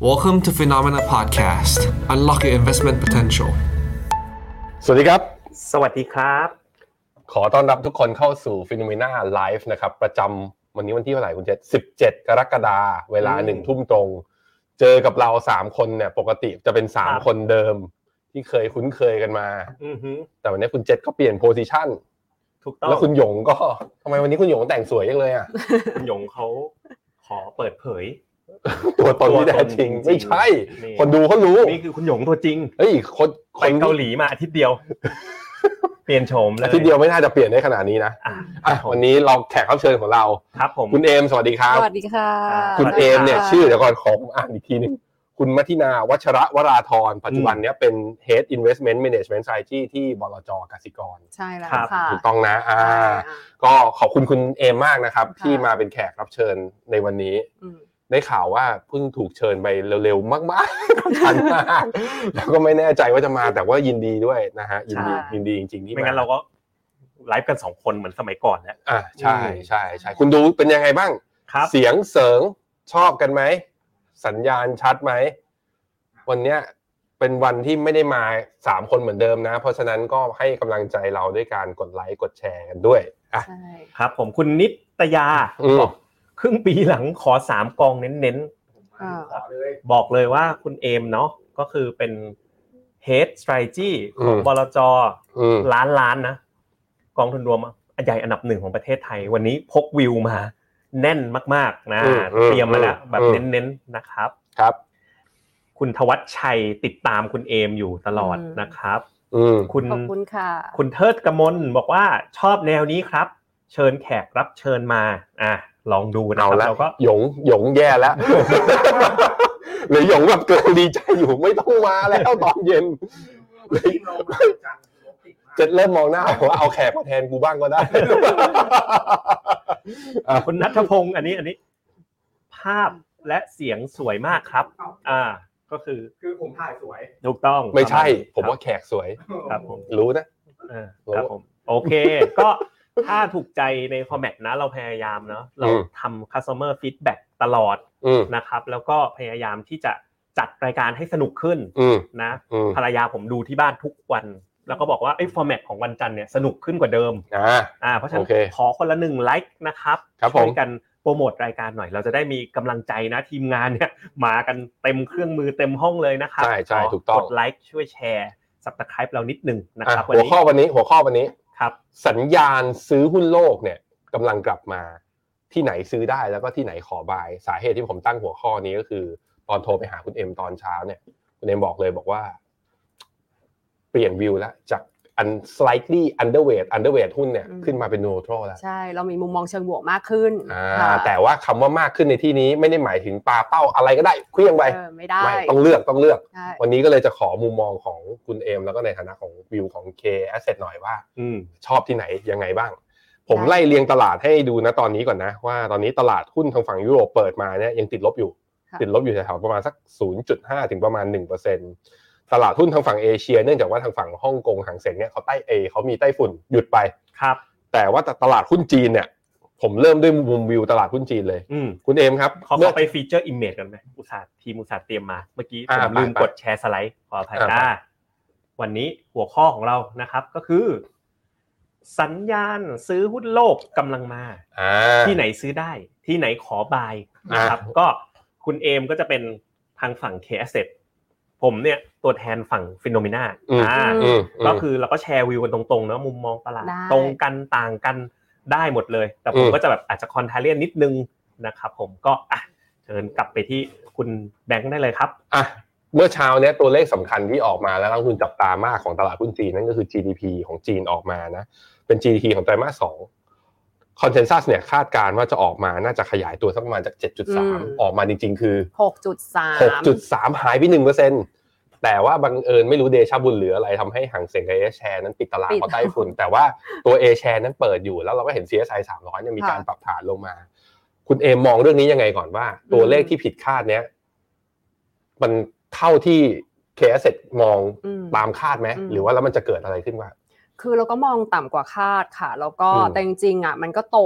Welcome to Phenomena Podcast Unlock your investment potential สวัสดีครับ สวัสดีครับ ขอต้อนรับทุกคนเข้าสู่ฟิโนเมนาไลฟ์นะครับ ประจำวันนี้วันที่เท่าไหร่คุณเจษสิบเจ็ดกรกฎาเวลา อืม หนึ่งทุ่มตรง เจอกับเราสามคนเนี่ย ปกติจะเป็นสาม ครับ คนเดิม ที่เคยคุ้นเคยกันมา อือฮึ แต่วันนี้คุณเจษก็เปลี่ยนโพซิชัน ถูกต้อง แล้วคุณหยงก็ทำไมวันนี้คุณหยงแต่งสวยจังเลย อ่ะ คุณหยงเขาขอเปิดเผย ตัวตนที่แท้จริง ตัวตนจริงๆ ไม่ใช่ นี่ คนดูเขารู้ นี่คือคุณหยงตัวจริง เฮ้ยคนค ไป น เกาหลีมาอาทิตย์เดี ยว เปลี่ยนโฉมเลย อาทิตย์เดียวไม่น่าจะเปลี่ยนได้ขนาดนี้นะ อ่ะ อ่ะวันนี้เราแขกรับเชิญของเรา ครับผม คุณเอมสวัสดีครับ สวัสดีค่ะ คุณ สวัส เอ ดี ม ค่ะ เนี่ยชื่อเดี๋ยวก่อนขอผมอ่านอีกทีหนึ่งคุณมัทินาวัชระวราธรปัจจุบันเนี้ยเป็น Head Investment Management Strategy ที่บลจกสิกร ใช่แล้ว ครับ ค่ะ ถูกต้องนะอ่า ใช่อ่ะ ก็ขอบคุณคุณเอมมากนะครับ ค่ะ ที่มาเป็นแขกรับเชิญในวันนี้ อืม ได้ข่าวว่าเพิ่งถูกเชิญไปเร็วๆ มากๆ ทันมากแล้วก็ไม่แน่ใจว่าจะมาแต่ว่ายินดีด้วยนะฮะยินดี ใช่ ยินดีจริงๆที่ ไม่งั้นเราก็ไลฟ์กันสองคนเหมือนสมัยก่อนนะ อ่าใช่ อืม ใช่ใช่คุณดูเป็นยังไงบ้าง ครับ เสียงเสริงชอบกันไหม สัญญาณชัดไหม วันเนี้ยเป็นวันที่ไม่ได้มาสามคนเหมือนเดิมนะ เพราะฉะนั้นก็ให้กำลังใจเราด้วยการกดไลค์กดแชร์กันด้วยอ่ะ ใช่ ครับ ผมคุณนิตยา อืม บอกครึ่งปีหลังขอสามกองเน้น อ่า ๆ บอกเลยว่าคุณเอมเนาะก็คือเป็น Head Strategy ของ อืม บลจ อืม ล้านล้านนะกองทุนรวมอันใหญ่อันดับหนึ่งของประเทศไทย วันนี้พกวิวมา แน่นมากๆนะเตรียมมาแล้วแบบเน้นๆนะครับ ครับ คุณทวัชชัยติดตามคุณเอมอยู่ตลอดนะครับ อืม คุณ ขอบคุณค่ะ คุณเทิดกมลบอกว่าชอบแนวนี้ครับ เชิญแขกรับเชิญมาอ่ะลองดูนะ เอา ครับ ละ เราก็ หยงหยงแย่แล้ว หรือหยงแบบเกินดีใจอยู่ไม่ต้องมาแล้วตอนเย็นเลยจะเริ่มมองหน้าผมว่าเอาแขกมาแทนกูบ้างก็ได้ อ่ะ คุณนัทพงศ์อันนี้อันนี้ ภาพและเสียงสวยมากครับ อ่า ก็คือ คือผมถ่ายสวย ถูกต้อง ไม่ใช่ ป ผม ระณ ว่าแขกสวย ครับผม รู้นะ อ่าครับผมโอเค ก็ถ้าถูกใจในฟอร์แมตนะเราพยายามเนาะเรา อืม ทำ customer feedback ตลอด อืม นะครับ แล้วก็พยายามที่จะจัดรายการให้สนุกขึ้น อืม นะ อืม ภรรยาผมดูที่บ้านทุกวัน แล้วก็บอกว่าไอ้ฟอร์แมตของวันจันทร์เนี่ยสนุกขึ้นกว่าเดิม อ่า อ่าเพราะฉะนั้ โอน เค ขอคนละหนึ่งไลค์นะครับ ครับผม ช่วยกันโปรโมทรายการหน่อย เราจะได้มีกำลังใจนะทีมงานเนี่ยมากันเต็มเครื่องมือเต็มห้องเลยนะครับ ใช่ใช่ ข ถูกต้อง ดไลค์ช่วยแชร์ subscribe เรานิดหนึ่งนะ อ่ะ ครับวัน หัว นี้ ข้อวันนี้ หัวข้อวันนี้ ครับ สัญญาณซื้อหุ้นโลกเนี่ยกำลังกลับมา ที่ไหนซื้อได้แล้วก็ที่ไหนขอบาย สาเหตุที่ผมตั้งหัวข้อนี้ก็คือ ตอนโทรไปหาคุณเอ็มตอนเช้าเนี่ย คุณเอ็มบอกเลยบอกว่า เปลี่ยนวิวแล้ว จากอัน slightly underweight underweight หุ้นเนี่ย อืม ขึ้นมาเป็น neutral แล้ว ใช่ เรามีมุมมองเชิงบวกมากขึ้น อ่ ค่ะ า แต่ว่าคำว่ามากขึ้นในที่นี้ไม่ได้หมายถึงปลาเป้าอะไรก็ได้เคลี้ยงไป เออไม่ได้ ไม่ต้องเลือกต้องเลือก ใช่ วันนี้ก็เลยจะขอมุมมองของคุณเอม แล้วก็ในฐานะของวิวของ K Asset หน่อยว่า อืม ชอบที่ไหนยังไงบ้าง ผมไล่เรียงตลาดให้ดูนะตอนนี้ก่อนนะ ว่าตอนนี้ตลาดหุ้นทางฝั่งยุโรปเปิดมาเนี่ยยังติดลบอยู่ ะ ติดลบอยู่แถวๆประมาณสัก 0.5 ถึงประมาณ 1%ตลาดหุ้นทางฝั่งเอเชีย เนื่องจากว่าทางฝั่งฮ่องกงหางเสงเนี่ยเขาใต้เอเขามีไต้ฝุ่นหยุดไป ครับ แต่ว่าตลาดหุ้นจีนเนี่ย ผมเริ่มด้วยมุมวิวตลาดหุ้นจีนเลย อืม คุณเอมครับ ขอ เมื่ เข้า อ ไปฟีเจอร์อิมเมจกันไหมอุตสาห์ทีมอุตสาห์เตรียมมา เมื่อกี้ผ อ่าม ลืม ไปไป กดแชร์สไลด์ ขออภัย อ่า จ้าวันนี้หัวข้อของเรานะครับ ก็คือ สัญญาณซื้อหุ้นโลกกำลังมา อ่า ที่ไหนซื้อได้ ที่ไหนขอบายนะครับ อ่า ก็คุณเอมก็จะเป็นทางฝั่ง k s เผมเนี่ยตัวแทนฝั่งฟิโนเมนาอ่า อืมม ก็คือเราก็แชร์วิวกันตรงๆเนาะมุมมองตลาด ได้ ตรงกันต่างกันได้หมดเลย แต่ผม อืม ก็จะแบบอาจจะคอนทาเลียนนิดนึงนะครับผมก็อ่ะเชิญกลับไปที่คุณแบงค์ได้เลยครับ อ่ะเมื่อเช้าเนี้ยตัวเลขสำคัญที่ออกมาแล้วนักลงทุนจับตามากของตลาดหุ้นจีนนั่นก็คือ GDP ของจีนออกมานะ เป็น GDP ของไตรมาสสองคอนเซนแซสเนี่ยคาดการณ์ว่าจะออกมาน่าจะขยายตัวสักประมาณจาก อืม 7.3 ออกมาจริง ๆ คือ หกจุดสาม 6.3 หายไป1%แต่ว่าบังเอิญไม่รู้เดชาบุญเหลืออะไรทำให้ห่างเสียงกับเอแชร์นั้นปิดตลาด ปิด เพราะไต้ฝุ่น แต่ว่าตัวเอแชร์นั้นเปิดอยู่แล้วเราก็เห็น CSI 300เนี่ยมีการ ค่ะ ปรับฐานลงมา คุณเอมมองเรื่องนี้ยังไงก่อนว่า ตัวเลขที่ผิดคาดเนี้ยมันเท่าที่เคสเซ็ตมอง อืม ตามคาดไหม อืม หรือว่าแล้วมันจะเกิดอะไรขึ้นว่า คือเราก็มองต่ำกว่าคาดค่ะ แล้วก็ อืม แต่จริงๆอ่ะมันก็โต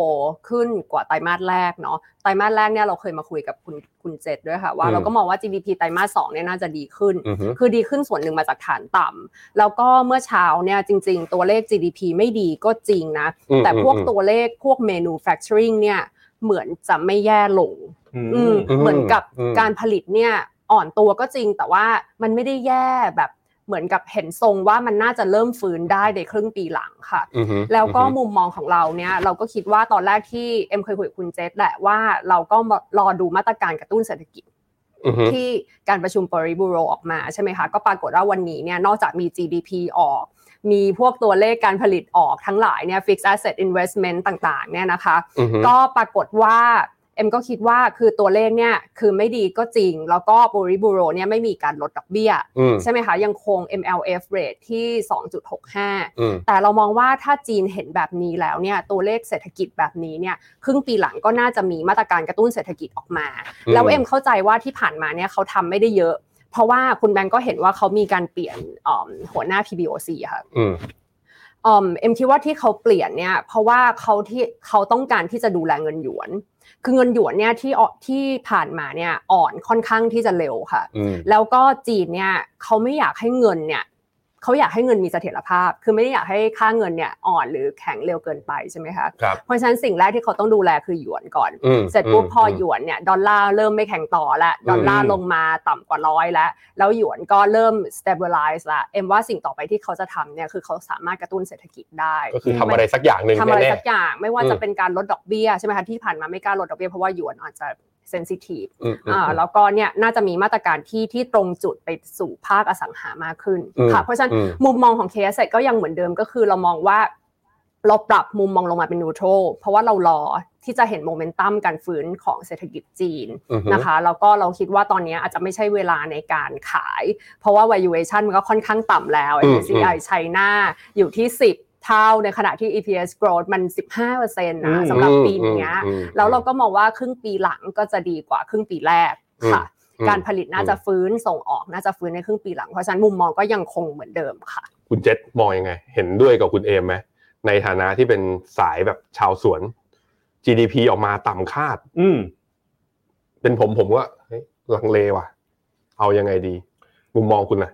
ขึ้นกว่าไตรมาสแรกเนาะไตรมาสแรกเนี่ยเราเคยมาคุยกับคุณคุณเจษด้วยค่ะ ว่า อืม เราก็มองว่า GDP ไตรมาสสองเนี่ยน่าจะดีขึ้น อือฮึ คือดีขึ้นส่วนหนึ่งมาจากฐานต่ำแล้วก็เมื่อเช้าเนี่ยจริง ๆ ตัวเลข GDP ไม่ดีก็จริงนะ อืม แต่พวก อืม ตัวเลขพวก manufacturing เนี่ยเหมือนจะไม่แย่ลง อืม อืม อืม เหมือนกับ อืม การผลิตเนี่ยอ่อนตัวก็จริงแต่ว่ามันไม่ได้แย่แบบเหมือนกับเห็นทรงว่ามันน่าจะเริ่มฟื้นได้ในครึ่งปีหลังค่ะ อือฮึ แล้วก็ อือฮึ มุมมองของเราเนี่ยเราก็คิดว่าตอนแรกที่เอ็มเคยคุยกับคุณเจษแหละว่าเราก็รอดูมาตรการกระตุ้นเศรษฐกิจ อือฮึ ที่การประชุมปริบูโรออกมาใช่ไหมคะ ก็ปรากฏว่าวันนี้เนี่ยนอกจากมี GDP ออก มีพวกตัวเลขการผลิตออกทั้งหลายเนี่ย fixed asset investment ต่างๆเนี่ยนะคะ อือฮึ ก็ปรากฏว่าเอ็มก็คิดว่าคือตัวเลขเนี่ยคือไม่ดีก็จริง แล้วก็บริบูโรเนี่ยไม่มีการลดดอกเบี้ย อืม ใช่ไหมคะ ยังคง MLF rate ที่ 2.65 อืม แต่เรามองว่าถ้าจีนเห็นแบบนี้แล้วเนี่ยตัวเลขเศรษฐกิจแบบนี้เนี่ยครึ่งปีหลังก็น่าจะมีมาตรการกระตุ้นเศรษฐกิจออกมา อืม แล้วเอ็มเข้าใจว่าที่ผ่านมาเนี่ยเขาทำไม่ได้เยอะ เพราะว่าคุณแบงก์ก็เห็นว่าเขามีการเปลี่ยนอ่อหัวหน้า PBOC อะค่ะ อืม อ่อเอ็มคิดว่าที่เขาเปลี่ยนเนี่ยเพราะว่าเขาที่เขาต้องการที่จะดูแลเงินหยวน คือเงินหยวนเนี่ยที่อ่อนที่ผ่านมาเนี่ยอ่อนค่อนข้างที่จะเร็วค่ะ อืม แล้วก็จีนเนี่ยเขาไม่อยากให้เงินเนี่ยเขาอยากให้เงินมีเสถียรภาพ คือไม่ได้อยากให้ค่าเงินเนี่ยอ่อนหรือแข็งเร็วเกินไปใช่ไหมคะ ครับ เพราะฉะนั้นสิ่งแรกที่เขาต้องดูแลคือหยวนก่อน อืม เสร็จปุ๊บ ม พอหยวนเนี่ยดอลลาร์เริ่มไม่แข็งต่อละดอลลาร์ลงมาต่ำกว่าร้อยแล้ว แล้วหยวนก็เริ่ม stabilize ละเอ็มว่าสิ่งต่อไปที่เขาจะทำเนี่ยคือเขาสามารถกระตุ้นเศรษฐกิจได้ ก็คือทำอะไรสักอย่างหนึ่ง ทำอะไร แน่ สักอย่างไม่ว่าจะเป็นการลดดอกเบี้ยใช่ไหมคะที่ผ่านมาไม่กล้าลดดอกเบี้ยเพราะว่าหยวนอาจจะ sensitive ๆอืมอืม อ่าแล้วก็เนี่ยน่าจะมีมาตรการที่ที่ตรงจุดไปสู่ภาคอสังหามากขึ้น อืม ค่ะเพราะฉะนั้น อืม มุมมองของ KS ก็ยังเหมือนเดิมก็คือเรามองว่า เราปรับมุมมองลงมาเป็นนูโตรเพราะว่าเรารอที่จะเห็นโมเมนตัมการฟื้นของเศรษฐกิจจีน อือฮึ นะคะแล้วก็เราคิดว่าตอนนี้อาจจะไม่ใช่เวลาในการขาย เพราะว่า valuation มันก็ค่อนข้างต่ำแล้ว อืม MSCI China อยู่ที่ 10 เท่าในขณะที่ EPS growth มัน 15%นะสำหรับปีเนี้ย อืม แล้วเราก็มองว่าครึ่งปีหลังก็จะดีกว่าครึ่งปีแรกค่ะ อืม การผลิตน่าจะฟื้นส่งออกน่าจะฟื้นในครึ่งปีหลัง เพราะฉะนั้นมุมมองก็ยังคงเหมือนเดิมค่ะ คุณเจษมองยังไง เห็นด้วยกับคุณเอมไหมในฐานะที่เป็นสายแบบชาวสวน GDP ออกมาต่ำคาด อืม เป็นผมผมก็เฮ้ยลังเลว่ะ เอายังไงดี มุมมองคุณนะ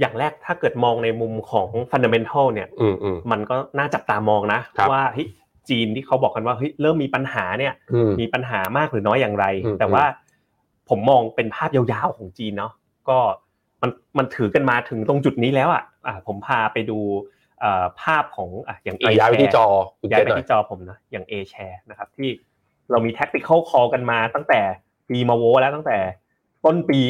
อย่างแรกถ้าเกิดมองในมุมของฟันเดเมนทัลเนี่ย อืมอืม มันก็น่าจับตามองนะ ครับ ว่าเฮ้ยจีนที่เขาบอกกันว่าเฮ้ยเริ่มมีปัญหาเนี่ย อืม มีปัญหามากหรือน้อยอย่างไร อืม แต่ว่าผมมองเป็นภาพยาวๆของจีนเนาะก็มันมันถือกันมาถึงตรงจุดนี้แล้วอ่ะอ่ะผมพาไปดูเอ่อภาพของอ่ะอย่างเอ อ่ะย้ายไปที่จอคุณ ย้าย เจษ ไป หน่อย ที่จอผมนะอย่าง A share นะครับที่เรามี tactical call กันมาตั้งแต่ปีมาโวแล้วตั้งแต่ต้นปี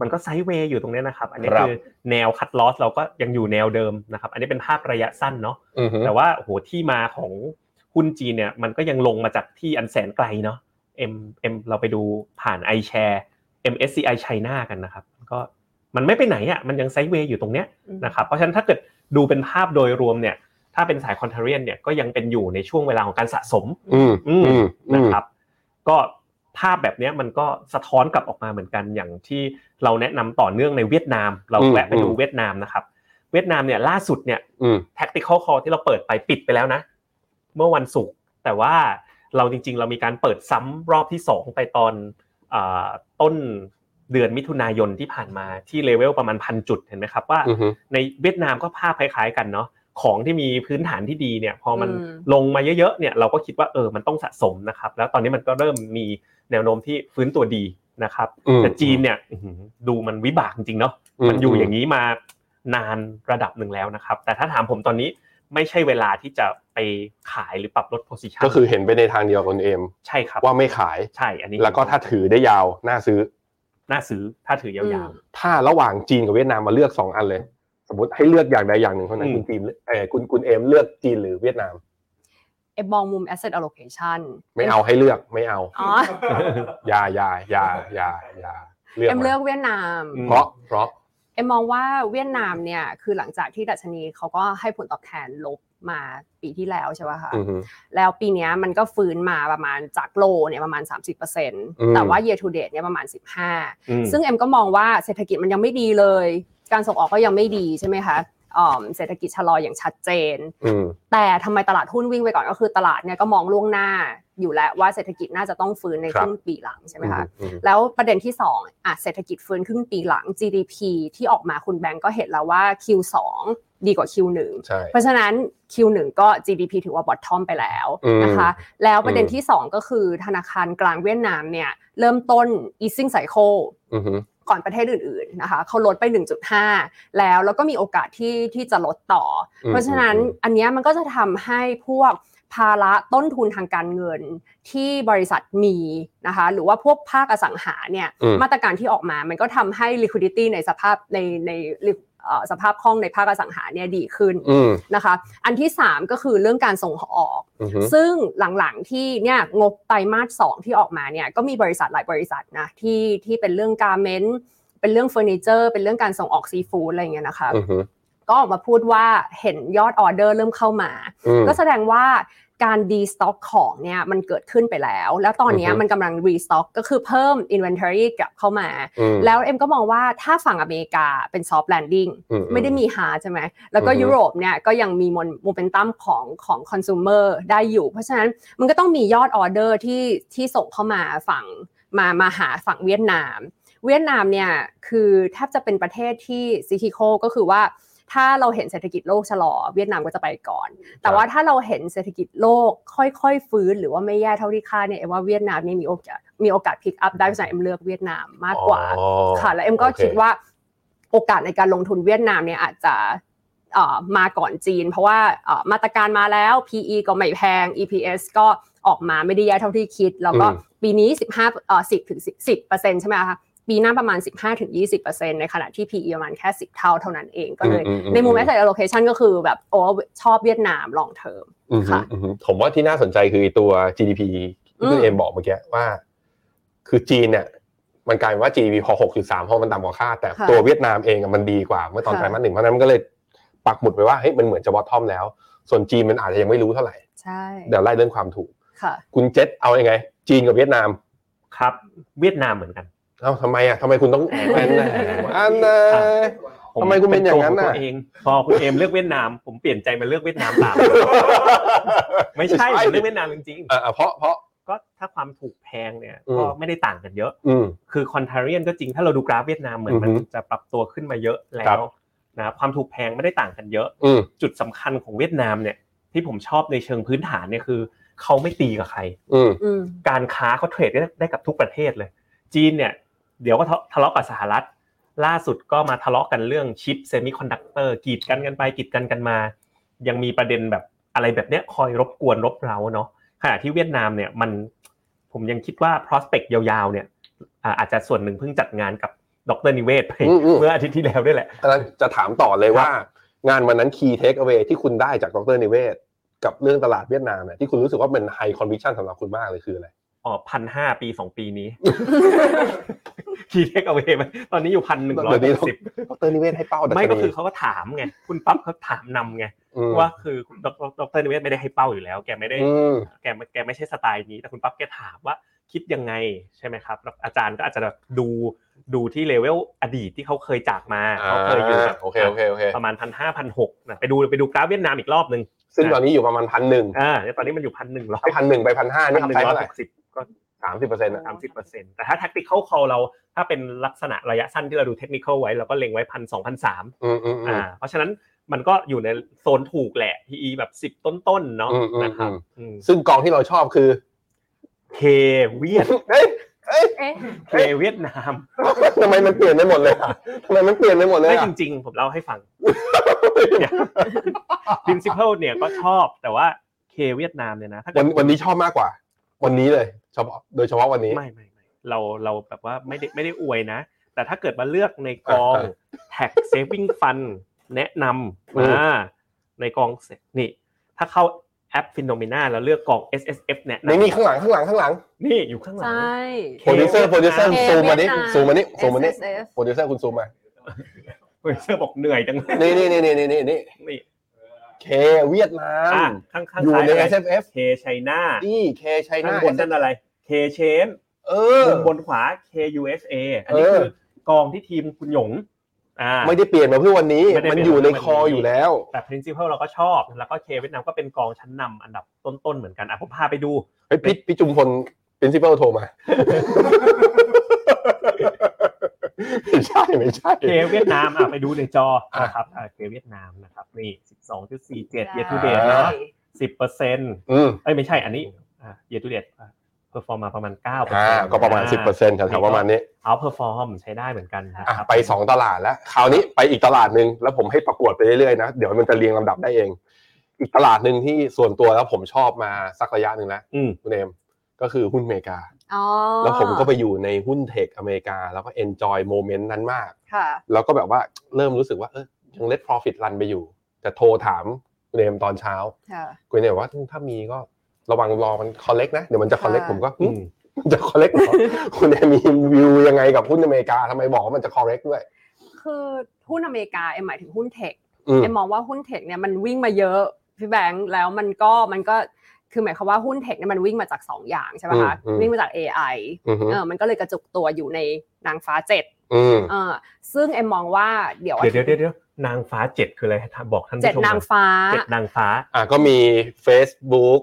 มันก็ไซด์เวย์อยู่ตรงเนี้ยนะครับ อันนี้ ครับ คือแนวคัดลอสเราก็ยังอยู่แนวเดิมนะครับ อันนี้เป็นภาพระยะสั้นเนาะ อืม แต่ว่าโอ้โหที่มาของหุ้นจีนเนี่ยมันก็ยังลงมาจากที่อันแสนไกลเนาะ M M เราไปดูผ่าน iShare MSCI China กันนะครับก็มันไม่ไปไหนอ่ะมันยังไซด์เวย์อยู่ตรงเนี้ยนะครับเพราะฉะนั้นถ้าเกิดดูเป็นภาพโดยรวมเนี่ยถ้าเป็นสายคอนเทเรียนเนี่ยก็ยังเป็นอยู่ในช่วงเวลาของการสะสม อืมอืมอืม นะครับก็ภาพแบบเนี้ยมันก็สะท้อนกลับออกมาเหมือนกันอย่างที่เราแนะนำต่อเนื่องในเวียดนาม เรา อืม แวะไปดู อืม เวียดนามนะครับเวียดนามเนี่ยล่าสุดเนี่ย อืม tactical call ที่เราเปิดไปปิดไปแล้วนะ เมื่อวันศุกร์แต่ว่าเราจริงๆ เรามีการเปิดซ้ำรอบที่ 2 ไปตอนอ่าต้นเดือนมิถุนายนที่ผ่านมาที่เลเวลประมาณพันจุดเห็นไหมครับว่า อืม ในเวียดนามก็ภาพคล้ายๆกันเนาะของที่มีพื้นฐานที่ดีเนี่ยพอมัน อืม ลงมาเยอะๆเนี่ยเราก็คิดว่าเออมันต้องสะสมนะครับ แล้วตอนนี้มันก็เริ่มมีแนวโน้มที่ฟื้นตัวดีนะครับ อืม แต่จีนเนี่ยอื้อหือดูมันวิบากจริงๆเนาะ มันอยู่อย่างนี้มานานระดับหนึ่งแล้วนะครับ แต่ถ้าถามผมตอนนี้ไม่ใช่เวลาที่จะไปขายหรือปรับลดโพซิชัน ก็คือเห็นไปในทางเดียวกับคุณเอม ใช่ครับ ว่าไม่ขาย ใช่อันนี้ แล้วก็ถ้าถือได้ยาว น่าซื้อ น่าซื้อถ้าถือยาว ถ้าระหว่างจีนกับเวียดนามมาเลือกสองอันเลย สมมติให้เลือกอย่างใดอย่างหนึ่งเท่านั้น อืม คุณจีนเออคุณคุณเอมเลือกจีนหรือเวียดนาม เอ็มมองมุม asset allocation ไม่เอาให้เลือกไม่เอา อ๋อ ๆ อย่าอย่าอย่าอย่าอย่าเลือก เอ็มเลือก มา เวียดนาม อืม เพราะเพราะ เอ็มมองว่าเวียดนามเนี่ยคือหลังจากที่ดัชนีเขาก็ให้ผลตอบแทนลบมาปีที่แล้วใช่ป่ะคะ อือฮึ แล้วปีเนี้ยมันก็ฟื้นมาประมาณจากโลเนี่ยประมาณ 30%แต่ว่า year to date เนี่ยประมาณ 15 อืม ซึ่งเอ็มก็มองว่าเศรษฐกิจมันยังไม่ดีเลย การส่งออกก็ยังไม่ดีใช่ไหมคะ เอิ่มเศรษฐกิจชะลออย่างชัดเจน อืม แต่ทำไมตลาดหุ้นวิ่งไปก่อนก็คือตลาดเนี่ยก็มองล่วงหน้าอยู่แล้วว่าเศรษฐกิจน่าจะต้องฟื้นใน ค ครับ รึ่งปีหลังใช่ไหมคะ อืม แล้วประเด็นที่สองอ่ะเศรษฐกิจฟื้นครึ่งปีหลัง GDP ที่ออกมาคุณแบงก์ก็เห็นแล้วว่า Q2 ดีกว่า Q1 ใช่ เพราะฉะนั้น Q1 ก็ GDP ถือว่า bottom ไปแล้วนะคะ แล้วประเด็นที่ 2 ก็คือธนาคารกลางเวียดนามเนี่ยเริ่มต้น easing cycle อือฮึ ก่อนประเทศอื่นๆนะคะเขาลดไป 1.5 แล้วแล้วก็มีโอกาสที่ที่จะลดต่อ อืม เพราะฉะนั้น อืม อันเนี้ยมันก็จะทำให้พวกภาระต้นทุนทางการเงินที่บริษัทมีนะคะหรือว่าพวกภาคอสังหาเนี่ย อืม มาตรการที่ออกมามันก็ทำให้ liquidity ในสภาพในในเอ่อสภาพคล่องในภาคอสังหาเนี่ยดีขึ้น อืม นะคะ อันที่ 3 ก็คือเรื่องการส่งออก อือฮึ ซึ่งหลังๆที่เนี่ยงบไตรมาสสองที่ออกมาเนี่ยก็มีบริษัทหลายบริษัทนะที่ที่เป็นเรื่องการเมนต์เป็นเรื่องเฟอร์นิเจอร์เป็นเรื่องการส่งออกซีฟู้ดอะไรอย่างเงี้ยนะคะ อือฮึ ก็ออกมาพูดว่าเห็นยอดออเดอร์เริ่มเข้ามา อืม ก็แสดงว่าการดีสต็อกของเนี่ยมันเกิดขึ้นไปแล้ว แล้วตอนเนี้ย อือฮึ มันกำลังรีสต็อกก็คือเพิ่ม Inventory กลับเข้ามา อืม แล้วเอ็มก็มองว่าถ้าฝั่งอเมริกาเป็นซอฟต์แลนดิ้ง อื ไม่ได้มีหาใช่ไหม แล้วก็ อือฮึ ยุโรปเนี่ยก็ยังมีโมเมนตัมของของคอน sumer ได้อยู่ เพราะฉะนั้นมันก็ต้องมียอดออเดอร์ที่ที่ส่งเข้ามาฝั่งมามาหาฝั่งเวียดนาม เวียดนามเนี่ยคือแทบจะเป็นประเทศที่ซิคิโคก็คือว่า ถ้าเราเห็นเศรษฐกิจโลกชะลอ เวียดนามก็จะไปก่อน แต่ว่าถ้าเราเห็นเศรษฐกิจโลกค่อยๆ ฟื้น หรือว่าไม่แย่เท่าที่คาดเนี่ยเอ็มว่าเวียดนามนี่มีโอกาสมีโอกาสพลิกอัพได้เพราะฉะนั้นเอ็มเลือกเวียดนามมากกว่า อ๋อ ค่ะแล้วเอ็มก็ โอเ คิดว่าโอกาสในการลงทุนเวียดนามเนี่ยอาจจะเอ่อมาก่อนจีน เพราะว่าเอ่อมาตรการมาแล้ว PE ก็ไม่แพง EPS ก็ออกมาไม่ได้แย่เท่าที่คิด แล้วก็ อืม ปีนี้ 15เอ่อ10ถึง10เปอร์เซ็นต์ใช่ไหมคะปีหน้าประมาณ 15ถึง20เปอร์เซ็นต์ในขณะที่ PE ประมาณแค่ 10 เท่าเท่านั้นเองก็เลย อือื ในมุม asset allocation ก็คือแบบโอ้ชอบเวียดนาม long term อือฮึ ค่ะ อือฮึผมว่าที่น่าสนใจคือไอ้ตัว GDP ที่คุ อื ณ ม เอมบอกเมื่อกี้ว่า คือจีนเนี่ย มันกลายเป็นว่า GDP พอ 6.3ห้องมันต่ำกว่าคาดแต่ ค่ะ ตัวเวียดนามเองอะมันดีกว่า เมื่อตอน ค่ะ ไตรมาสหนึ่งเพราะฉะนั้นมันก็เลยปักหมุดไปว่าเฮ้ยมันเหมือนจะบอททอมแล้ว ส่วนจีนมันอาจจะยังไม่รู้เท่าไหร่ ใช่ เดี๋ยวไล่เรื่องความถูก ค่ะ คุณเจษเอายังไง จีนกับเวียดนาม ครับ เวียดนามเหมือนกัน เอ้าทำไมอ่ะทำไมคุณต้องอันนะอันนะ ผ ทำไมคุณเป็นอย่างนั้น ตัวข น่ะ ตัวเอง พอคุณเอมเลือกเวียดนาม ผมเปลี่ยนใจมาเลือกเวียดนามตาม ไม่ใช่ผมเลือกเวียดนามจริง เออเออเพราะเพราะ ๆก็ถ้าความถูกแพงเนี่ย อืม ก็ไม่ได้ต่างกันเยอะ อืม คือคอนเทเรียนก็จริงถ้าเราดูกราฟเวียดนามเหมือน อือฮึ มันจะปรับตัวขึ้นมาเยอะแล้ ครับ วนะครับความถูกแพงไม่ได้ต่างกันเยอะ อืม จุดสำคัญของเวียดนามเนี่ยที่ผมชอบในเชิงพื้นฐานเนี่ยคือเขาไม่ตีกับใคร อืม อืม การค้าเขาเทรดได้ได้กับทุกประเทศเลย จีนเนี่ยเดี๋ยวก็ทะเลาะกับสหรัฐ ล่าสุดก็มาทะเลาะกันเรื่องชิปเซมิคอนดักเตอร์กีดกันกันไปกีดกันกันมา ยังมีประเด็นแบบอะไรแบบเนี้ยคอยรบกวนรบเร้าเนาะขณะที่เวียดนามเนี่ยมันผมยังคิดว่า prospect ยาวๆเนี่ยอ่าอาจจะส่วนหนึ่งเพิ่งจัดงานกับดรนิเวศน์ไป อืมอืม เมื่ออาทิตย์ที่แล้วด้วยแหละ อันนั้นจะถามต่อเลยว่า งานวันนั้น key take away ที่คุณได้จากดรนิเวศน์กับเรื่องตลาดเวียดนามเนี่ยที่คุณรู้สึกว่าเป็น high conviction สำหรับคุณมากเลยคืออะไร อ๋อพันห้าปีสองปีนี้ คีเทคเอาไว้ไหมตอนนี้อยู่พันหนึ่งร้อย เดี๋ยวนี้ สิบ ดรนิเวศน์ให้เป้าดัชนี ไม่ก็คือเขาก็ถามไง คุณปั๊บเขาถามนำไง ม ว่าคือดรดรนิเวศน์ไม่ได้ให้เป้าอยู่แล้ว แกไม่ได้ อืม แกไม่แกไม่ใช่สไตล์นี้ แต่คุณปั๊บแกถามว่าคิดยังไงใช่ไหมครับแล้วอาจารย์ก็อาจจะแบบดูดูที่เลเวลอดีตที่เขาเคยจากมาเขาเคยอยู่แบบ โอเคโอเคโอเค ประมาณพันห้าพันหกนะไปดูไปดูกราฟเวียดนามอีกรอบหนึ่ง ซึ่งตอนนี้อยู่ประมาณพันหนึ่ง อ่าแล้วตอนนี้มันอยู่พันหนึ่งร้อย ถ้าพันหนึ่งไปพันห้า พัน นี่ทำหนึ่ ใช้ งร้เท่าอย ไหร่ หกสิบก็ สามสิบเปอร์เซ็นต์ สามสิบเปอร์เซ็นต์แต่ถ้า tactical call เราถ้าเป็นลักษณะระยะสั้นที่เราดู technical ไว้เราก็เล็งไว้พันสองพันสาม อืมอืมอื อ่าม เพราะฉะนั้นมันก็อยู่ในโซนถูกแหละ PE แบบสิบ10 ต้นๆเนาะ อืมอืม นะครับอืม ซึ่งกองที่เราชอบคือ เคเวียด เอ้ยเอ้ย เอ๊ะ เคเวียดนาม ทำไมมันเปลี่ยนไปหมดเลยอะทำไมมันเปลี่ยนไปหมดเลย ไม่ อะ จริงๆ ผมเล่าให้ ฟัง principle เนี่ยก็ชอบแต่ว่าเคเวียดนามเนี่ยนะถ้าเกิ วั ด นวันนี้ชอบมากกว่า วันนี้เลยเฉพาะโดยเฉพาะวันนี้ ไม่ไม่ไม่เราเราแบบว่าไม่ได้ไม่ได้อวยนะ แต่ถ้าเกิดมาเลือกในกอง อ่า tax saving fund แนะอืนำ ม อ่าในกองเสร็จนี่ ถ้าเข้าแอปฟินโนเมนาแล้วเลือกกอง S S F เนี่ย นี่นี่ข้างหลังข้างหลังข้างหลัง นี่อยู่ข้างหลัง ใช่ โปรดิวเซอร์โปรดิวเซอร์ เอ ซูมมานี่ เวียดนาม ซูมมานี่ซูมมานี่ SSF โปรดิวเซอร์คุณซูมมา เฮ้ยเสื้อบอกเหนื่อยจังเลย นี่นี่นี่นี่นี่นี่ นี่ เคเวียดนา อ่ะ ม ข้างข้าง อยู่ ซ้าย ใน อะไร SFF เคไชน่า นี่เคไช ข้า น่าง บนนั่นอะไรเคเชน เออ มุมบนขวา K U S A อันนี้ เออ คือกองที่ทีมคุณหยง อ่า ไม่ได้เปลี่ยนมาเพื่อวันนี้ ไม่ได้ มัน เปลี่ยน อยู่ใน มาเพื่ ค อ อ วันนี้ อยู่แล้ว แต่ principle เราก็ชอบ แล้วก็เคเวียดนามก็เป็นกองชั้นนำอันดับต้นๆเหมือนกันอ่ะผมพาไปดู เฮ้ยพี่พี่จุมพล principal โทรมา ไม่ใช่ไม่ใช่ เคเวียดนามอ่ะไปดูในจอ อ่ะ นะครับอ่ะเคเวียดนามนะครับนี่สิบสองจุดสี่เจ็ดเยทูเด ได้ ตนะสิบเปอร์เซ็นต์ อืม เอ้ยไม่ใช่อันนี้อ่ะเยทูเดตเพอร์ฟอร์มมาประมาณเก้าเปอร์ อ่า เซ็นต์ ก็ประมาณ 10%แถวๆประมาณนี้ เอาเพอร์ฟอร์มใช้ได้เหมือนกันนะ อ่ะ ครับ ไป 2 ตลาดแล้ว คราวนี้ไปอีกตลาดหนึ่งแล้วผมให้ประกวดไปเรื่อยๆนะ เดี๋ยวมันจะเรียงลำดับได้เอง อีกตลาดหนึ่งที่ส่วนตัวแล้วผมชอบมาสักระยะหนึ่งแล้ว อืม คุณเอมก็คือหุ้นอเมริกา อ๋อ แล้วผมก็ไปอยู่ในหุ้นเทคอเมริกา แล้วก็ enjoy moment นั้นมาก ค่ะ แล้วก็แบบว่าเริ่มรู้สึกว่าเออยัง let profit run ไปอยู่ แต่โทรถามคุณเอมตอนเช้า ค่ะ คุณเนี่ยบอกว่าถ้ามีก็ระวังรอมัน collect นะ เดี๋ยวมันจะ collect ค่ะ ผมก็หึ อืม มันจะ collect เหรอ คุณเนี่ยมีวิวยังไงกับหุ้นอเมริกาทำไมบอกว่ามันจะ collect ด้วย คือหุ้นอเมริกาเอ็มหมายถึงหุ้นเทค อืม เอ็มมองว่าหุ้นเทคเนี่ยมันวิ่งมาเยอะพี่แบงค์แล้วมันก็มันก็คือหมายความว่าหุ้นเทคเนี่ยมันวิ่งมาจาก 2 อย่างใช่ไหมคะ อืมอืม วิ่งมาจาก AI อือฮึ เออมันก็เลยกระจุกตัวอยู่ในนางฟ้าเจ็ด อืม เออซึ่งเอ็มมองว่าเดี๋ยว เดี๋ยวเดี๋ยวเดี๋ยวเดี๋ยวนางฟ้าเจ็ดคืออะไรบอกท่านผู้ช เจ็ด มห นางฟ้า อยเจ็ดนางฟ้า อ่ะก็มี Facebook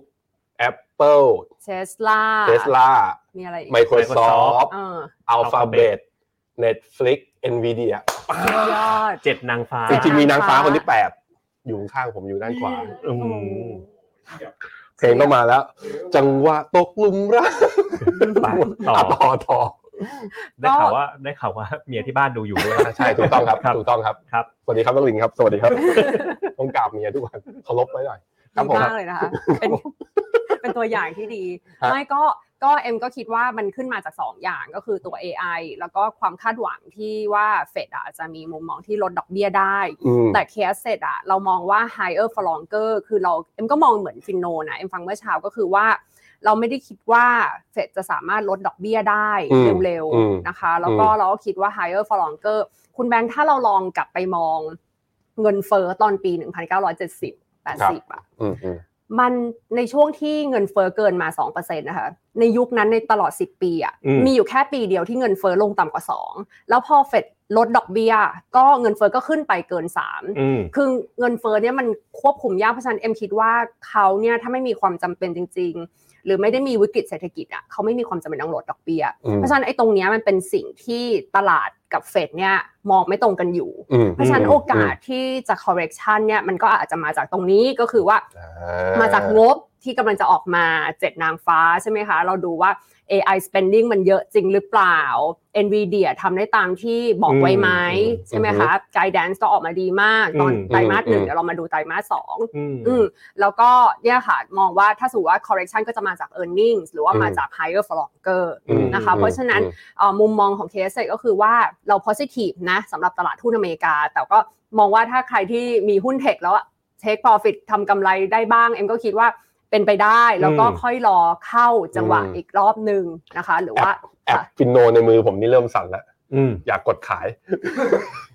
Apple เทสลา Tesla มีอะไรอีก Microsoft เออ Alphabet Netflix Nvidia สุดยอด เจ็ดนางฟ้า จ เจ็ด ริงๆมีนางฟ้าคนที่แปดอยู่ข้างๆผมอยู่ด้านขวา อืม โอ้โห เพลงต้องมาแล้ว จังหวะตกหลุมรัก ไปต่อ อ่ะต่อต่อ ได้ข่าวว่าได้ข่าวว่าเมียที่บ้านดูอยู่ด้วย อ่ะใช่ถูกต้องครับ ครับ ถูกต้องครับ ครับ สวัสดีครับน้องลินครับ สวัสดีครับ ต้องกราบเมียทุกวันเคารพไว้หน่อย ครับ ดี ผม มากเลยนะคะ เป็น เป็นตัวอย่างที่ดี ฮะ ไม่ก็ก็เอ็มก็คิดว่ามันขึ้นมาจาก 2 อย่างก็คือตัว AI แล้วก็ความคาดหวังที่ว่าเฟดอาจจะมีมุมมองที่ลดดอกเบี้ยได้ อืม แต่ case asset อะเรามองว่า higher for longer คือเราเอ็มก็มองเหมือนฟินโนนะเอ็มฟังเมื่อเช้าก็คือว่า เราไม่ได้คิดว่าเฟดจะสามารถลดดอกเบี้ยได้ อืม เร็ว อืม ๆนะคะ แล้วก็เราก็คิดว่า higher for longer คุณแบงค์ถ้าเราลองกลับไปมองเงินเฟอ้อตอนปี 1970 ครับ 80อะ อืมอืม มันในช่วงที่เงินเฟอ้อเกินมา 2%นะคะในยุคนั้นในตลอด 10 ปีอ่ะ อืม มีอยู่แค่ปีเดียวที่เงินเฟอ้อลงต่ำกว่า 2 แล้วพอเฟดลดดอกเบี้ย ก็เงินเฟอ้อก็ขึ้นไปเกิน 3 อืม คือเงินเฟอ้อเนี่ยมันควบคุมยากเพราะฉะนั้นเอ็มคิดว่าเขาเนี่ยถ้าไม่มีความจำเป็นจริง ๆ หรือไม่ได้มีวิกฤตเศรษฐกิจอ่ะเขาไม่มีความจำเป็นต้องลดดอกเบี้ย อืม เพราะฉะนั้นไอ้ตรงเนี้ยมันเป็นสิ่งที่ตลาดกับเฟดเนี่ยมองไม่ตรงกันอยู่ อืม เพราะฉะนั้นโอกาสที่จะ correction เนี่ยมันก็อาจจะมาจากตรงนี้ก็คือว่า อ่ มาจากงบที่กำลังจะออกมาเจ็ดนางฟ้าใช่ไหมคะ เราดูว่า AI spending มันเยอะจริงหรือเปล่า NVIDIA ทำได้ตามที่บอกไว้ไหม อืม ใช่ไหมคะ Guidance ก็ออกมาดีมากตอน อืม ไตรมาสหนึ่งเดี๋ยวเรามาดูไตรมาสสอง อืม อืมแล้วก็เนี่ยค่ะ มองว่าถ้าสมมติว่า correction ก็จะมาจาก earnings หรือว่ามาจาก higher for longer อืม นะคะเพราะฉะนั้น อืม เอ่อมุมมองของ KSA ก็คือว่าเรา positive นะสำหรับตลาดหุ้นอเมริกา แต่ก็มองว่าถ้าใครที่มีหุ้นเทคแล้วอะ take profit ทำกำไรได้บ้าง เอ็มก็คิดว่าเป็นไปได้ แล้วก็ อืม ค่อยรอเข้าจังหวะ อืม อีกรอบหนึ่งนะคะ หรือว่า แอปฟินโนในมือผมนี่เริ่มสั่นแล้ว อืม อยากกดขาย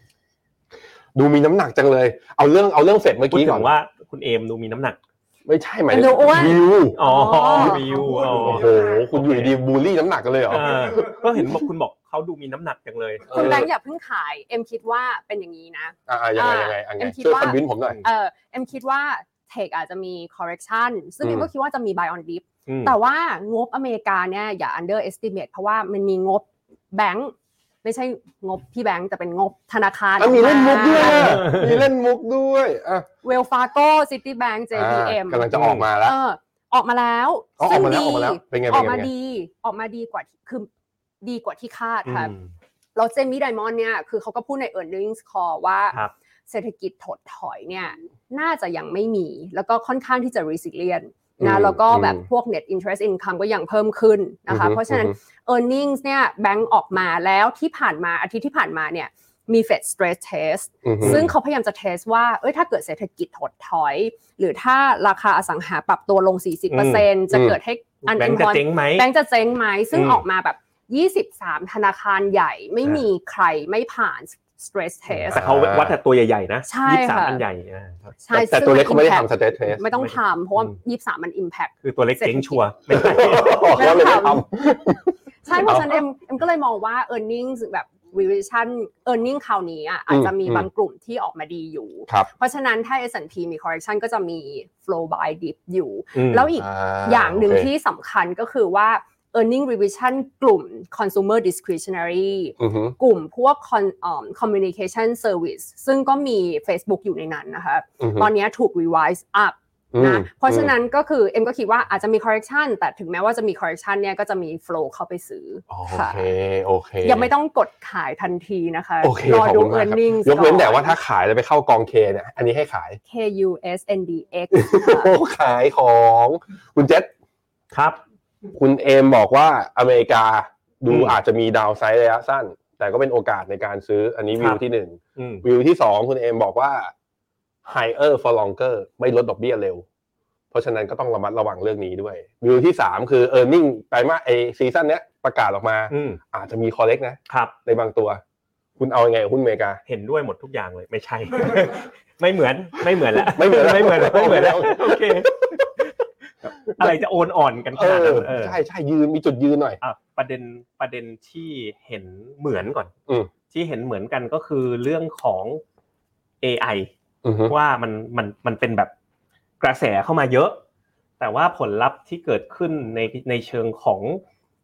ดูมีน้ำหนักจังเลย เอาเรื่องเอาเรื่องเสร็จเมื่อ พูด กี้ก่ ถึ อน งว่าคุณเอมดูมีน้ำหนัก ไม่ใช่ไหมาย เอ็มดูอ้วน วิว อ๋อ อ๋อ มีอยู่อ๋อ โอ้โหคุณอยู่ดีๆบูลลี่น้ำหนักกันเลยเหรอ เออก็เห็นบอกคุณบอกเขาดูมีน้ำหนักจังเลย เออ คุณแบงค์อย่าเพิ่งขาย เอ็มคิดว่าเป็นอย่างนี้นะ อ่ายังไง อ่ะ ยังไงยังไง เอ็มคิด ช่วย ว่า คอนวินผมหน่อย เออเอ็มคิดว่าเทคอาจจะมี correction ซึ่ง อืม เอ็มก็คิดว่าจะมี buy on dip อืม แต่ว่างบอเมริกาเนี่ยอย่า underestimate เพราะว่ามันมีงบแบงค์ไม่ใช่งบพี่แบงค์แต่เป็นงบธนาคาร อ่ะมีเล่นมุกด้วย อ่ะ มีเล่นมุกด้วยอ่ะ เวลฟาโกซิตี้แบงค์ JPM อ่ะกำลังจะออกมาแล้ว เออออกมาแล้ว อ๋อออกมาแล้วออกมาแล้วเป็นไง อ เป็ อน ก ไง มา เป็นไง ดีออกมาดีกว่าที่คือดีกว่าที่คาด อื ค่ะ ม แล้วเจมี่ไดมอนด์เนี่ยคือเขาก็พูดใน earnings call ว่า ครับ เศรษฐกิจถดถอยเนี่ยน่าจะยังไม่มี แล้วก็ค่อนข้างที่จะ resilient อื นะ ม แล้วก็แบบ อืม พวก net interest income ก็ยังเพิ่มขึ้นนะคะ อือฮึ เพราะฉะนั้น อือฮึ e a r n i n g เนี่ยแบงก์ออกมาแล้วที่ผ่านมาอาทิตย์ที่ผ่านมาเนี่ยมี Fed stress test อือฮึ ซึ่งเขาพยายามจะเทสว่าเอ้ยถ้าเกิดเศรษฐกิจถดถอย หรือถ้าราคาอสังหาปรับตัวลง 40%จะเกิดให้อัน แบงค์จะเจ๊งไหม แบงก์จะเจ๊งไหม ซึ่ง อืม ออกมาแบบ 23 ธนาคารใหญ่ไม่มีใครไม่ผ่าน stress test แต่เขาวัดแต่ตัวใหญ่ๆนะ ใช่ ยี่สิบสาม ค่ะ อันใหญ่อ่าครับ ใช่ แต่ตัวเล็กเขาไม่ได้ ซึ่งน ทำสเตทเทส impact ไม่ต้องทำเพราะว่า อืม 23 มัน impact คือตัวเล็กเจ๊งชัวร์ไม่ใช่ เขาเลยไม่ท ใช่เพราะฉะนั้นเอ็มเอ็มก็เลยมองว่า e a r n i n g แบบ revision earning คราวนี้อ่ะอาจจะมี อืม บางกลุ่มที่ออกมาดีอยู่ ครับ เพราะฉะนั้นถ้า S&P มี correction ก็จะมี flow by dip อยู่ อืม แล้วอีก อย่างหนึ่ง โเค ที่สำคัญก็คือว่า earning revision กลุ่ม consumer discretionary อือฮึ กลุ่มพวก con- เอิ่ม communication service ซึ่งก็มี Facebook อยู่ในนั้นนะคะ อือฮึ ตอนเนี้ยถูก revise up อืม นะ เพราะฉะนั้นก็คือเอ็มก็คิดว่าอาจจะมี correction แต่ถึงแม้ว่าจะมี correction เนี่ยก็จะมี flow เข้าไปซื้อ โอ ค่ะ เคโอเค ยังไม่ต้องกดขายทันทีนะคะ โอเค รอดู ขอบคุณมากครับ earnings ยกเว้น อน แต่ว่าถ้าขายแล้วไปเข้ากองเคเนี่ยอันนี้ให้ขาย KUSNDX โอ้ขายของคุณเจษ ครับ คุณเอมบอกว่าอเมริกาดู อืม อาจจะมีดาวไซด์ระยะสั้น แต่ก็เป็นโอกาสในการซื้ออันนี้วิว ครับ ที่หนึ่ง อืม วิวที่สองคุณเอมบอกว่า higher for longer ไม่ลดดอกเบี้ยเร็ว เพราะฉะนั้นก็ต้องระมัดระวังเรื่องนี้ด้วย วิวที่สามคือ e a r n i n g ไตรมาสไอซีซั่นเนี้ยประกาศออกมา อืม อาจจะมีคอเล็กนะ ครับ ในบางตัว คุณเอายังไงกับหุ้นอเมริกา เห็นด้วยหมดทุกอย่างเลยไม่ใช่ ไม่เหมือนไม่เหมือนแล้ว ไม่เหมือนแล้ว ไม่เหมือนแล้วไม่เหมือนแล้ว โอเค โอเค อะไรจะโอนอ่อนกันข เอ นาอดนั้นเออ ใช่ใช่ยืนมีจุดยืนหน่อย อ่ะประเด็นประเด็นที่เห็นเหมือนก่อน อืม ที่เห็นเหมือนกันก็คือเรื่องของ AI อือฮึ ว่ามันมันมันเป็นแบบกระแสเข้ามาเยอะ แต่ว่าผลลัพธ์ที่เกิดขึ้นในในเชิงของ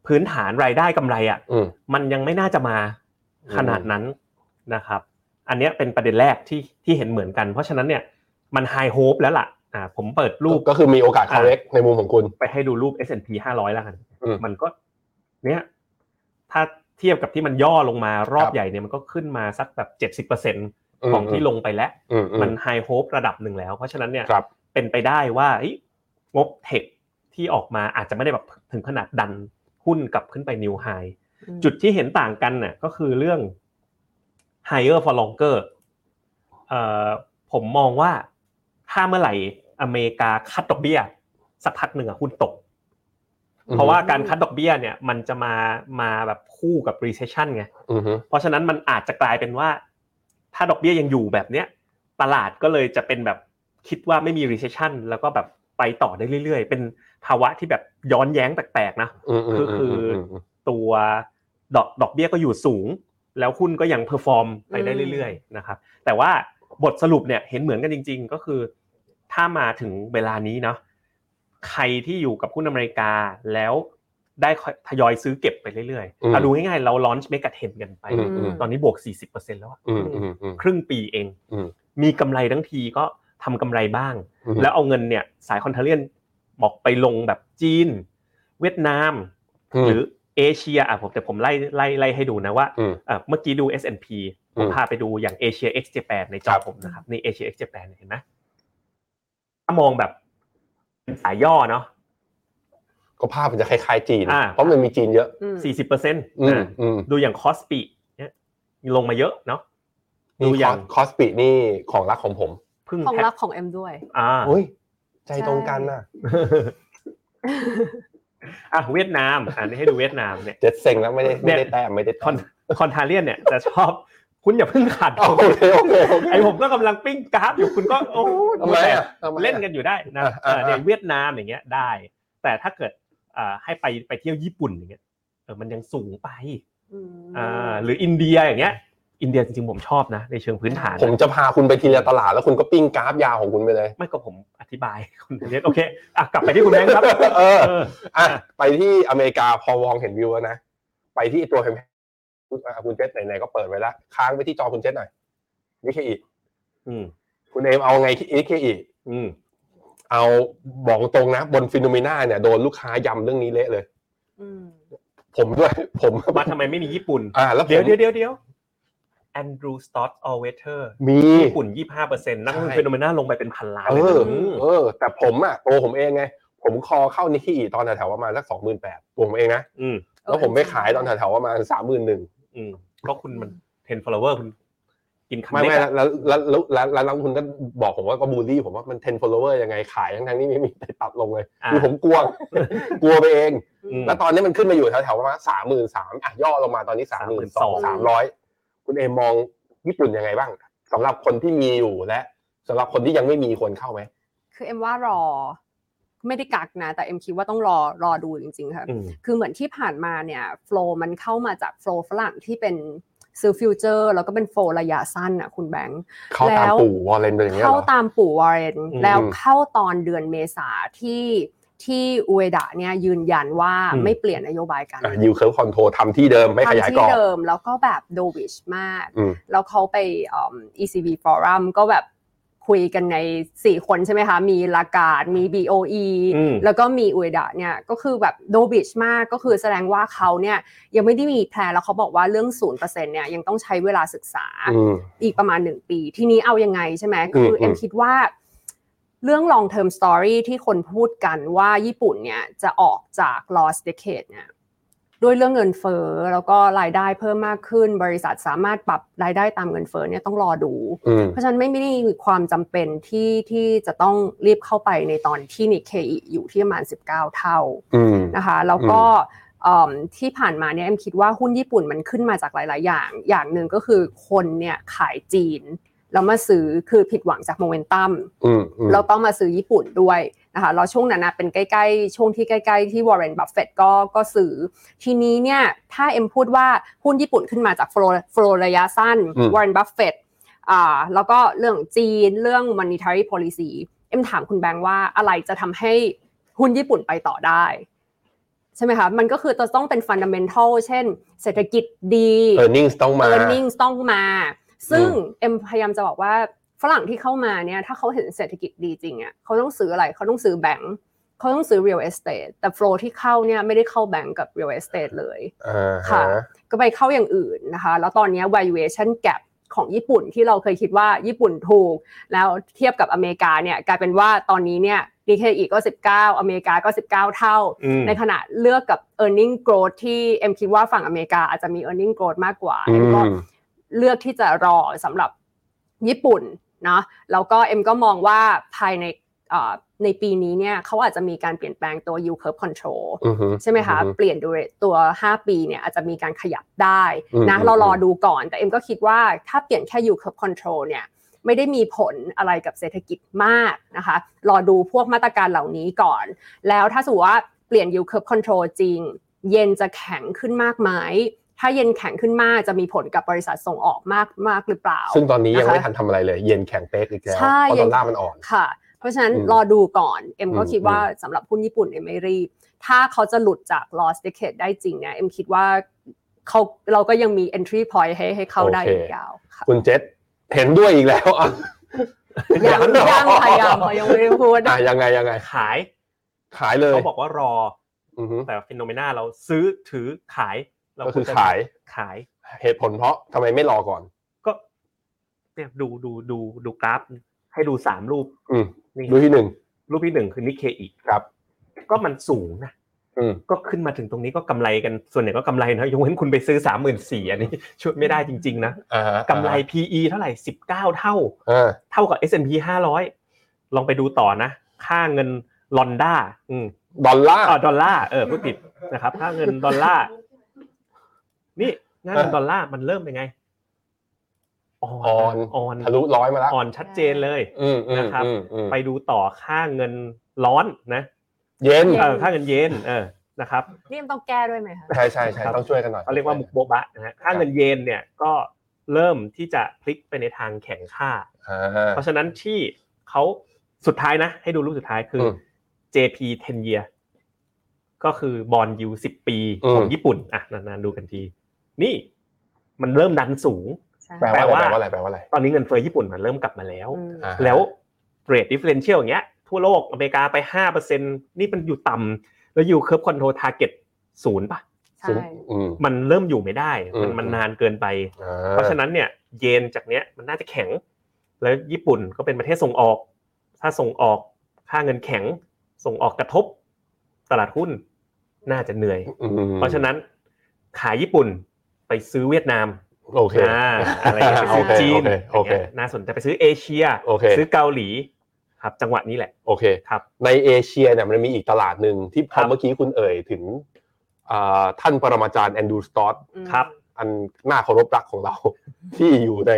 พื้นฐานรายได้กำไรอ่ะ อืม มันยังไม่น่าจะมาขนาดนั้นนะครับ อันเนี้ยเป็นประเด็นแรกที่ที่เห็นเหมือนกัน เพราะฉะนั้นเนี่ยมันไฮโฮปแล้วล่ะอ่าผมเปิดรูป ก็คือมีโอกาส correct ในมุมของคุณ ไปให้ดูรูป S&P 500 แล้วกัน อืม มันก็เนี่ยถ้าเทียบกับที่มันย่อลงมารอ ค บ รับ ใหญ่เนี่ยมันก็ขึ้นมาสักแบบ 70%ของที่ลงไปแล้ว อืมอืม มันไฮโฮประดับหนึ่งแล้ว เพราะฉะนั้นเนี่ย ครับ เป็นไปได้ว่าเอ้ยงบเทคที่ออกมาอาจจะไม่ได้แบบถึงขนาดดันหุ้นกลับขึ้นไปนิวไฮ จุดที่เห็นต่างกันน่ะก็คือเรื่อง higher for longer เอ่อผมมองว่าถ้าเมื่อไหร่อเมริกาคัดดอกเบี้ย สักพักหนึ่งอ่ะหุ้นตก อืม เพราะว่าการคัดดอกเบี้ยเนี่ยมันจะมามาแบบคู่กับ recession ไง อืมฮึ เพราะฉะนั้นมันอาจจะกลายเป็นว่า ถ้าดอกเบี้ยยังอยู่แบบเนี้ยตลาดก็เลยจะเป็นแบบคิดว่าไม่มี recession แล้วก็แบบไปต่อได้เรื่อยๆ เป็นภาวะที่แบบย้อนแย้งแปลกๆนะ มมม คือ ม ตัวดอกดอกเบี้ยก็อยู่สูง แล้วหุ้นก็ยังเพอร์ฟอร์มไปได้เรื่อยๆนะครับแต่ว่าบทสรุปเนี่ยเห็นเหมือนกันจริง ๆ ก็คือ ถ้ามาถึงเวลานี้เนาะใครที่อยู่กับหุ้นอเมริกาแล้วได้ทยอยซื้อเก็บไปเรื่อย อืม ๆเอาดูง่ายๆเราลอนช์เมกะเทนกันไป อืมอืม ตอนนี้บวก 40%แล้วอะ อืมอืมอืม ครึ่งปีเอง อืม มีกำไรทั้งทีก็ทำกำไรบ้าง อืม แล้วเอาเงินเนี่ยสายคอนเทเลียนบอกไปลงแบบจีน เวียดนาม อืม หรือเอเชียอ่ะผมแต่ผมไล่ไล่ไล่ให้ดูนะว่า อืม เอ่อเมื่อกี้ดู S&P ผ อื ม ม พาไปดูอย่างเอเชีย x Japan ในจคอรับ ผมนะครับนี่เอเชีย x Japan เนี่ยเห็นไหมถ้ามองแบบเป็นสายย่อเนาะ ก็ภาพมันจะคล้ายๆจีน อ่า เพราะมันมีจีนเยอะ อืม 40เปอร์เซ็นต์ อืมอืม ดูอย่างคอสปีเนี่ยลงมาเยอะเนาะดู นี่ อย่าง คอสปีนี่ของรักของผม พึ่ง ของ แพ็ รั ค บของเอ็มด้วย อ่า โอ้ยใจตรงกันน่ะ อ่ะเวียดนามอันนี้ให้ดูเวียดนามเนี่ย เจ็ดเซ็งแล้วไม่ได้ไม่ได้แต้มไม่ได้ คอน แต้ม คอนทาเลียนเนี่ยจะชอบ คุณอย่าเพิ่งขัด โอ เคโอเคโอเค ไอผมก็กำลังปิ้งกราฟอยู่คุณก็โอ้ย ทำไมอ่ะทำไมอ่ะ เล่นกันอยู่ได้นะ อ่ะ เอ่อ อ่ะ อย่างเวียดนามอย่างเงี้ยได้ แต่ถ้าเกิดอ่าให้ไปไปเที่ยวญี่ปุ่นอย่างเงี้ยเออมันยังสูงไป อืม อ่าหรืออินเดียอย่างเงี้ย อินเดียจริงๆผมชอบนะ ในเชิงพื้นฐาน ผมจะพาคุณไปทีละตลาดแล้วคุณก็ปิ้งกราฟยาวของคุณไปเลย ไม่ก็ผมอธิบายคนเรียนโอเคอ่ะกลับไปที่คุณแบงค์ครับ เออ เออ อ่ะไปที่อเมริกาพอมองเห็นวิวแล้วนะ ไปที่ตัวแฮมคุณอ่ะคุณเจษไหนๆก็เปิดไว้ละค้างไปที่จอคุณเจษหน่อยนิเคอี อืม คุณเอมเอาไงนิเคอี อืม เอาบอกตรงนะ บนฟิโนเมนาเนี่ยโดนลูกค้ายำเรื่องนี้เละเลย อืม ผมด้วย ผม ว่าทำไมไม่มีญี่ปุ่น อ่าแล้วผม เดี๋ยวเดี๋ยวเดี๋ยวเดี๋ยวแอนดรูสตอตออเวเทอร์ มี ญี่ปุ่น 25เปอร์เซ็นต์นักลงทุน ใช่ เฟโนเมนาลงไปเป็นพันล้าน เอ เลย อ นะม เออ แต่ผมอ่ะตัวผมเองไง ผมคอเข้านิเคอีตอนแถวๆประมาณสักสองหมื่นแปดตัวผมเองนะ อืม แล้วผมไปขายตอนแถวๆประมาณสามหมื่นหนึ่ง อืมเพราะคุณมันเทนฟลเวอร์คุณกินคำ ไม่ เล็ก ไม่ อะ แล้วแล้วแล้วแล้วแล้วนักลงทุนก็บอกผมว่าก็บูลลี่ผมว่ามัน 10 follower ยังไงขายทั้งๆที่ไม่มีใครปรับลงเลย อ่า คือผมกลัว กลัวไปเอง อืม แล้วตอนนี้มันขึ้นมาอยู่แถวๆประมาณสามหมื่นสามอ่ะย่อลงมาตอนนี้สามหมื่นสองสามร้อยคุณเอมมองญี่ปุ่นยังไงบ้างสำหรับคนที่มีอยู่และสำหรับคนที่ยังไม่มีควรเข้าไหม คือเอ็มว่ารอ ไม่ได้กักนะ แต่เอ็มคิดว่าต้องรอรอดูจริงๆค่ะ อืม คือเหมือนที่ผ่านมาเนี่ยโฟล์มันเข้ามาจากโฟล์ฝรั่งที่เป็น ซื้อฟิวเจอร์แล้วก็เป็นโฟระยะสั้นอ่ะคุณแบงค์ เข้าตามปู่วอลเลนเป็นอย่างเงี้ย เข้า เหรอ ตามปู่วอร์เรน อืม แล้วเข้าตอนเดือนเมษาที่ที่อุเอดะเนี่ยยืนยันว่า อืม ไม่เปลี่ยนนโยบายการเงิน ยิวเคิร์ฟคอนโทรทำที่เดิมไม่ขยาย ทำ กร ที่ อบ เดิมแล้วก็แบบโดวิชมาก อืม แล้วเขาไปเอิ่ม ECB Forum ก็แบบคุยกันใน 4 คนใช่ไหมคะ มีลากาดมี BOE อืม แล้วก็มีอุยดะเนี่ยก็คือแบบโดบิชมากก็คือแสดงว่าเขาเนี่ยยังไม่ได้มีแพลนแล้วเขาบอกว่าเรื่อง 0%เนี่ยยังต้องใช้เวลาศึกษา อืม อีกประมาณ 1 ปี ที่นี้เอายังไงใช่ไหมคืออ ม เอ็มคิดว่าเรื่อง long term story ที่คนพูดกันว่าญี่ปุ่นเนี่ยจะออกจาก lost decade เนี่ยด้วยเรื่องเงินเฟ้อแล้วก็รายได้เพิ่มมากขึ้น บริษัทสามารถปรับรายได้ตามเงินเฟ้อเนี่ยต้องรอดู อืม เพราะฉะนั้นไม่ไม่ได้มีความจำเป็นที่ที่จะต้องรีบเข้าไปในตอนที่นิเคอิอยู่ที่ประมาณ 19 เท่า อืม นะคะแล้วก็เอิ่มที่ผ่านมาเนี่ยเอ็มคิดว่าหุ้นญี่ปุ่นมันขึ้นมาจากหลาย ๆ อย่าง อย่างหนึ่งก็คือคนเนี่ยขายจีนแล้วมาซื้อคือผิดหวังจากโมเมนตัม อืมอืม แล้วก็มาซื้อญี่ปุ่นด้วยนะคะแล้วช่วงนั้นนะเป็นใกล้ ๆ ช่วงที่ใกล้ ๆ ที่วอร์เรนบัฟเฟตก็ก็ซื้อทีนี้เนี่ยถ้าเอ็มพูดว่าหุ้นญี่ปุ่นขึ้นมาจากโฟลโฟลระยะสั้นวอร์เรนบัฟเฟตอ่าแล้วก็เรื่องจีนเรื่อง monetary policy เอ็มถามคุณแบงค์ว่าอะไรจะทำให้หุ้นญี่ปุ่นไปต่อได้ ใช่ไหมคะ มันก็คือจะต้องเป็นฟันดัมเ n นทัลเช่น เศรษฐกิจดี เออร์เน็งต้องมา เออร์เน็งต้องมา ซึ่งเอ็มพยายามจะบอกว่าฝรั่งที่เข้ามาเนี่ย ถ้าเขาเห็นเศรษฐกิจดีจริงอ่ะเขาต้องซื้ออะไร เขาต้องซื้อแบงก์เขาต้องซื้อ real estate แต่ flow ที่เข้าเนี่ยไม่ได้เข้าแบงก์กับ real estate เลย อ่า ค่ะ ฮะ ก็ไปเข้าอย่างอื่นนะคะ แล้วตอนนี้ valuation gap ของญี่ปุ่นที่เราเคยคิดว่าญี่ปุ่นถูก แล้วเทียบกับอเมริกาเนี่ยกลายเป็นว่าตอนนี้เนี่ยนิเคอีก็ 19 อเมริกาก็ 19 เท่า อืม ในขณะเลือกกับ e a r n i n g growth ที่เอ็มคิดว่าฝั่งอเมริกาอาจจะมี e a r n i n g growth มากกว่า อื เอ็มก็ ม เลือกที่จะรอสำหรับญี่ปุ่นนะแล้วก็เอ็มก็มองว่าภายในเอ่อในปีนี้เนี่ยเขาอาจจะมีการเปลี่ยนแปลงตัว yield curve control อือฮึ ใช่ไหมคะ อือฮึ เปลี่ยนดูเรทตัว 5 ปีเนี่ยอาจจะมีการขยับได้นะ อืม เรารอดูก่อน แต่เอ็มก็คิดว่าถ้าเปลี่ยนแค่ yield curve control เนี่ยไม่ได้มีผลอะไรกับเศรษฐกิจมากนะคะ รอดูพวกมาตรการเหล่านี้ก่อน แล้วถ้าสมมติว่าเปลี่ยน yield curve control จริง เยนจะแข็งขึ้นมากไหมถ้าเยนแข็งขึ้นมากจะมีผลกับบริษัทส่งออกมากมากหรือเปล่า ซึ่งตอนนี้ยัง นะคะ ไม่ทันทำอะไรเลย เย็นแข็งเป๊กอีกแล้ว ใช่ เพราะ เย็ ดอน ลลาร์มันอ่อน ค่ะ เพราะฉะนั้น อืม รอดูก่อน เอ็มก็ อืม คิดว่าสำหรับหุ้นญี่ปุ่นเอ็มไม่รีบ ถ้าเขาจะหลุดจาก loss decade ได้จริงเนี่ย เอ็มคิดว่าเขาเราก็ยังมี entry point ให้ให้เข้าได้ โอเค อีกยาวค่ะ คุณเจษเห็นด้วยอีกแล้วอ่ะ ยัง เหรอ ยังพยายามเขายังไม่ได้พูด อ่ะยังไงยังไง ขาย ขายเลย เขาบอกว่ารอ อือฮึ แต่ฟิโนเมนาเราซื้อถือขายเรา ก็คือ วรจะ ขาย ขาย เหตุผลเพราะทำไมไม่รอก่อน ก็เนี่ยดูดูดูดูกราฟ ให้ดูสามรูป อืม นี่ ดูที่หนึ่ง รูปที่หนึ่งคือนิเคอีก ครับ ก็มันสูงนะ อืม ก็ขึ้นมาถึงตรงนี้ก็กำไรกันส่วนใหญ่ก็กำไรนะยกเว้นคุณไปซื้อสามหมื่นสี่อันนี้ ช่วยไม่ได้จริง ๆ นะ อ่าก ำไร PE เท่าไหร่สิบเก้าเท่า อ่า เท่ากับ S&P ห้าร้อยลองไปดูต่อนะ ค่าเงินลอนด้าอืม ดอลลาร์ อ่าดอลลาร์เออพูดผิดนะครับค่าเงินดอลลาร์นี่ค่าเงิน เออ ดอลลาร์มันเริ่มเป็นไงอ่อ อ่อน อ่อน ทะลุร้อยมาแล้ว อ่อนชัดเจนเลย อืมอืม นะครับ อืมอืม ไปดูต่อค่าเงินร้อนนะ เย็น เออค่าเงินเยนเออนะครับ นี่เอ็มต้องแก้ด้วยไหมคะ ใช่ใช่ใช่ ครับ ต้องช่วยกันหน่อย เขาเรียกว่ามุกโบบะนะฮะค่าเงินเยนเนี่ยก็เริ่มที่จะพลิกไปในทางแข็งค่า อ่า เพราะฉะนั้นที่เขาสุดท้ายนะ ให้ดูรูปสุดท้ายคือ อืม JP 10 year ก็คือบอลยู10 ปี อืม ของญี่ปุ่น อ่ะนานๆดูกันที นี่มันเริ่มดันสูง แปล แปล ว่า ว่า อะไรแปลว่าอะไรแปลว่าอะไร ตอนนี้เงินเฟ้อญี่ปุ่นมันเริ่มกลับมาแล้ว อ่า แล้วเรทดิเฟ r เ n นเชียลอย่างเงี้ย ทั่วโลกอเมริกาไป 5%นี่มันอยู่ต่ำแล้วอยู่เคิร์ฟคอนโทรทาร์เก็ตศูนย์ป่ะ ใช่ ซึ่งอืม มันเริ่มอยู่ไม่ได้ มัน อืม มันนานเกินไป อ่ เพราะฉะนั้นเนี่ยเยนจากเนี้ยมันน่าจะแข็ง แล้วญี่ปุ่นก็เป็นประเทศส่งออก ถ้าส่งออกค่าเงินแข็ง ส่งออกกระทบ ตลาดหุ้นน่าจะเหนื่อย อืม เพราะฉะนั้นขายญี่ปุ่นไปซื้อเวียดนาม โอเค อ่าอะไรอย่างเงี้ยไปซื้อ โอเค จีน โอเคโอเค อย่างเงี้ยน่าสนใจไปซื้อเอเชีย โอเค ซื้อเกาหลีครับ จังหวะนี้แหละ โอเค ครับ ในเอเชียเนี่ยมันมีอีกตลาดหนึ่งที่พ ครั อบ เมื่อกี้คุณเอ่ยถึงอ่าท่านปรมาจารย์แอนดรูสตอต อืม ครับ อันน่าเคารพรักของเรา ที่อยู่ใน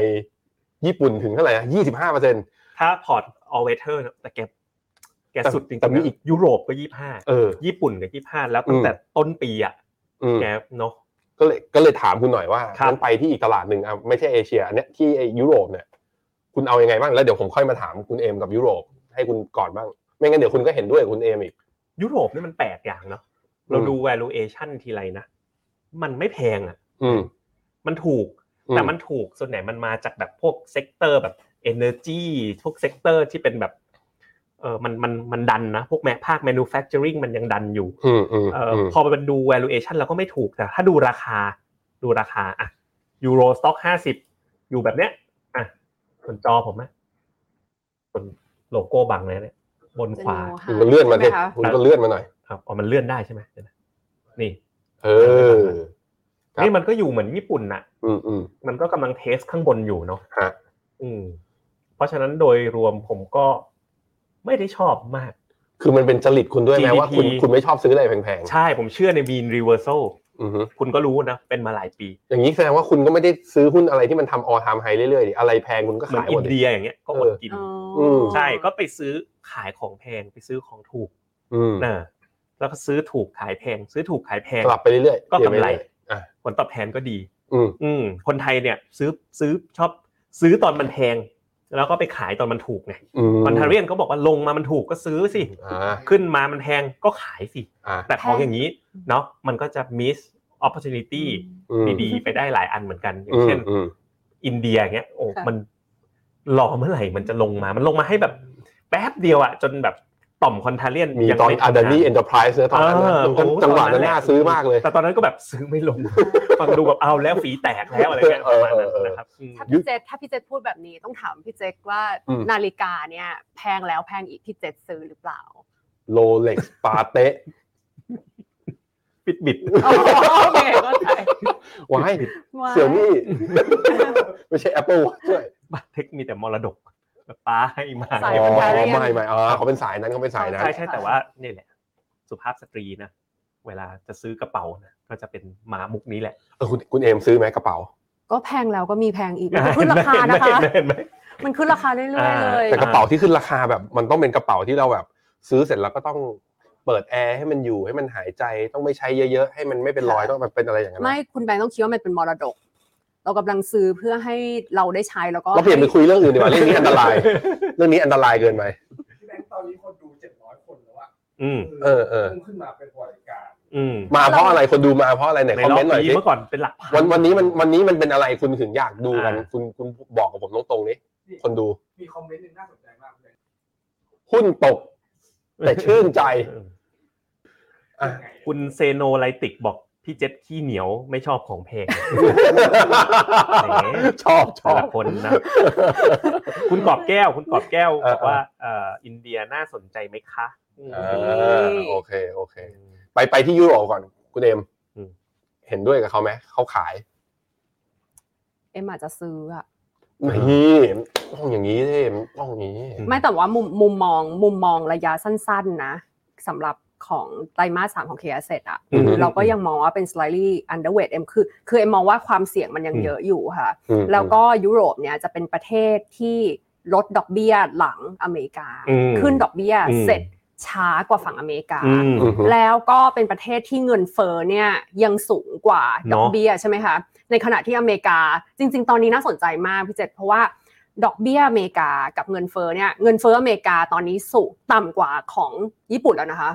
ญี่ปุ่นถึงเท่าไหร่นะยี่สิบห้าเปอร์เซ็นต์ ถ้าพอร์ตออเวเทอร์แต่แกแกสุดจริง แต่มีอีก ยุโรปก็ยี่ห้า เออ ญี่ปุ่นก็ยี่ห้าแล้วตั้งแต่ต้นปีอ่ะ อืม แกเนาะ ก็เลยก็เลยถามคุณหน่อยว่า ครับ งั้นไปที่อีกตลาดหนึ่งอ่ะไม่ใช่เอเชียอันเนี้ยที่ไอ้ยุโรปเนี่ย คุณเอายังไงบ้างแล้วเดี๋ยวผมค่อยมาถามคุณเอมกับยุโรปให้คุณก่อนบ้าง ไม่งั้นเดี๋ยวคุณก็เห็นด้วยกับคุณเอมอีก ยุโรปนี่มันแปลกอย่างเนาะเราดู valuation ทีไรนะ มันไม่แพงอ่ะ อืม มันถูก อื แต่มันถูกส่วนไหนมันมาจากแบบพวกเซกเตอร์แบบ Energy พวกเซกเตอร์ที่เป็นแบบเออมันมันมันดันนะ พวกแม้ภาค manufacturing มันยังดันอยู่ อืมอืม เออ อืม พอมันดู valuation เราก็ไม่ถูกแต่ถ้าดูราคาดูราคาอ่ะยูโรสต็อกห้าสิบอยู่แบบเนี้ยอ่ะส่วนจอผมอะส่วนโลโก้บังเลยเนี่ยบนขวา คุณก็เลื่อนมาดิ ใช่ไหคะ คุณก็เลื่อนมาหน่อย ครับอ๋อมันเลื่อนได้ใช่ไหมเดี๋ยวนะนี่ เออ ครับ นี่มันก็อยู่เหมือนญี่ปุ่นน่ะ อืมอืม มันก็กำลังเทสข้างบนอยู่เนาะ ฮะ อืม เพราะฉะนั้นโดยรวมผมก็ไม่ได้ชอบมาก คือมันเป็นจริตคุณด้วยไหม GDP ว่าคุณคุณไม่ชอบซื้ออะไรแพง ใช่ผมเชื่อใน mean reversal ๆอือฮึ คุณก็รู้นะ เป็นมาหลายปี อย่างนี้แสดงว่าคุณก็ไม่ได้ซื้อหุ้นอะไรที่มันทำออทามไฮเรื่อยๆดิอะไรแพงคุณก็ เหมือ ขาน ยห อิ มด น ดิ เดียอย่างเงี้ย ก็อดกิน อ๋อ อืม ใช่ก็ไปซื้อขายของแพงไปซื้อของถูก อืม นะแล้วก็ซื้อถูกขายแพง ซื้อถูกขายแพง สลับไปเรื่อยๆ ก็กำไร เปยนปเอยๆอ่ะ ผลตอบแทนก็ดี อืม อืม คนไทยเนี่ย ซื้อซื้อชอบซื้อตอนมันแพง แล้วก็ไปขายตอนมันถูกไง อืม มอนทาเรียนก็บอกว่าลงมามันถูกก็ซื้อสิ อ่า ขึ้นมามันแพงก็ขายสิ อ่า แต่ของอย่างนี้เนาะมันก็จะ miss opportunity อืม ดีๆ ไปได้หลายอันเหมือนกัน อย่า อื ง ม เช่น อืม อินเดียอย่างเงี้ยโอ้ ค่ะ มันรอเมื่อไหร่มันจะลงมา มันลงมาให้แบบแป๊บเดียวอะจนแบบต่อมคอนทาเรียน มีตอนอาดานี่เอ็นเตอร์ไพรส์เนอะตอนนั้นนะ เออ ตอนจังหวะนั้นน่าซื้อมากเลย แต่ตอนนั้นก็แบบซื้อไม่ล ง ฟังดูแบบเอาแล้วฝีแตกแล้วอะไรเงี้ย เอ ประ อ มาณ เอ นั้ อน เออ นะครับอืม ถ้าพี่เจษถ้าพี่เจษพูดแบบนี้ต้องถามพี่เจษว่า อืม นาฬิกาเนี่ย แพงแล้วแพงอีกพี่เจษซื้อหรือเปล่า โรเล็กซ์ ปาเต้ ปิดบิด อ๋อโอเคเข้าใจ ว้าย ว่า เสี่ยวนี่ ไม่ใช่ Apple Watch ด้วย บัตรเทคมีแต่มรดกแบบป้าให้มา า อ๋ ย อ พันธุ์ไทย ไม่ไม่อ๋อเขาเป็นสายนั้นเขาเป็นสายนั้น ใช่ใช่แต่ว่านี่แหละ สุภาพสตรีนะ เวลาจะซื้อกระเป๋านะก็จะเป็นหมามุกนี้แหละ เออคุณคุณเอมซื้อไหมกระเป๋า ก็แพงแล้วก็มีแพง อีกมันขึ้นราคา เห็นไหม นะคะ เห็นไหมเห็นไหม มันขึ้นราคาเรื่อยๆเลย แต่กระเป๋าที่ขึ้นราคาแบบมันต้องเป็นกระเป๋าที่เราแบบ ซื้อเสร็จแล้วก็ต้องเปิดแอร์ให้มันอยู่ให้มันหายใจต้องไม่ใช้เยอะๆ ให้มันไม่เป็นรอย ค่ะ ต้องแบบเป็นอะไรอย่างนั้นนะ ไม่คุณแบงค์ต้องคิดว่ามันเป็นมรดก เรากำลังซื้อเพื่อให้เราได้ใช้แล้วก็ เราเปลี่ยนไปคุยเรื่องอื่ นดีกว่าเรื่องนี้อันตราย เรื่องนี้อันตรายเกินไป พี่แบงค์ตอนนี้คนดูเจ็ดร้อยคนแล้วอะ อืม เออเออ พิ่งขึ้นมาเป็นบริการ อืม มาเพราะอะไรคนดูมาเพราะอะไรไหน ใน คอม รอ เมนบต์หน่อย ปี สิ เมื่อก่อนเป็นหลักพั วันวันนี้มันวันนี้มันเป็นอะไรคุณถึงอยากดูกัน อ่า คุณคุณบอกกับผมตรงๆนี้ นี่ คนดู มีคอมเมนต์หนึงน่าสนใจมากเลย หุ้นตก แต่ชื่นใจ เออ อ่ะ ยังไงอะ คุณเซโนไลติกบอกพี่เจ็ดขี้เหนียวไม่ชอบของแพง ชอบ ช แต่ อบ ละคนนะ คุณกอบแก้ว คุณกอบแก้ว เออ บอกว่าเอ่ออินเดียน่าสนใจไหมคะอืม อ่าโอเคโอเค ไปไปที่ยุโรปก่อน คุณเอม อืม เห็นด้วยกับเขาไหมเขาขาย เอ็มอาจจะซื้ออะ นี่ต้องอย่างนี้สิต้องอย่างนี้ ไม่แต่ว่ามุมมุมมองมุมมองระยะสั้นๆนะสำหรับของไตรมาสสามของ k คเซตอะ อืม เราก็ยังมองว่าเป็น slightly underweight เอ็มคือคือเอ็มมองว่าความเสี่ยงมันยัง อืม เยอะอยู่ค่ะ อืม แล้วก็ยุโรปเนี่ยจะเป็นประเทศที่ลดดอกเบี้ยหลังอเมริกา อืม ขึ้นดอกเบี้ย อืม เสร็จช้ากว่าฝั่งอเมริกา อืม อืมฮึ แล้วก็เป็นประเทศที่เงินเฟ้อเนี่ยยังสูงกว่าดอก เนาะ เบี้ยใช่ไหมคะในขณะที่อเมริกาจริง ๆ ตอนนี้น่าสนใจมากพี่เจษเพราะว่าดอกเบี้ยอเมริกากับเงินเฟ้อเนี่ยเงินเฟ้ออเมริกาตอนนี้สูงต่ำกว่าของญี่ปุ่นแล้วนะคะ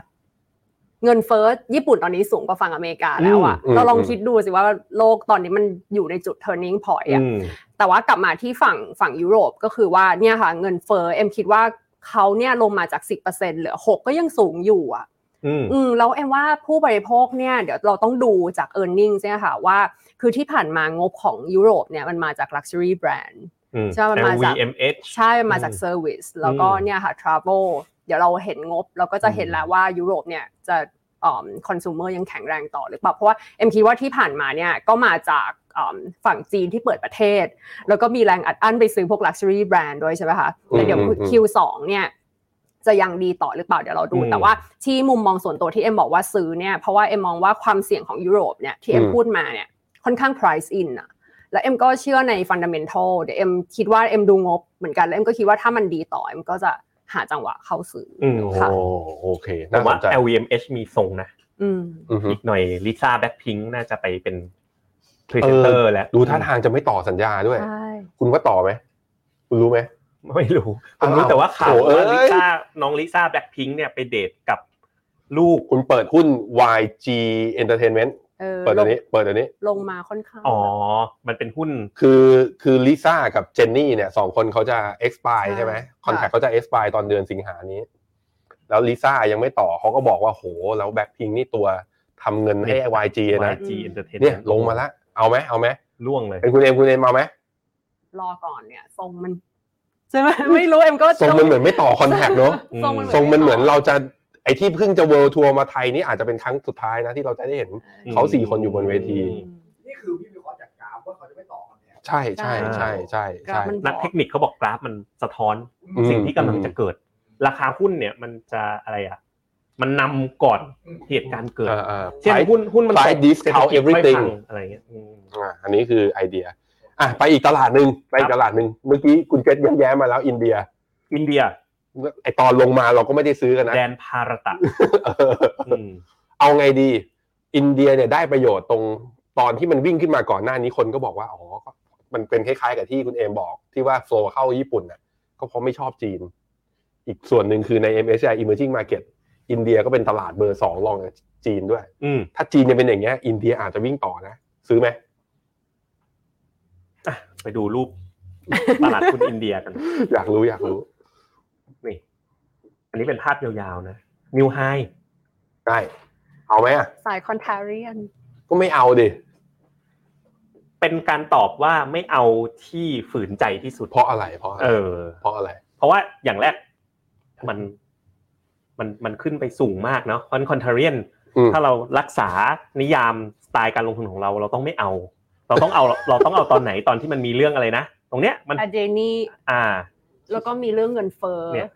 เงินเฟ้อญี่ปุ่นตอนนี้สูงกว่าฝั่งอเมริกาแล้วอะเราลองคิดดูสิว่าโลกตอนนี้มันอยู่ในจุด turning point อะ อืม แต่ว่ากลับมาที่ฝั่งฝั่งยุโรปก็คือว่าเนี่ยค่ะเงินเฟ้อเอ็มคิดว่าเขาเนี่ยลงมาจาก 10%เหลือ 6 ก็ยังสูงอยู่อ่ะ อืม อืมแล้วเอ็มว่าผู้บริโภคเนี่ยเดี๋ยวเราต้องดูจาก e a r n i n g ใช่ไหมคะว่า คือที่ผ่านมางบของยุโรปเนี่ยมันมาจาก Luxury Brand อืม ใช่มันมาจาก LVMH ใช่มันมาจาก Service แล้วก็เนี่ยค่ะ Travel เดี๋ยวเราเห็นงบเราก็จะเห็นแล้วว่ายุโรปเนี่ยจะคอน sumer ยังแข็งแรงต่อหรือเปล่าเพราะว่าเอ็มคิดว่าที่ผ่านมาเนี่ยก็มาจากอ่อฝั่งจีนที่เปิดประเทศ แล้วก็มีแรงอัดอั้นไปซื้อพวก Luxury Brand ด้วยใช่ไหมคะแต่เดี๋ยว Q2 เนี่ยจะยังดีต่อหรือเปล่าเดี๋ยวเราดู อืม แต่ว่าที่มุมมองส่วนตัวที่เอ็มบอกว่าซื้อเนี่ยเพราะว่าเอ็มมองว่าความเสี่ยงของยุโรปเนี่ยที่เอ็ม อืม พูดมาเนี่ยค่อนข้าง price in อะ แล้วเอ็มก็เชื่อในฟันดัมเ n นทัลเดี๋ยวเอ็มคิดว่าเอ็มดูงบเหมือนกันแล้วเอ็มก็คิดว่าถ้ามันดีต่อเอ็มก็จะหาจังหวะเข้าซื้ออ ม โอ้ ค่ะ โอเค ผ น่าม ส ว่า นใจ LVMH มีทรงนะ อืม อือฮึ อีกหน่อยลิซ่าแบ็คพิงน่าจะไปเป็น พรีเซนเตอร์แล้ว ดูท่าทางจะไม่ต่อสัญญาด้วย ใช่ คุณว่าต่อไหมคุณรู้ไหม ไม่รู้ผมรู้แต่ว่าข่าว โอ้เอ้ย ว่าลิซ่าน้องลิซ่าแบล็คพิงค์เนี่ยไปเดทกับลูก คุณเปิดหุ้น YG Entertainment เออ เปิด ล ตัว ง นี้ เปิดตัวนี้ ลงมาค่อนข้าง อ๋อ มันเป็นหุ้น คือคือลิซ่ากับเจนนี่เนี่ยสองคนเขาจะ expire ใช่ไหมคอนแทคเขาจะ expire ตอนเดือนสิงหานี้ แล้วลิซ่ายังไม่ต่อเขาก็บอกว่าโห แล้วแบ็คพิงนี่ตัวทำเงินให้ YG นะ YG Entertainment เนี่ยลงมาละเอาไหมเอาไหม ล่วงเลย เป็นคุณเอมคุณเอมเอาไหม รอก่อนเนี่ยทรงมันใช่ไหมไม่รู้เอ็มก็ ทรงมันเหมือนไม่ต่อคอนแทคเนาะ อืม ทรงมัน ทรงมันเหมือนเราจะไอที่เพิ่งจะเวิลด์ทัวร์มาไทยนี่อาจจะเป็นครั้งสุดท้ายนะที่เราจะได้เห็น อืม เขาสี่คนอยู่บนเวที นี่คือพี่วิเคราะห์จากกราฟว่าเขาจะไม่ต่อกันเนี่ย ใช่ใช่ใช่ใช่ กรา ใช่ ฟมันบ นั อก ก เทคนิคเขาบอกกราฟมันสะท้อน อืม สิ่งที่กำลังจะเกิด ราคาหุ้นเนี่ยมันจะอะไรอ่ะ มันนำก่อนเหตุการณ์เกิด อ่าอ่า เช่นหุ้นหุ้นมันตก price discount ศรษฐกิจไม่ everything พังอะไรเงี้ยอืม อ่ะอันนี้คือไอเดีย อ่ะไปอีกตลาดหนึ่งไปอีกตลาดหนึ่งเมื่อกี้คุณเจษแย้มๆมาแล้วอินเดีย อินเดีย ไอตอนลงมาเราก็ไม่ได้ซื้อกันนะ แดนพารตะ เออ อืม เอาไงดี อินเดียเนี่ยได้ประโยชน์ตรงตอนที่มันวิ่งขึ้นมาก่อนหน้านี้คนก็บอกว่าอ๋อมันเป็นคล้ายๆ กับที่คุณเอมบอก ที่ว่าโฟลเข้าญี่ปุ่นน่ะก็เพราะไม่ชอบจีน อีกส่วนหนึ่งคือใน MSCI Emerging Market อินเดียก็เป็นตลาดเบอร์สองรองจากจีนด้วย อืม ถ้าจีนยังเป็นอย่างเงี้ยอินเดียอาจจะวิ่งต่อนะ ซื้อไหม อ่ะไปดู รูปตลาดหุ้นอินเดียกัน อยากรู้อยากรู้ นี่ อันนี้เป็นภาพยาวๆนะนิวไฮ ได้เอาไหมอ่ะ สายคอนเทเรียน ก็ไม่เอาดิ เป็นการตอบว่าไม่เอาที่ฝืนใจที่สุด เพราะอะไร เพราะอะไร เออ เพราะอะไร เพราะว่าอย่างแรกมันมันมันขึ้นไปสูงมากเนาะคอนคอนเทเรียน อืม ถ้าเรารักษานิยามสไตล์การลงทุนของเรา เราต้องไม่เอา เราต้องเอา เราต้องเอาตอนไหนตอนที่มันมีเรื่องอะไรนะตรงเนี้ยมัน อเดนี่ อ่า แล้วก็มีเรื่องเงินเฟ้อ เนี่ย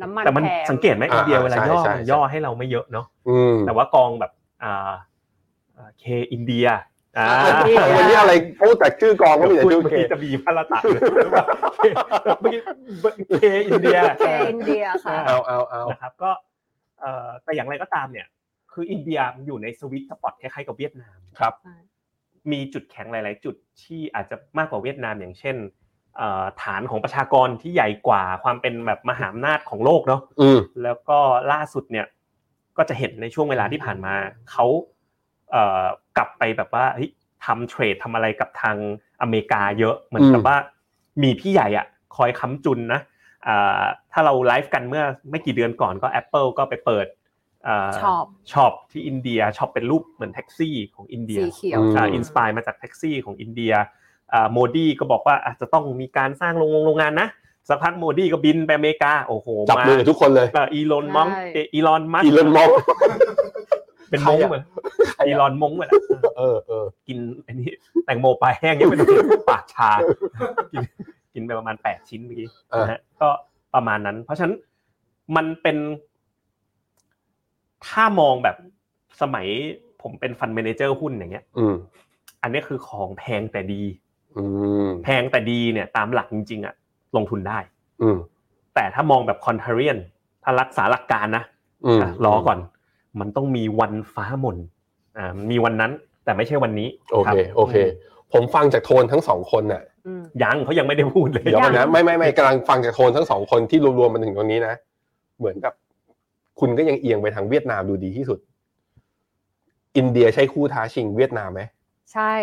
น้ำมัน แต่มัน แพง สังเกตไหมอินเดียเวลาย่อมันย่อให้เราไม่เยอะเนาะ อืม แต่ว่ากองแบบอ่าเคอินเดียอ่า วันนี้อะไรโอ้แต่ชื่อกองก็มีแต่ชื่อ เมื่อ เค กี้จะมีพระละตักหรือเปล่าเมื่อกี้เคอินเดีย แพงอินเดียค่ะ เอาเอาเอา นะครับก็เอ่อแต่อย่างไรก็ตามเนี่ย คืออินเดียมันอยู่ในสวิตช์สปอตคล้ายๆกับเวียดนาม ครับ มีจุดแข็งหลาย ๆ จุดที่อาจจะมากกว่าเวียดนามอย่างเช่นเอ่อฐานของประชากรที่ใหญ่กว่าความเป็นแบบมหาอำนาจของโลกเนาะ อืม แล้วก็ล่าสุดเนี่ยก็จะเห็นในช่วงเวลาที่ผ่านมาเขาเอ่อกลับไปแบบว่าเฮ้ยทำเทรดทำอะไรกับทางอเมริกาเยอะเหมือนกับว่ามีพี่ใหญ่อะคอยค้ำจุนนะ อ่าถ้าเราไลฟ์กันเมื่อไม่กี่เดือนก่อนก็ Apple ก็ไปเปิดา Shop ช็อปที่อินเดียช็อปเป็นรูปเหมือนแท็กซี่ของอินเดีย สีเขียว อ่าอินสปายมาจากแท็กซี่ของอินเดียอ่าโมดีก็บอกว่าอาจจะต้องมีการสร้างโรงงานโรงงานนะสักพักโมดีก็บินไปอเมริกาโอ้โห จับมือกับทุกคนเลย อีลอนมัง ใช่ อีลอนมัส อีเลนมอง เป็น ใคร มง อะ เหมือนอีลอนมงเหมือน เออเออ กินอันนี้แตงโมปลาแห้งยังเป็นปากชากินกินไปประมาณแปดชิ้นเมื่อกี้ เออ นะฮะก็ประมาณนั้น เพราะฉะนั้นมันเป็น ถ้ามองแบบสมัยผมเป็นฟันเมเนเจอร์หุ้นอย่างเงี้ย อืม อันนี้คือของแพงแต่ดี อืม แพงแต่ดีเนี่ยตามหลักจริงๆอะลงทุนได้ อืม แต่ถ้ามองแบบคอนเทเรียน ถ้ารักษาหลักการนะ อืม อ่ะรอก่อน มันต้องมีวันฟ้าหม่นอ่ามีวันนั้นแต่ไม่ใช่วันนี้ โอ รับ เคโอเค ผมฟังจากโทนทั้งสองคนน่ะ อืม ยังเขายังไม่ได้พูดเลย เดี๋ยวก่อน ยั นะ ง ไม่ไม่ไม่กำลังฟังจากโทนทั้งสองคนที่รวมๆมาถึงตรงนี้นะ เหมือนกับคุณก็ยังเอียงไปทางเวียดนามดูดีที่สุด อินเดียใช้คู่ท้าชิงเวียดนามไหม ใช่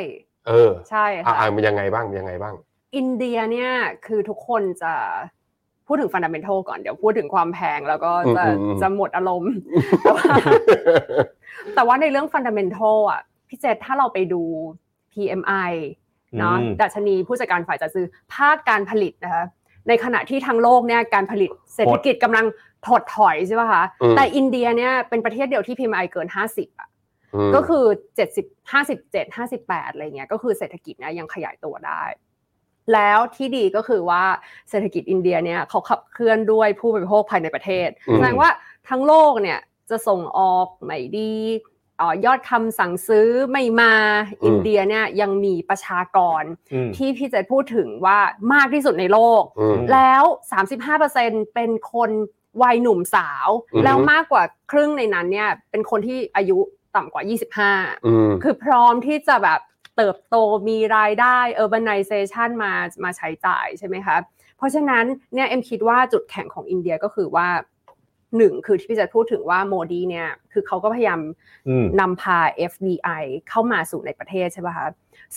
เออ ใช่ อ่า ค่ะ มันยังไงบ้างมันยังไงบ้าง อินเดียเนี่ยคือทุกคนจะพูดถึงฟันดัมเบล a ลก่อนเดี๋ยวพูดถึงความแพงแล้วก็จะ อืมอืมอืม จะหมดอารม ณ์ แต่ว่าแต่ว่าในเรื่องฟันดัมเบล a ลอ่ะพี่เจษถ้าเราไปดู PMI เนาะ อืม ดัชนีผู้จัดการฝ่ายจัดซื้อภาคการผลิตนะคะในขณะที่ทั้งโลกเนี่ยการผลิตเศรษฐกิจกำลังถดถอยใช่ป่ะคะ อืม แต่อินเดียเนี่ยเป็นประเทศเดียวที่ PMI เกิน 50อ่ะ ม ก็คือ 70 57 58อะไรเงี้ยก็คือเศรษฐกิจเนะยังขยายตัวได้ แล้วที่ดีก็คือว่าเศรษฐกิจอินเดียเนี่ยเขาขับเคลื่อนด้วยผู้บริโภคภายในประเทศ อืม แสดงว่าทั้งโลกเนี่ยจะส่งออกไม่ดีเอ่อยอดคำสั่งซื้อไม่มาอินเดียเนี่ยยังมีประชากร อืม ที่พี่เจษพูดถึงว่ามากที่สุดในโลก อืม แล้ว 35%เป็นคนวัยหนุ่มสาว อือฮึ แล้วมากกว่าครึ่งในนั้นเนี่ยเป็นคนที่อายุต่ำกว่า อืม 25 คือพร้อมที่จะแบบ เติบโตมีรายได้ urbanization มามาใช้จ่ายใช่ไหมคะ เพราะฉะนั้นเนี่ยเอ็มคิดว่าจุดแข็งของอินเดียก็คือว่าหนึ่งคือที่พี่เจะพูดถึงว่าโมดีเนี่ยคือเขาก็พยายาม อืม นำพา FDI เข้ามาสู่ในประเทศใช่ป่ะคะ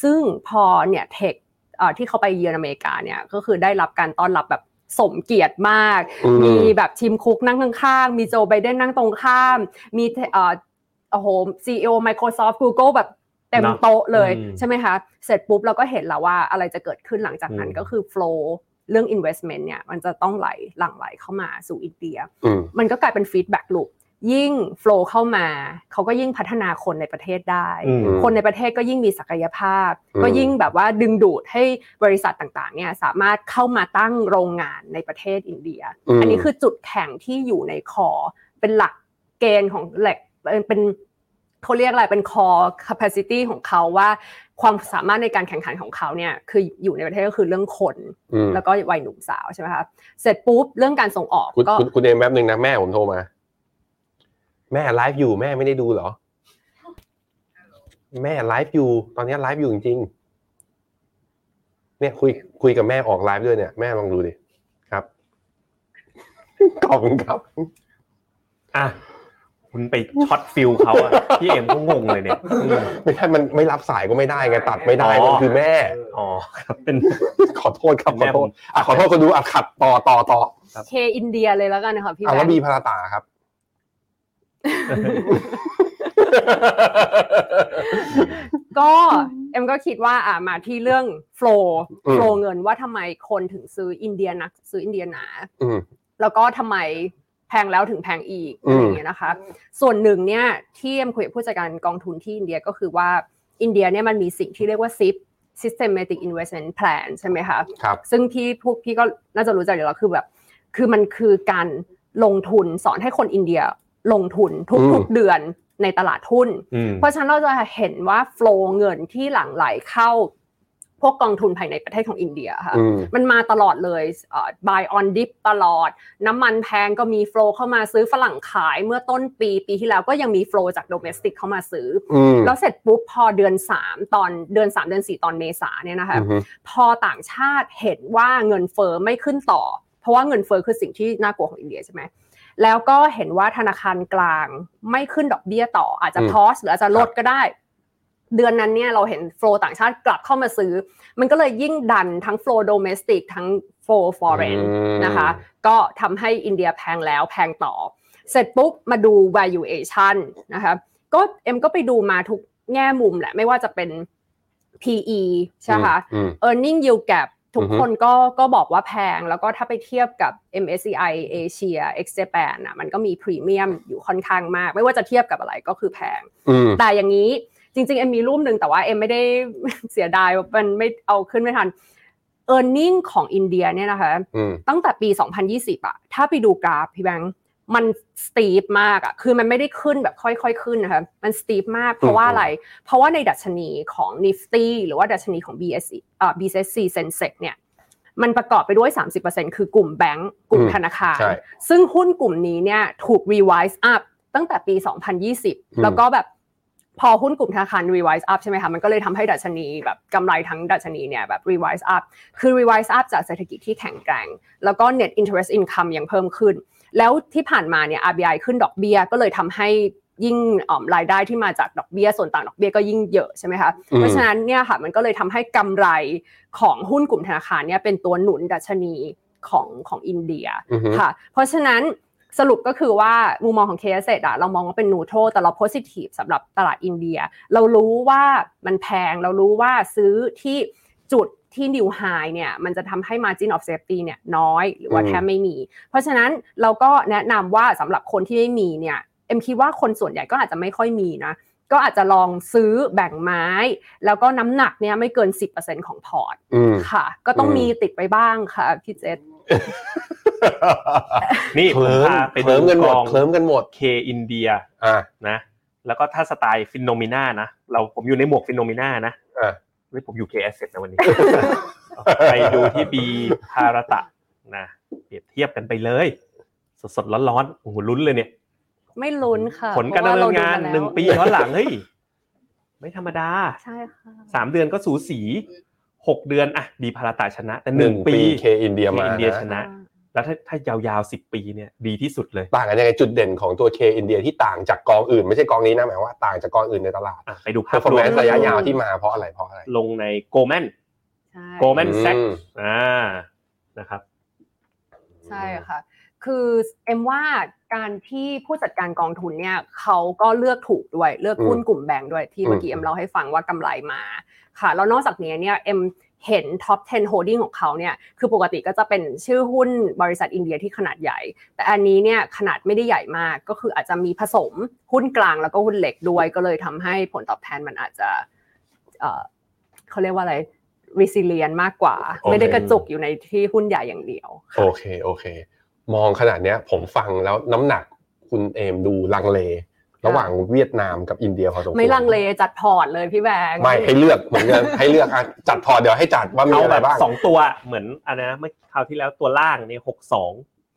ซึ่งพอเนี่ยเทคเอ่อที่เขาไปเยือนอเมริกาเนี่ยก็คือได้รับการต้อนรับแบบสมเกียรติมาก อืม มีแบบทีมคุกนั่งข้างๆ มีโจไบเดนนั่งตรงข้าม มีเอ่อโอ้โห CEO Microsoft Google แบบเต็ม เนอะ โต๊ะเลย อืม ใช่ไหมคะ เสร็จปุ๊บเราก็เห็นแล้วว่าอะไรจะเกิดขึ้นหลังจากนั้น อืม ก็คือ flow เรื่อง investment เนี่ยมันจะต้องไหลหลั่งไหลเข้ามาสู่อินเดีย อืม มันก็กลายเป็นฟีดแบ็กลูปยิ่งโฟล์เข้ามา เขาก็ยิ่งพัฒนาคนในประเทศได้ อืม คนในประเทศก็ยิ่งมีศักยภาพ อืม ก็ยิ่งแบบว่าดึงดูดให้บริษัทต่างๆเนี่ยสามารถเข้ามาตั้งโรงงานในประเทศอินเดีย ม อันนี้คือจุดแข็งที่อยู่ในคอ เป็นหลักเกณฑ์ของแหลกเป็นเป็นเขาเรียกอะไรเป็นคอ capacity ของเขาว่า ความสามารถในการแข่งขันของเขาเนี่ยคืออยู่ในประเทศก็คือเรื่องคน อืม แล้วก็วัยหนุ่มสาวใช่ไหมคะเสร็จปุ๊บเรื่องการส่งออก คุณ ก็ คุณคุณเอมแป๊บนึงนะแม่ผมโทรมา แม่ไลฟ์อยู่แม่ไม่ได้ดูเหรอ แม่ไลฟ์อยู่ ตอนนี้ไลฟ์อยู่จริงๆเนี่ยคุยคุยกับแม่ออกไลฟ์ด้วยเนี่ยแม่ลองดูดิครับ ขอบคุณครับ อ่ะคุณไปช็อตฟิลเขาอะพี่เอ็มก็งงเลยเนี่ยอืม ไม่ใช่มันไม่รับสายก็ไม่ได้ไงตัดไม่ได้ อ๋อ มันคือแม่ อ๋อครับเป็น ขอโทษครับข แม่ อ ผ โทษ ม อ่ะขอโทษคนดูอ่ะขัดต่อต่อต่อ เคอินเดียเลยแล้วกันนะคะพี่ อ่ะ แบ แล้ว ง บี ค์ พาราตาครับ ก็เอ็มก็คิดว่าอ่ะมาที่เรื่องโฟล์ อืม โฟล์เงินว่าทำไมคนถึงซื้ออินเดียนักซื้ออินเดียหนา อืม แล้วก็ทำไมแพงแล้วถึงแพงอีก อืมอะไรอย่างเงี้ยนะคะ ส่วนหนึ่งเนี่ยที่เอ็มคุยกับผู้จัดการกองทุนที่อินเดียก็คือว่าอินเดียเนี่ยมันมีสิ่งที่เรียกว่า SIP systematic investment plan ใช่ไหมคะ ครับ ซึ่งพี่พวกพี่ก็น่าจะรู้จักอยู่แล้วคือแบบ คือมันคือการลงทุนสอนให้คนอินเดียลงทุน อื ทุ ม กๆเดือนในตลาดหุ้น อืม เพราะฉะนั้นเราจะเห็นว่าโฟลเงินที่หลั่งไหลเข้า พวกกองทุนภายในประเทศของอินเดียค่ะ อืม มันมาตลอดเลยเอ่อ buy on dip ตลอด น้ำมันแพงก็มีโฟลเข้ามาซื้อฝรั่งขายเมื่อต้นปีปีที่แล้วก็ยังมีโฟลจาก domestic เข้ามาซื้อ อืม แล้วเสร็จปุ๊บพอเดือน 3 ตอนเดือน 3 เดือน 4 ตอนเมษาเนี่ยนะคะ อืม พอต่างชาติเห็นว่าเงินเฟอ้อไม่ขึ้นต่อ เพราะว่าเงินเฟอ้อคือสิ่งที่น่ากลัวของอินเดียใช่ไหมแล้วก็เห็นว่าธนาคารกลางไม่ขึ้นดอกเบี้ยต่อ อาจจะ อืม พอสหรืออาจจะลดก็ได้ เดือนนั้นเนี่ยเราเห็นโฟลต่างชาติกลับเข้ามาซื้อ มันก็เลยยิ่งดันทั้งโฟลโดเมสติกทั้งโฟลฟอเรน อืม นะคะก็ทำให้อินเดียแพงแล้วแพงต่อ เสร็จปุ๊บมาดู valuation นะคะ ก็เอ็มก็ไปดูมาทุกแง่มุมแหละ ไม่ว่าจะเป็น PE ใช่ไหมคะ อืม e a r n i n g yield gap ทุก อือฮึ คนก็ก็บอกว่าแพง แล้วก็ถ้าไปเทียบกับ MSCI Asia ex Japan อ่ะมันก็มีพรีเมียมอยู่ค่อนข้างมาก ไม่ว่าจะเทียบกับอะไรก็คือแพง อืม แต่อย่างนี้จริงๆ เอ็มมีรูปหนึ่งแต่ว่าเอ็มไม่ได้ เสียดายว่ามันไม่เอาขึ้นไม่ทัน e a r n i n g ของอินเดียเนี่ยนะคะ อืม ตั้งแต่ปี 2020อะถ้าไปดูกราฟพี่แบงค์มันสตีปมากอะคือมันไม่ได้ขึ้นแบบค่อยๆขึ้นนะคะมันสตีปมากเพราะว่า อืม อะไร เพราะว่าในดัชนีของ Nifty หรือว่าดัชนีของ BSE เอ่อ BSC Sensex เนี่ย มันประกอบไปด้วย 30%คือกลุ่มแบงก์กลุ่มธนาคาร ใช่ ซึ่งหุ้นกลุ่มนี้เนี่ยถูก revise up ตั้งแต่ปี 2020 แล้วก็แบบพอหุ้นกลุ่มธนาคาร revise up ใช่ไหมคะ มันก็เลยทำให้ดัชนีแบบกำไรทั้งดัชนีเนี่ยแบบ revise up คือ revise up จากเศรษฐกิจที่แข็งแกร่ง แล้วก็ net interest income ยังเพิ่มขึ้น แล้วที่ผ่านมาเนี่ย RBI ขึ้นดอกเบี้ยก็เลยทำให้ยิ่งอ่อมรายได้ที่มาจากดอกเบี้ยส่วนต่างดอกเบี้ยก็ยิ่งเยอะใช่ไหมคะ อืม เพราะฉะนั้นเนี่ยค่ะมันก็เลยทำให้กำไรของหุ้นกลุ่มธนาคารเนี่ยเป็นตัวหนุนดัชนีของของอินเดีย อืม ค่ะ เพราะฉะนั้นสรุปก็คือว่ามุมมองของเคสเซตอะเรามองว่าเป็นนูโตรแต่เราโพสิทีฟสำหรับตลาดอินเดีย เรารู้ว่ามันแพง เรารู้ว่าซื้อที่จุดที่นิวไฮเนี่ยมันจะทำให้ Margin of Safety เนี่ยน้อยหรือว่า อืม แทบไม่มี เพราะฉะนั้นเราก็แนะนำว่าสำหรับคนที่ไม่มีเนี่ยเอ็มคิดว่าคนส่วนใหญ่ก็อาจจะไม่ค่อยมีนะ ก็อาจจะลองซื้อแบ่งไม้ แล้วก็น้ำหนักเนี่ยไม่เกิน 10%ของพอร์ต อืม ค่ะ ก็ต้อง อืม มีติดไปบ้างค่ะพี่เจษ นี่ เค ผม ลิ้ม พาไป เคลิ้มกันหมด กอง เคลิ้มกันหมด K อินเดีย อ่ะ นะ แล้วก็ถ้าสไตล์ฟินโนมิน่านะ เราผมอยู่ในหมวกฟินโนมิน่านะ อ่ะ เฮ้ยผมอยู่ K Asset นะวันนี้ ไปดูที่ B พารตะนะเปรียบเทียบกันไปเลย สดๆร้อนๆโอ้โหลุ้นเลยเนี่ย ไม่ลุ้นค่ะ ผลการดำเนินงาน พะว่ หนึ่ง เดูมแล้ว ปีย้อนหลังเฮ้ย ไม่ธรรมดา ใช่ค่ะ สามเดือนก็สูสีหกเดือนอ่ะดีพาราตาชนะ แต่หนึ่งปี เคอินเดียมา อินเดียช นะ นะ แล้วถ้าถ้ายาวๆสิบปีเนี่ยดีที่สุดเลย ต่างกันยังไงจุดเด่นของตัวเคอินเดียที่ต่างจากกองอื่น ไม่ใช่กองนี้นะหมายว่าต่างจากกองอื่นในตลาด อ่ะไปดู เพื่ ภา อ พ ฟอร์ ร แม วม นระยะยาวที่มาเพราะอะไรเพราะอะไร ลงในโกลแมน ใช่ Goldman อืม Sachs อ่านะครับ ใช่ค่ะ คือเอ็มว่าการที่ผู้จัดการกองทุนเนี่ยเขาก็เลือกถูกด้วย เลือกหุ้น อืม กลุ่มแบงค์ด้วยที่เมื่อกี้ อืม เอ็มเล่าให้ฟังว่ากำไรมาค่ะ แล้วนอกจากนี้เนี่ยเอ็มเห็นท็อป 10 โฮลดิ้งของเขาเนี่ยคือปกติก็จะเป็นชื่อหุ้นบริษัทอินเดียที่ขนาดใหญ่ แต่อันนี้เนี่ยขนาดไม่ได้ใหญ่มากก็คืออาจจะมีผสมหุ้นกลางแล้วก็หุ้นเล็กด้วย ก็เลยทำให้ผลตอบแทนมันอาจจะเอ่อเขาเรียกว่าอะไร resilient มากกว่า ไม่ได้กระจุกอยู่ในที่หุ้นใหญ่อย่างเดียวค่ะ โอเคโอเค มองขนาดเนี้ยผมฟังแล้วน้ำหนักคุณเอมดูลังเล ระหว่างเวียดนามกับอินเดียพอสมควร ไม่ลังเลจัดพอร์ตเลยพี่แบงค์ ไม่ให้เลือกเหมือนกันให้เลือกอ่ะจัดพอเดี๋ยวให้จัดว่ามี เอา อะไร แบบ บ้าง สองตัวเหมือนอันนะเมื่อคราวที่แล้วตัวล่างในหกสอง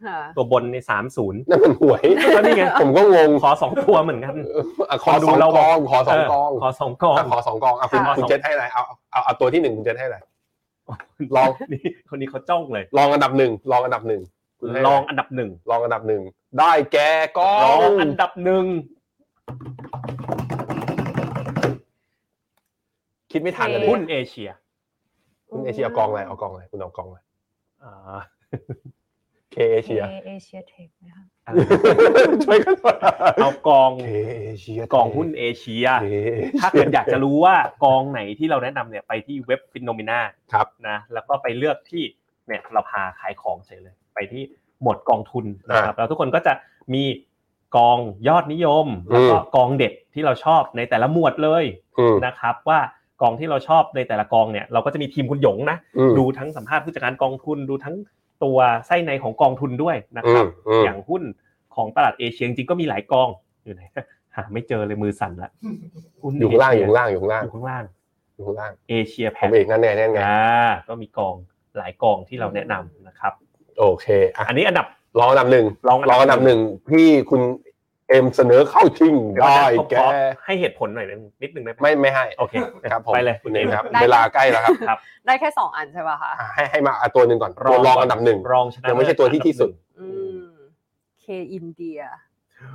ค่ะ ตัวบนในสามศูนย์ นั่นมันหวย ก็นี่ไง ผมก็งง ขอสองตัวเหมือนกัน อ่ะขอสอง เรา ก บอ อก งขอสองกอง เขอสองกอง อ่ะขอสองกองอ่ะคุณ ค่ะ คุณเจษให้อะไรเอาเอาเอาตัวที่หนึ่งคุณเจษให้อะไร ลอง นี่คนนี้เขาจ้องเลย ลองอันดับหนึ่งลองอันดับหนึ่งคุณให้ะไร ลองอันดับหนึ่ง ลองอันดับหนึ่งได้แกกอ ลอง งอันดับหนึ่ง คิดไม่ทัน เอ๊ะ อันเลย หุ้นเอเชีย คุณเอเชียเอากองอะไรเอากองอะไรคุณเอากองอะไร อ่า เคเอเชีย เอเชียเทคนะคะ อะไร ช่วยกันหน่อย เอากอง เคเอเชีย กองหุ้นเอเชีย เคเอเชีย ถ้าเกิดอยากจะรู้ว่ากองไหนที่เราแนะนำเนี่ยไปที่เว็บฟินโนมิน่า ครับ นะแล้วก็ไปเลือกที่เนี่ยเราพาขายของเฉยเลย ไปที่หมวดกองทุนนะครับแล้วทุกคนก็จะมีกองยอดนิยม แล้วก็กองเด็ดที่เราชอบในแต่ละหมวดเลย อืม นะครับว่ากองที่เราชอบในแต่ละกองเนี่ยเราก็จะมีทีมคุณหยงนะ อืม ดูทั้งสัมภาษณ์ผู้จัดการกองทุนดูทั้งตัวไส้ในของกองทุนด้วยนะ อื ครั ม บ อืม อย่างหุ้นของตลาดเอเชียจริงๆก็มีหลายกองอยู่ไหนหาไม่เจอเลยมือสั่นละหุ้น อยู่ข้างล่าง เ อยู่ข้างล่างอยู่ข้างล่าง อยู่ข้างล่าง อยู่ข้างล่าง เอเชีย ผ แพ็ มเองนั่นแน่แน่ไง อ่าก็มีกองหลายกองที่เราแนะนำนะครับ โอเคอ่ะ อันนี้อันดับ ลองอันดับหนึ่ง ลอง ลองอันดับหนึ่งที่คุณเอ็มเสนอเข้าชิง เยว ได้ นะผม แก ขอให้เหตุผลหน่อยนิดนึงได้ห ไม่ไม่ให้ โอเค ครับผม ไปเลย คุณเอ็มครับ ได้ เวลาใกล้แล้วครับ ครับ ได้แค่สองอันใช่ป่ะคะ อ่ะให้ให้มาเอาตัวหนึ่งก่อนตัวรองอันดับหนึ่ง รองชนะ ยังไม่ใช่ตัวที่ที่สุด อืมเคอินเดีย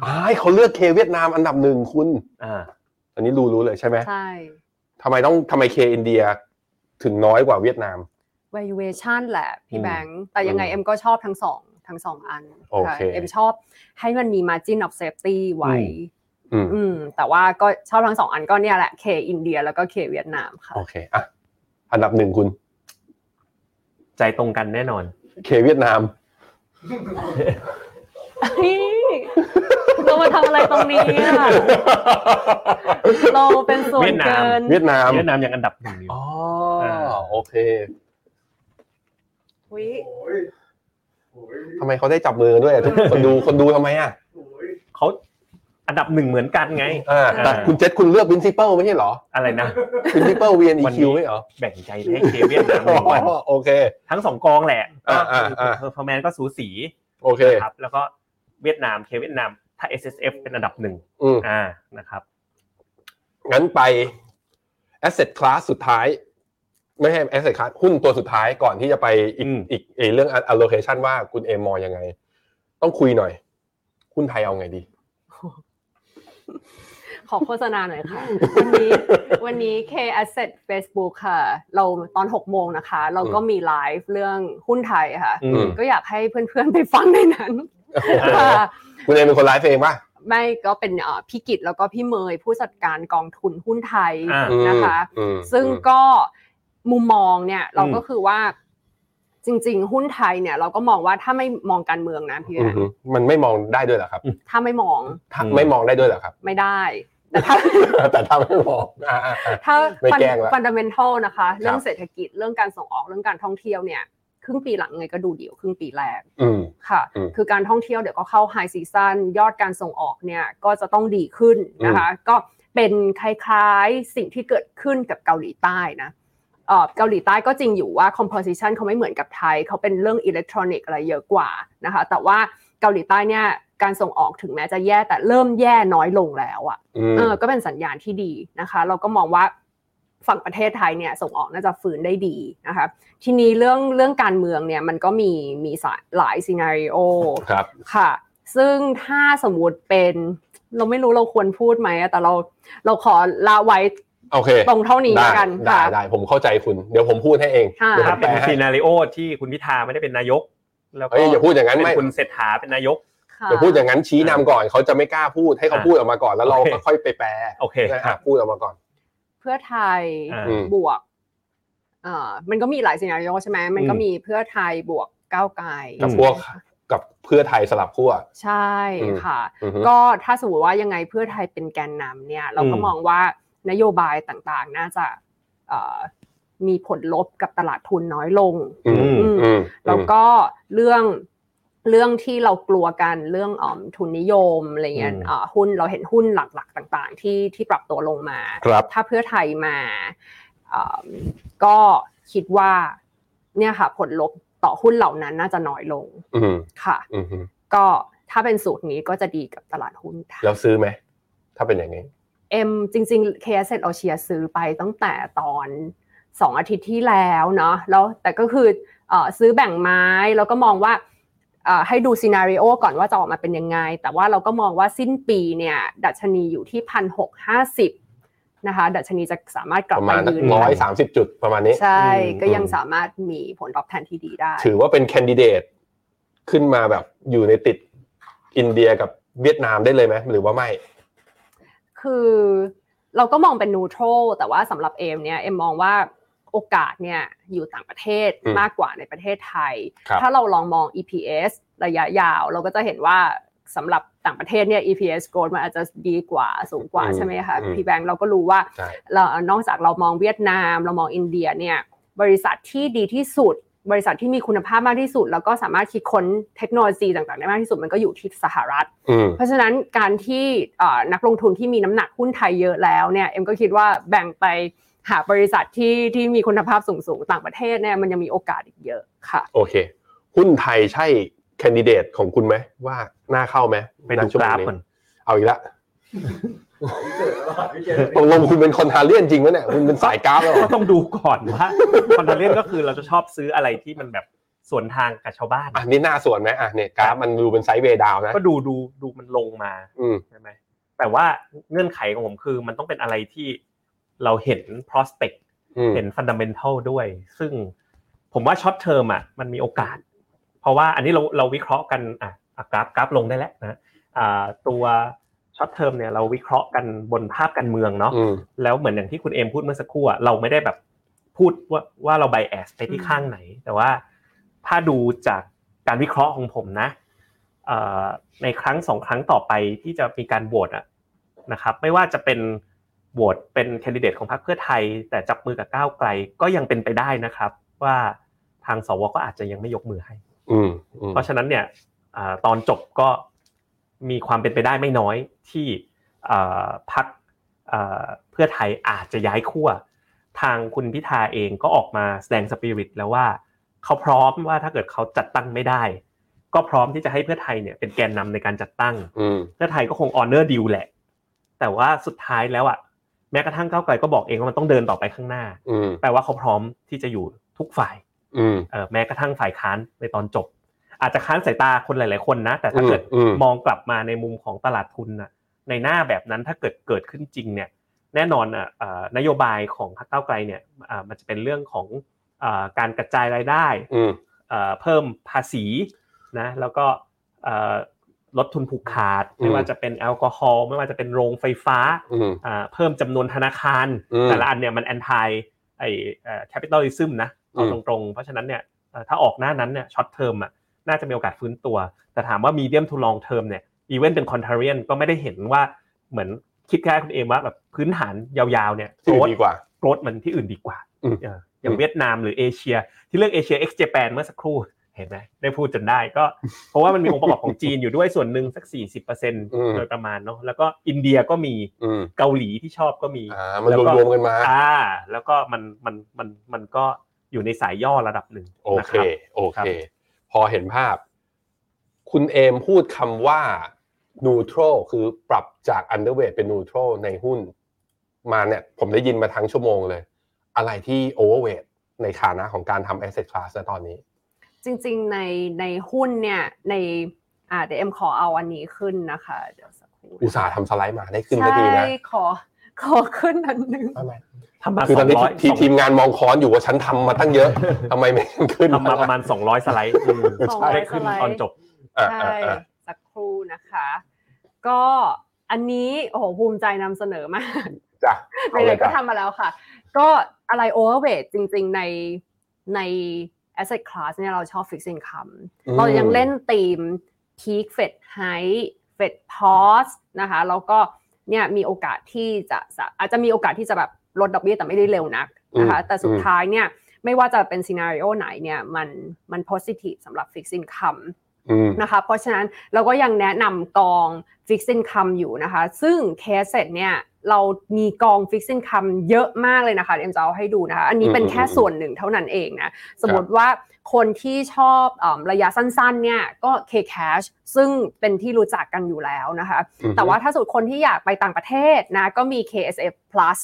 อ้ายเขาเลือกเคเวียดนามอันดับหนึ่งคุณ อ่า อันนี้รู้รู้เลยใช่ไหม ใช่ ทำไมต้องทำไมเคอินเดียถึงน้อยกว่าเวียดนาม valuation แหละพี่ อืม แบงค์แต่ยังไง อืม เอ็มก็ชอบทั้งสองทั้งสองอัน โอ ค่ะ เค เอ็มชอบให้มันมี margin of safety ไว้ อืม อืม แต่ว่าก็ชอบทั้งสองอันก็เนี่ยแหละเคอินเดียแล้วก็เคเวียดนามค่ะ โอเคอ่ะอันดับหนึ่งคุณ ใจตรงกันแน่นอน เคเวียดนาม นี่เรามาทำอะไรตรงนี้อะเราเป็นส่ว เวี น ยดนาม เกิน เวียดนาม เวียดนามยังอันดับหนึ่งอยู่ อ๋อ อ่า โอเค อุ๊ย โอ้ยโอ้ย ทำไมเขาได้จับมือกันด้วยอ่ะทุกคนดูคนดูทำไมอ่ะ โอ้ย เขาอันดับหนึ่งเหมือนกันไง อ่าแต่ อ่า คุณเจษคุณเลือก principle ไม่ใช่เหรอ อะไรนะ principle วัน VNEQ นี้ ไม่เหรอ แบ่งใจให้เคเวียดนามหนึ่งวัน อ๋อโอเค ทั้งสองกองแหละ อ่าอ่าอ่า เพอร์ฟอร์แมนก็สูสี โอเค ครับ แล้วก็เวียดนามเคเวียดนาม ถ้า SSF เป็นอันดับหนึ่ง อืม อ่านะครับ งั้นไป asset class สุดท้าย ไม่ใช่ asset class หุ้นตัวสุดท้ายก่อนที่จะไปอีก อืม อีกเอกเรื่อง allocation ว่าคุณเอมมองยังไง ต้องคุยหน่อยหุ้นไทยเอาไงดี ขอโฆษณาหน่อยค่ะ วันนี้วันนี้ K Asset Facebook ค่ะ เราตอน 6 โมงนะคะ เราก็มีไลฟ์เรื่องหุ้นไทยค่ะ อืม ก็อยากให้เพื่อนๆไปฟังในนั้นค่ะ คุณเอมเป็นคนไลฟ์เองป่ะ ไม่ก็เป็นเอ่อพี่กิตแล้วก็พี่เมยผู้จัดการกองทุนหุ้นไทย อ่า นะคะ อืม ซึ่ง อืม ก็มุมมองเนี่ยเราก็ อืม คือว่าจริง ๆ หุ้นไทยเนี่ย เราก็มองว่าถ้าไม่มองการเมืองนะพี่ อื แบ ม ง ฮึ ค์ มันไม่มองได้ด้วยเหรอครับ ถ้าไม่มอง ถ้า อืม ไม่มองได้ด้วยเหรอครับ ไม่ได้แต่ถ้า แต่ถ้าไม่มองอ่าอ่าอ่า ถ้า ไม่แกล้งละ ฟันดัมเบลทัลนะคะ เรื่อ ค ง รับ เศรษฐกิจเรื่องการส่งออกเรื่องการท่องเที่ยวเนี่ย ครึ่งปีหลังไงก็ดูเดี๋ยวครึ่งปีแรก อืม ค่ะ อืม คือการท่องเที่ยวเดี๋ยวก็เข้าไฮซีซันยอดการส่งออกเนี่ยก็จะต้องดีขึ้นนะคะ ก็เป็นคล้ายๆสิ่งที่เกิดขึ้นกับเกาหลีใต้นะเอ่อเกาหลีใต้ก็จริงอยู่ว่า composition เขาไม่เหมือนกับไทย เขาเป็นเรื่องอิเล็กทรอนิกส์อะไรเยอะกว่านะคะ แต่ว่าเกาหลีใต้เนี่ย การส่งออกถึงแม้จะแย่แต่เริ่มแย่น้อยลงแล้วอ่ะ อืม เออก็เป็นสัญญาณที่ดีนะคะ เราก็มองว่าฝั่งประเทศไทยเนี่ยส่งออกน่าจะฟื้นได้ดีนะคะทีนี้เรื่องเรื่องการเมืองเนี่ยมันก็มีมีสายหลายซีนารีโอ ครับ ค่ะ ซึ่งถ้าสมมติเป็นเราไม่รู้เราควรพูดไหมอะแต่เราเราขอละไว้ โอเค ตรงเท่านี้ ได้ ละกัน ได้ ค่ะ ได้ผมเข้าใจคุณ เดี๋ยวผมพูดให้เอง ค่ะ เดี๋ยวผ ถ้าม แปลเป็นซี ให้ นารีโอที่คุณพิธาไม่ได้เป็นนายก แล้วก็ เอ้ยอย่าพูดอย่างนั้น เป็ ไม่ คุณเศรษฐาเป็นนายก ค่ะ เดี๋ยวพูดอย่างนั้นชี้นำก่อนเขาจะไม่กล้าพูดให้เขา อ่ะ พูดออกมาก่อนแล้วเรา โอเค ก็ค่อยไปแปล โอเค นะ ครั ฮะ บ พูดออกมาก่อน เพื่อไทย อ่า อืม บวกเอ่อมันก็มีหลายซีนารีโอใช่ไหมมันก็ อืม มีเพื่อไทยบวกก้าวไกล กับพวกกับเพื่อไทยสลับขั้ว ใช่ อืม ค่ะ อือฮึ ก็ถ้าสมมติว่ายังไงเพื่อไทยเป็นแกนนำเนี่ยเราก็ อืม มองว่านโยบายต่างๆ น่าจะเอ่อมีผลลบกับตลาดทุนน้อยลง อืม อืม อืม แล้วก็เรื่องเรื่องที่เรากลัวกันเรื่องออมทุนนิยมอะไรเงี้ย อืม เอ่อหุ้นเราเห็นหุ้นหลักๆ ต่างๆ ที่ที่ปรับตัวลงมา ครับ ถ้าเพื่อไทยมาเอ่อก็คิดว่าเนี่ยค่ะผลลบต่อหุ้นเหล่านั้นน่าจะน้อยลง อืม ค่ะ อืมอืม ก็ถ้าเป็นสูตรนี้ก็จะดีกับตลาดหุ้นไทย แล้วซื้อไหมถ้าเป็นอย่างนี้ เอ็มจริงๆ KSN เอาเชียซื้อไปตั้งแต่ตอน 2 อาทิตย์ที่แล้วเนาะแล้วแต่ก็คือเอ่อซื้อแบ่งไม้แล้วก็มองว่าเอ่อให้ดูซีนารีโอก่อนว่าจะออกมาเป็นยังไง แต่ว่าเราก็มองว่าสิ้นปีเนี่ยดัชนีอยู่ที่พันหกห้าสิบนะคะดัชนีจะสามารถกลั ป บ ระ มา มาณ ยืน ร้อยสามสิบจุดประมาณนี้ ใช่ อืม ก็ยังสามารถมีผลตอบแทนที่ดีได้ ถือว่าเป็นแคนดิเดตขึ้นมาแบบอยู่ในติดอินเดียกับเวียดนามได้เลยไหมหรือว่าไม่ คือเราก็มองเป็นนูโตรแต่ว่าสำหรับเอมเนี่ยเอมมองว่าโอกาสเนี่ยอยู่ต่างประเทศ อืม มากกว่าในประเทศไทย ครับ ถ้าเราลองมอง EPS ระยะยาว เราก็จะเห็นว่าสำหรับต่างประเทศเนี่ย EPS growth มันอาจจะดีกว่าสูงกว่าใช่ไหมคะพี่แบงค์เราก็รู้ว่า ใช่ เรานอกจากเรามองเวียดนาม เรามองอินเดียเนี่ยบริษัทที่ดีที่สุด บริษัทที่มีคุณภาพมากที่สุด แล้วก็สามารถคิดค้นเทคโนโลยีต่างๆได้มากที่สุดมันก็อยู่ที่สหรัฐ อืม เพราะฉะนั้นการที่เอ่อนักลงทุนที่มีน้ำหนักหุ้นไทยเยอะแล้วเนี่ยเอ็มก็คิดว่าแบ่งไปหาบริษัทที่ที่มีคุณภาพสูงๆ ต่างประเทศเนี่ยมันยังมีโอกาสอีกเยอะค่ะ โอเค หุ้นไทยใช่แคนดิเดตของคุณไหม ว่าน่าเข้าไหม ไปดู ณช่ว ก ง ราฟ นี้ ก่อน เอาอีกละ พี่เจอตลอดพี่เจอตลอด ตกลงคุณเป็นคอนทราเลียนจริงไหมเนี่ยคุณเป็นสายกราฟแล้วเหร ก็ อ ต้องดูก่อนว่า คอนเทนเล่นก็คือเราจะชอบซื้ออะไรที่มันแบบสวนทางกับชาวบ้าน อ่ะนี่หน้าส่วนไหมอ่ะเนี่ยกราฟมันดูเป็นไซด์เวย์ดาวน์นะ ก็ดูดูดูมันลงมา อืม ใช่ไหมแต่ว่าเงื่อนไขของผมคือมันต้องเป็นอะไรที่เราเห็น prospect อืม เห็น fundamental ด้วย ซึ่งผมว่า short term อ่ะมันมีโอกาส เพราะว่าอันนี้เราเราวิเคราะห์กันอ่ะอ่ะกราฟกราฟลงได้แล้วนะอ่าตัว short term เนี่ยเราวิเคราะห์กันบนภาพการเมืองเนาะ อืม แล้วเหมือนอย่างที่คุณเอมพูดเมื่อสักครู่อะเราไม่ได้แบบพูดว่าว่าเราไบแอสไปที่ข้างไหน แต่ว่าถ้าดูจากการวิเคราะห์ของผมนะเอ่อในครั้งสองครั้งต่อไปที่จะมีการโหวตอะนะครับ ไม่ว่าจะเป็นโหวตเป็นแคนดิเดตของพรรคเพื่อไทย แต่จับมือกับก้าวไกลก็ยังเป็นไปได้นะครับ ว่าทางสวก็อาจจะยังไม่ยกมือให้ อืมอืม เพราะฉะนั้นเนี่ยอ่าตอนจบก็มีความเป็นไปได้ไม่น้อยที่อ่าพักเพื่อไทยอาจจะย้ายขั้วทางคุณพิธาเองก็ออกมาแสดงสปิริตแล้วว่าเขาพร้อมว่าถ้าเกิดเขาจัดตั้งไม่ได้ ก็พร้อมที่จะให้เพื่อไทยเนี่ยเป็นแกนนำในการจัดตั้ง อืม เพื่อไทยก็คงออเนอร์ดิวแหละ แต่ว่าสุดท้ายแล้วอ่ะแม้กระทั่งก้าวไกลก็บอกเองว่ามันต้องเดินต่อไปข้างหน้า อืม แปลว่าเขาพร้อมที่จะอยู่ทุกฝ่าย อืม เอ่อแม้กระทั่งฝ่ายค้านในตอนจบ อาจจะค้านสายตาคนหลาย ๆ คนนะ แต่ถ้าเกิด อืมอืม มองกลับมาในมุมของตลาดทุนนะในหน้าแบบนั้นถ้าเกิดเกิดขึ้นจริงเนี่ยแน่นอนอ่ะเอ่อนโยบายของพรรคก้าวไกลเนี่ยอ่ามันจะเป็นเรื่องของอ่าการกระจายรายได้ อืม เอ่อเพิ่มภาษีนะแล้วก็เอ่อลดทุนผูกขาด อื ไม่ ม ว่าจะเป็นแอลกอฮอล์ไม่ว่าจะเป็นโรงไฟฟ้า อืม อ่าเพิ่มจำนวนธนาคาร อืม แต่ละอันเนี่ยมันแอนทายไอแคปิตอลิซึมนะเอา อื ต ม รงๆ เพราะฉะนั้นเนี่ยเอ่อถ้าออกหน้านั้นเนี่ยช็อตเทอมอ่ะน่าจะมีโอกาสฟื้นตัว แต่ถามว่ามีเดียมทูลองเทอมเนี่ยอีเวนต์เป็นคอนเทเรียนก็ไม่ได้เห็นว่าเหมือนคิดแค่คุณเอมว่าแบบพื้นฐานยาวๆเนี่ย ที่ โกร อื่นดดีกว่า โกรดมันที่อื่นดีกว่า อืม เอออย่างเวียดนามหรือเอเชีย ที่เรื่องเอเชียเอ็กซ์เจแปนเมื่อสักครู่เห็นไหมได้พูดจนได้ก็ เพราะว่ามันมีองค์ประกอบของจีนอยู่ด้วยส่วนหนึ่งสัก ม 40%โดยประมาณเนาะแล้วก็อินเดียก็มี อืม เกาหลีที่ชอบก็มี อ่า มันรวมรวมๆกันมา อ่า แล้วก็มันมันมันมันก็อยู่ในสายย่อระดับหนึ่ง โอ นะ เค รับ โอ ครั เค บ พอเห็นภาพ คุณเอมพูดคำว่า neutral คือปรับจาก underweight เป็น neutral ในหุ้น มาเนี่ยผมได้ยินมาทั้งชั่วโมงเลย อะไรที่ overweight ในฐานะของการทำ asset class นะตอนนี้ จริงๆ ในในหุ้นเนี่ยในอ่าเดี๋ยวเอ็มขอเอาอันนี้ขึ้นนะคะเดี๋ยวสักครู่ อุตสาห์ทำสไลด์มาได้ขึ้นก็ดีนะ ใช่ขอขอขึ้นอันหนึง ไม่เป็นไร ทำมา คือ ส ตออน ง นี้ ร้อย ทีทีมงานมองค้อนอยู่ว่าฉันทำมาตั้งเย อะทำไมไม่ขึ้น ทำมาประมาณสองร้อยสไลด์อืม สองร้อย ได้ขึ้น สไลด์ ตอนจบ อ่ะ ใช่ อ่ะอ่ะ สักครู่นะคะ ก็อันนี้โอ้โหภูมิใจนำเสนอมาก จ้ะ ไหนๆก็ทำมาแล้วค่ะ ก็อะไร overweight จริงๆ ในใน asset class เนี่ยเราชอบ fixed income อืม เรายังเล่นธีม peak Fed high Fed pause นะคะแล้วก็เนี่ยมีโอกาสที่จะสะอาจจะมีโอกาสที่จะแบบลดดอกเบี้ยแต่ไม่ได้เร็วนักนะคะ อืม แต่สุด อืม ท้ายเนี่ยไม่ว่าจะเป็นซีนารีโอไหนเนี่ยมันมัน positive สำหรับ fixed income อืม นะคะเพราะฉะนั้นเราก็ยังแนะนำกอง Fixed Income อยู่นะคะ ซึ่งเคสเสร็จเนี่ยเรามีกอง Fixed Income เยอะมากเลยนะคะเดี๋ยวเอ็มจะเอาให้ดูนะคะ อันนี้เป็น อืม แค่ อืม ส่วนหนึ่งเท่านั้นเองนะ สมมติว่าคนที่ชอบเอิ่มระยะสั้นๆเนี่ยก็ K-Cash ซึ่งเป็นที่รู้จักกันอยู่แล้วนะคะ อือฮึ แต่ว่าถ้าสูตรคนที่อยากไปต่างประเทศนะก็มี KSF Plus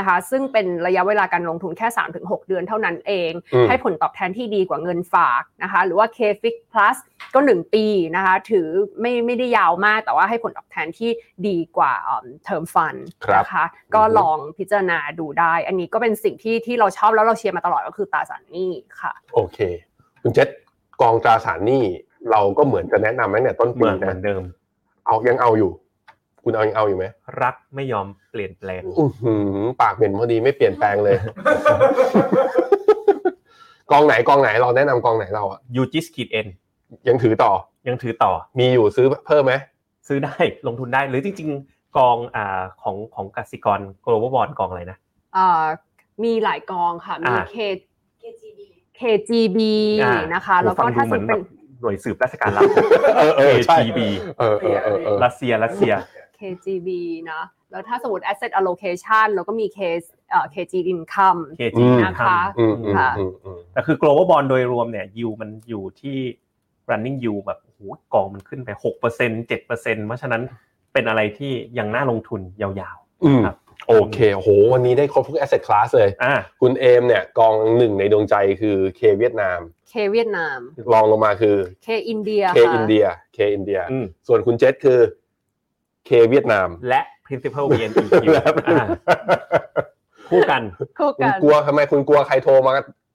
นะคะ ซึ่งเป็นระยะเวลาการลงทุนแค่ 3-6 เดือนเท่านั้นเอง อืม ให้ผลตอบแทนที่ดีกว่าเงินฝากนะคะ หรือว่า KFIX Plus ก็ 1 ปีนะคะ ถือไม่ไม่ได้ยาวมากแต่ว่าให้ผลตอบแทนที่ดีกว่าเทอมฟัน ครับ นะคะ ก็ อือฮึ ลองพิจารณาดูได้ อันนี้ก็เป็นสิ่งที่ที่เราชอบแล้วเราเชียร์มาตลอดก็คือตราสารหนี้ค่ะ โอเค คุณเจษกองตราสารหนี้เราก็เหมือนจะแนะนำตั้งแต่ต้น เห ปี มือนเหมื นะ อนเดิม เอายังเอาอยู่ คุณเอายังเอาอยู่ไหม รักไม่ยอมเปลี่ยนแปลง อือหือปากเหม็นพอดีไม่เปลี่ยนแปลงเลย กองไหนกองไหนเราแนะนำกองไหนเราอ่ะ ยูจิสกีดเอ็น ยังถือต่อ ยังถือต่อ มีอยู่ซื้อเพิ่มไหม ซื้อ ได้ ลงทุนได้หรือจริง ๆ กองอ่าของของกสิกร global bond กองอะไรนะ เอ่อมีหลายกองค่ะ มี อ่า K KGB อ่า นะคะ โอ้ แล้วก็ ฟังดู ถ้า เห ส มือมม น ติ แบ เป็ บ น หน่วยสืบราชการลับ เออเออใช่ KGB เออเออเออเออ รัสเซียรัสเซีย KGB นะ แล้วถ้าสมมติ asset allocation แล้วก็มี K เอ่อ KG income KG นะคะ อืมอืม ค่ะ อืมอืม แต่คือ global bond โดยรวมเนี่ยยูมันอยู่ที่ running yield แบบโอ้โหกองมันขึ้นไป 6% 7%เเพราะฉะนั้นเป็นอะไรที่ยังน่าลงทุนยาว อืมโอเคโอ้โหวันนี้ได้ครบทุก asset class เลย ๆอ่า คุณเอมเนี่ยกองหนึ่งในดวงใจคือเคเวียดนาม K เวียดนาม รองลงมาคือ K อินเดีย เค ค่ะ อินเดียเคอินเดีย อืม ส่วนคุณเจษคือเคเวียดนาม และ principal VNEQ อ่าคู่กัน คู่ คุ กั ณ น กลัวทำไมคุณกลัวใครโทรมา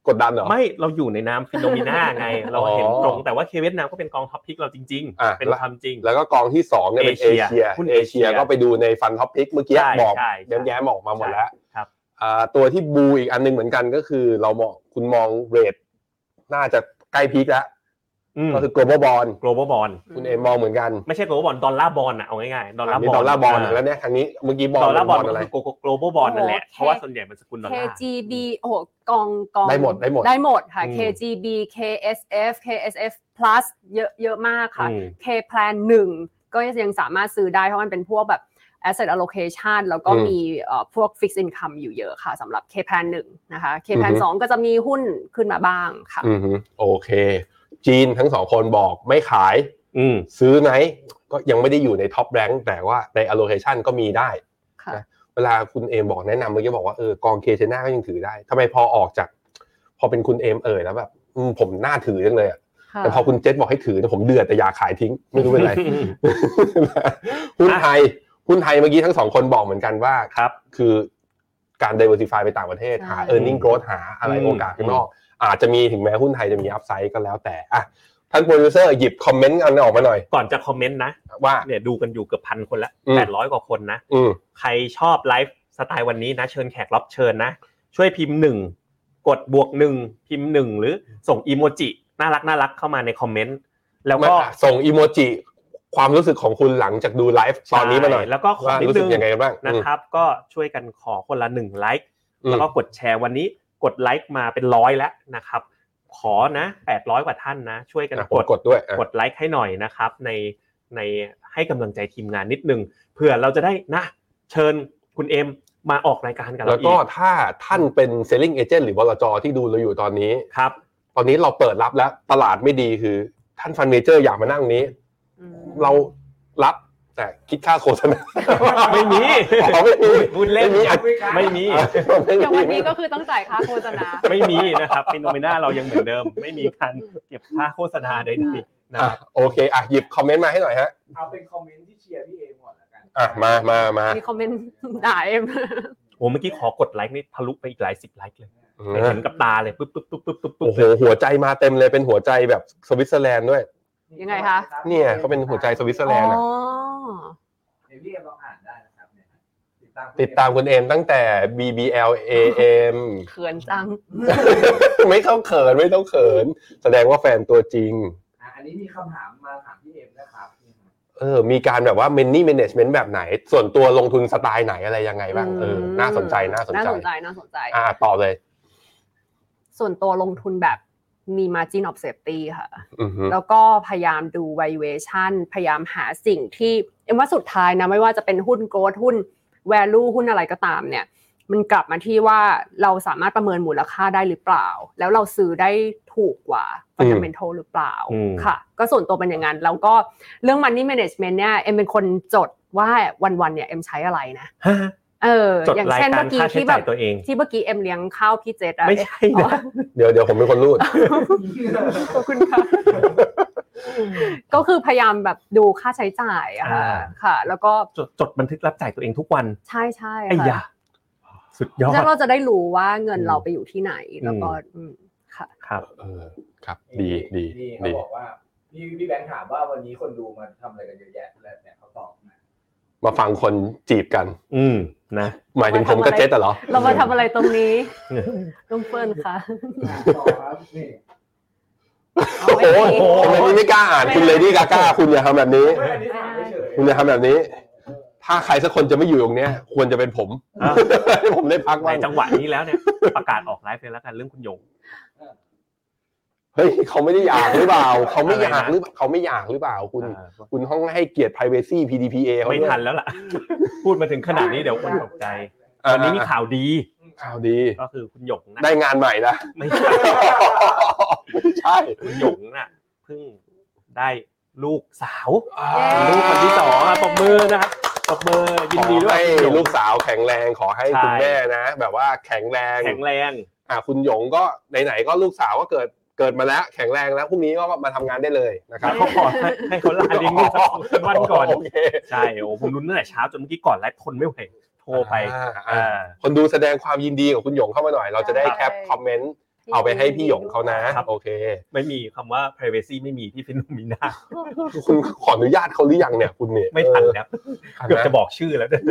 กดดันเหรอ ไม่เราอยู่ในน้ำฟิโนมิน่าไง เราเห็น อ๋อ ตรงแต่ว่าเคเวียดนามก็เป็นกองท็อปพิกเราจริง อ่ะ ๆ เป็นความจริง แล้วก็กองที่สองเนี่ยเป็นเอ เอเชีย เชีย หุ้น เอ เอเชี เชีย ย ก็ไปดูในฟันท็อปพิกเมื่อกี้ ใช่ บอก ใช่ใช่ แย้มๆออกมาหมดแล้ว ครับ อ่าตัวที่บูอีกอันหนึงเหมือนกันก็คือ เรามองคุณมองเรทน่าจะใกล้พีคแล้ว อืม ก็คือ global bond global bond คุณเอมมองเหมือนกัน ไม่ใช่ global bond ดอลลาร์บอลอะเอาง่ายๆ ดอลลาร์ มี บอล ดอลลาร์บอลแล้วเนี่ยทางนี้เมื่อกี้บอล ดอลลาร์บอล อะไร คือ global bond นั่นแหละ เพราะว่าส่วนใหญ่มันสกุลดอลลาร์ KGB โอ้โหกองกอง ได้หมดได้หมด ได้หมดค่ะ อืม KGB KSF KSF plus เยอะเยอะมากค่ะ อืม K plan หนึ่งก็ยังสามารถซื้อได้เพราะมันเป็นพวกแบบ asset allocation แล้วก็ อืม มีเอ่อพวก fixed income อยู่เยอะค่ะสำหรับ K plan หนึ่งนะคะ K อือ plan ฮึ สองก็จะมีหุ้นขึ้นมาบ้างค่ะ อือฮึโอเค จีนทั้งสองคนบอกไม่ขาย อืม ซื้อไหนก็ยังไม่ได้อยู่ในท็อปแรงแต่ว่าใน allocation ก็มีได้ ค่ะ เวลาคุณเอมบอกแนะนำเมื่อกี้บอกว่าเออกองเคเชน่าก็ยังถือได้ทำไมพอออกจาก พอเป็นคุณเอมเอ่ยแล้วแบบอืมผมน่าถือจังเลยอะแต่พอคุณเจษบอกให้ถือเนี่ยผมเดือดแต่อยากขายทิ้ง ไม่รู้เป็นไร หุ้นไทยหุ้นไทยเมื่อกี้ทั้งสองคนบอกเหมือนกันว่า ครับ คือการ diversify ไปต่างประเทศ ใช่ หา earning growth หาอะไร อืม โอกาสข้างนอก อาจจะมีถึงแม้หุ้นไทยจะมี upside ก็แล้วแต่อ่ะท่านโปรดิวเซอร์หยิบคอมเมนต์อันนั้นออกมาหน่อย ก่อนจะคอมเมนต์นะ ว่า เนี่ยดูกันอยู่เกือบพันคนละ อืม แปดร้อยกว่าคนนะ อืม ใครชอบไลฟ์สไตล์วันนี้นะ เชิญแขกรับเชิญนะ ช่วยพิมพ์หนึ่งกดบวกหนึ่งพิมพ์หนึ่งหรือส่งอีโมจิน่ารักน่ารักเข้ามาในคอมเมนต์แล้ว มา ก็ ส่งอีโมจิความรู้สึกของคุณหลังจากดูไลฟ์ตอนนี้มาหน่อย แล้วก็ขอ ว่า นิด รู้สึ นึ ก ง ยังไงบ้าง นะครับ ก็ช่วยกันขอคนละหนึ่งไลค์ อืม แล้วก็กดแชร์วันนี้กดไลค์มาเป็นร้อยแล้วนะครับ ขอนะ800กว่าท่านนะ ช่วยกัน อ่ะผ ก ม ด กดด้วยอ่ะ กดไลค์ให้หน่อยนะครับในในให้กำลังใจทีมงานนิดนึงเผื่อเราจะได้นะเชิญคุณเอ็มมาออกรายการกับ แล้ เรา ว อี ก็ ก ถ้าท่านเป็น selling agent หรือบลจที่ดูเราอยู่ตอนนี้ ครับ ตอนนี้เราเปิดรับแล้วตลาดไม่ดีคือ ท่านฟันเมเจอร์อยากมานั่งนี้ อืม เรารับแต่คิดค่าโฆษณา ไม่มี อ๋อไม่มี พูดเล่น ไม่มี ไม่มี อย่างวันนี้ก็คือต้องจ่ายค่าโฆษ ณา ไม่มีนะครับฟิโนเมนาเรายังเหมือนเดิม ไม่มีการเก็บค่าโฆษณาใดๆนะค อ่ะ รับ โอเคอ่ะหยิบคอมเมนต์มาให้หน่อยฮะ เอาเป็นคอมเมนต์ที่เชียร์พี่เอก่อนละกัน อ่ะมามามา มีคอมเมนต์ด่าเอ็ม โอ้เมื่อกี้ขอกดไลค์นี่ทะลุไปอีกหลายสิบไลค์เลย อื เห็ ม นกับตาเลยปุ๊บปุ๊บปุ๊บปุ๊บปุ๊บ โอ้โหหัวใจมาเต็มเลยเป็นหัวใจแบบสวิตเซอร์แลนด์ด้วย เนี่ยเขาเป็นหัวใจสวิตเซอร์แลนด์ อ๋อ เดี๋ยวพี่เอลองอ่านได้นะครับเนี่ยติดตาม ติดตามคุณเอมตั้งแต่ BBL AM เขินจัง ไม่ต้องเขินไม่ต้องเขิน แสดงว่าแฟนตัวจริง อ่ะอันนี้มีคำถามมาถามพี่เอมนะครับนี่ฮะ เออ มีการแบบว่า many management แบบไหน ส่วนตัวลงทุนสไตล์ไหนอะไรยังไงบ้าง เออ ม น่าสนใจ น่าสน น่า ใจ สนใจ น่าสนใจ อ่าตอบเลย ส่วนตัวลงทุนแบบมี margin of safety ค่ะ อือฮึ แล้วก็พยายามดู valuation พยายามหาสิ่งที่เอ็มว่าสุดท้ายนะ ไม่ว่าจะเป็นหุ้น growth หุ้น value หุ้นอะไรก็ตามเนี่ย มันกลับมาที่ว่าเราสามารถประเมินมูลค่าได้หรือเปล่า แล้วเราซื้อได้ถูกกว่า fundamental หรือเปล่า อืม ค่ะก็ส่วนตัวเป็นอย่างนั้น แล้วก็เรื่อง Money Management เนี่ยเอ็มเป็นคนจดว่าวันๆเนี่ยเอ็มใช้อะไรนะ เออ จด อย่าง ราย เช่น การเมื่อกี้ ค่าใช้ ที่แบ จ่าย บ ตัวเอง ที่เมื่อกี้เอ็มเลี้ยงข้าวพี่เจษอะ ไม่ใช่ อ๋อ นะ เดี๋ยวเดี๋ยวผมเป็นคน รูด ขอบคุณค่ะ ก็คือพยายามแบบดูค่าใช้จ่ายอะค่ะ อ่า ค่ะ แล้วก็ จดจดบันทึกรับจ่ายตัวเองทุกวัน ใช่ใช่ ไอ้ยา ค่ะ สุดยอด แล้วเราจะได้รู้ว่าเงิน อืม เราไปอยู่ที่ไหนแล้วก็ อืม อืมค่ะ ครับ เออ ครับ ดี ดี นี่เขา ดี บอกว่าพี่พี่แบงค์ถามว่าวันนี้คนดูมาทำอะไรกันเยอะแยะแล้วเนี่ยเขาตอบมา มาฟังคนจีบกัน อืมนะ หมายถึงผมกับเจ๊แต่เหรอ เรามาทำอะไรตรงนี้น้องเฟิร์นค่ะ ต่อครับนี่ เอา โอ้ ไม่ โห ดี ทำไมนี่ไม่กล้าอ่าน คุณเลดี้กาก้าคุณอย่าทำแบบนี้ ไม่อันนี้ถามเฉยๆ คุณอย่าทำแบบนี้ ถ้าใครสักคนจะไม่อยู่ตรงเนี้ย ควรจะเป็นผม อ่ะ ให้ผมได้พัก ใน บ้าง จังหวะนี้แล้วเนี่ย ประกาศออกไลฟ์เลยแล้วกันเรื่องคุณหยง เฮ้ยเขาไม่ได้อยากหรือเปล่า เขาไม่อยาก อะไรนะ หรือเปล่าเขาไม่อยากหรือเปล่า คุณ อ่า คุณห้องให้เกียรติ privacy PDPA เขา ไม่ ด้วย ทันแล้วล่ะ พูดมาถึงขนาดนี้เดี๋ยวคนตกใจ อ่ะ วันนี้มีข่าวดี ข่าวดี ก็คือคุณหยงนะ ได้งานใหม่ นะ ไม่ใช่ ไม่ใช่ คุณหยงน่ะเพิ่งได้ลูกสาว เย้ ลูกคนที่สองอ่ะปรบมือนะครับปรบมือยินดีด้วย ขอ คุณหย ให้ ง ลูกสาวแข็งแรงขอให้ ใช่ คุณแม่นะ แบบว่าแข็งแรง แข็งแรง อ่ะคุณหยงก็ไหนๆก็ลูกสาวก็เกิดเกิดมาแล้ว แข็งแรงแล้วพรุ่งนี้ก็มาทำงานได้เลยนะครับ เขาขอให้ให้เขาลาเลี้ยงลูกสักสองสามวันก่อน โเค ใช่โอ้ผมลุ้นตั้งแต่เช้าจนเมื่อกี้ก่อนไลฟ์ทนไม่ไหวโทรไป อ่า อ่า อ่า คนดูแสดงความยินดีกับคุณหยงเข้ามาหน่อย เราจะได้ ใช่ แคปคอมเมนต์เอาไปให้พี่หยงเขานะ ครับ โอเค ไม่มีคำว่า privacy ไม่มีที่ฟิโน มิน่า คุณ ขออนุญาตเขาหรือยังเนี่ยคุณเนี่ย ไม่ทันแล้วเกือบจะบอกชื่อแล้วเนี่ย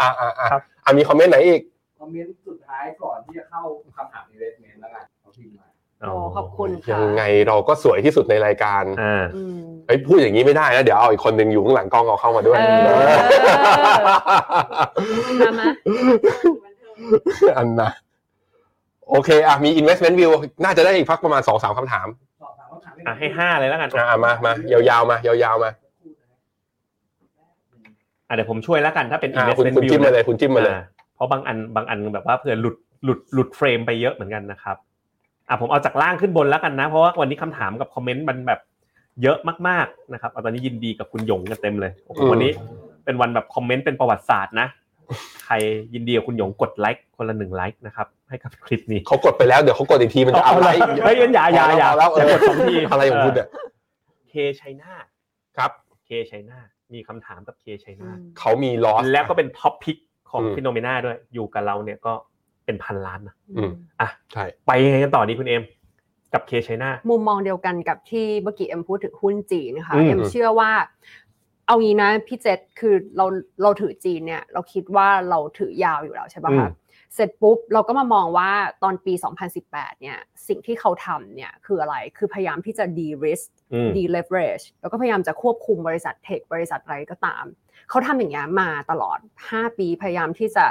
อ่าอ่าอ่า ครับ อ่ามีคอมเมนต์ไหนอีก คอมเมนต์สุดท้ายก่อนที่จะเข้าคำถามในเรสเมนแล้วกันเขาพิมพ์มา โอ้ขอบคุณค่ะ ยังไงเราก็สวยที่สุดในรายการ อ่า อืม เอ้ยพูดอย่างนี้ไม่ได้นะ เดี๋ยวเอาอีกคนหนึ่งอยู่ข้างหลังกล้องเอาเข้ามาด้วย เออ มามา อันนะโอเคอ่ะมี investment view น่าจะได้อีกพักประมาณสองสามคำถาม สอบถามคำถามได้ไม อ่ะให้ห้าเลยแล้วกัน อ่ะอ่ะมามายาวๆมายาวๆมา อ่ะเดี๋ยวผมช่วยแล้วกันถ้าเป็น อ่ะคุณ investment คุณ view จิ้มมาเลย นะ คุณจิ้มมาเลย อ่ะเพราะบางอันบางอันแบบว่าเผื่อหลุดหลุดหลุดเฟรมไปเยอะเหมือนกันนะครับอ่ะผมเอาจากล่างขึ้นบนแล้วกันนะ เพราะว่าวันนี้คำถามกับคอมเมนต์มันแบบเยอะมากๆนะครับเอาตอนนี้ยินดีกับคุณหยงกันเต็มเลยโอ้โห อืม วันนี้เป็นวันแบบคอมเมนต์เป็นประวัติศาสตร์นะ ใครยินดีกับคุณหยงกดไลค์คนละหนึ่งไลค์นะครับให้กับคลิปนี้ เขากดไปแล้วเดี๋ยวเขากดอีกทีมันจะเอาไลค์อีก เฮ้ยอย่าอย่าอย่า เแล้วเอย่อา อก ดสองที อะไรของคุณเนี่ย เคชัยนา ครับ เคชัยนามีคำถามกับเคชัย อื นา ม เขามี loss แล้วก็เป็นท็อปพิกของ อืม ฟิโนเมนาด้วย อยู่กับเราเนี่ยก็เป็นพันล้านนะ อืม ใช่ ไปยังไงกันต่อดีคุณเอม กับเคชัยนา มุมมองเดียวกันกับที่เมื่อกี้เอ็มพูดถึงหุ้นจีนค่ะ อืม เอ็มเชื่อว่า เอางี้นะพี่เจษคือเราเราถือจีนเนี่ย เราคิดว่าเราถือยาวอยู่แล้วใช่ปะคะ เสร็จปุ๊บเราก็มามองว่าตอนปี 2018 เนี่ยสิ่งที่เขาทำเนี่ยคืออะไรคือพยายามที่จะ de-risk อืม de-leverage แล้วก็พยายามจะควบคุมบริษัทเทคบริษัทอะไรก็ตาม เขาทำอย่างเงี้ยมาตลอด 5 ปีพยายามที่จะ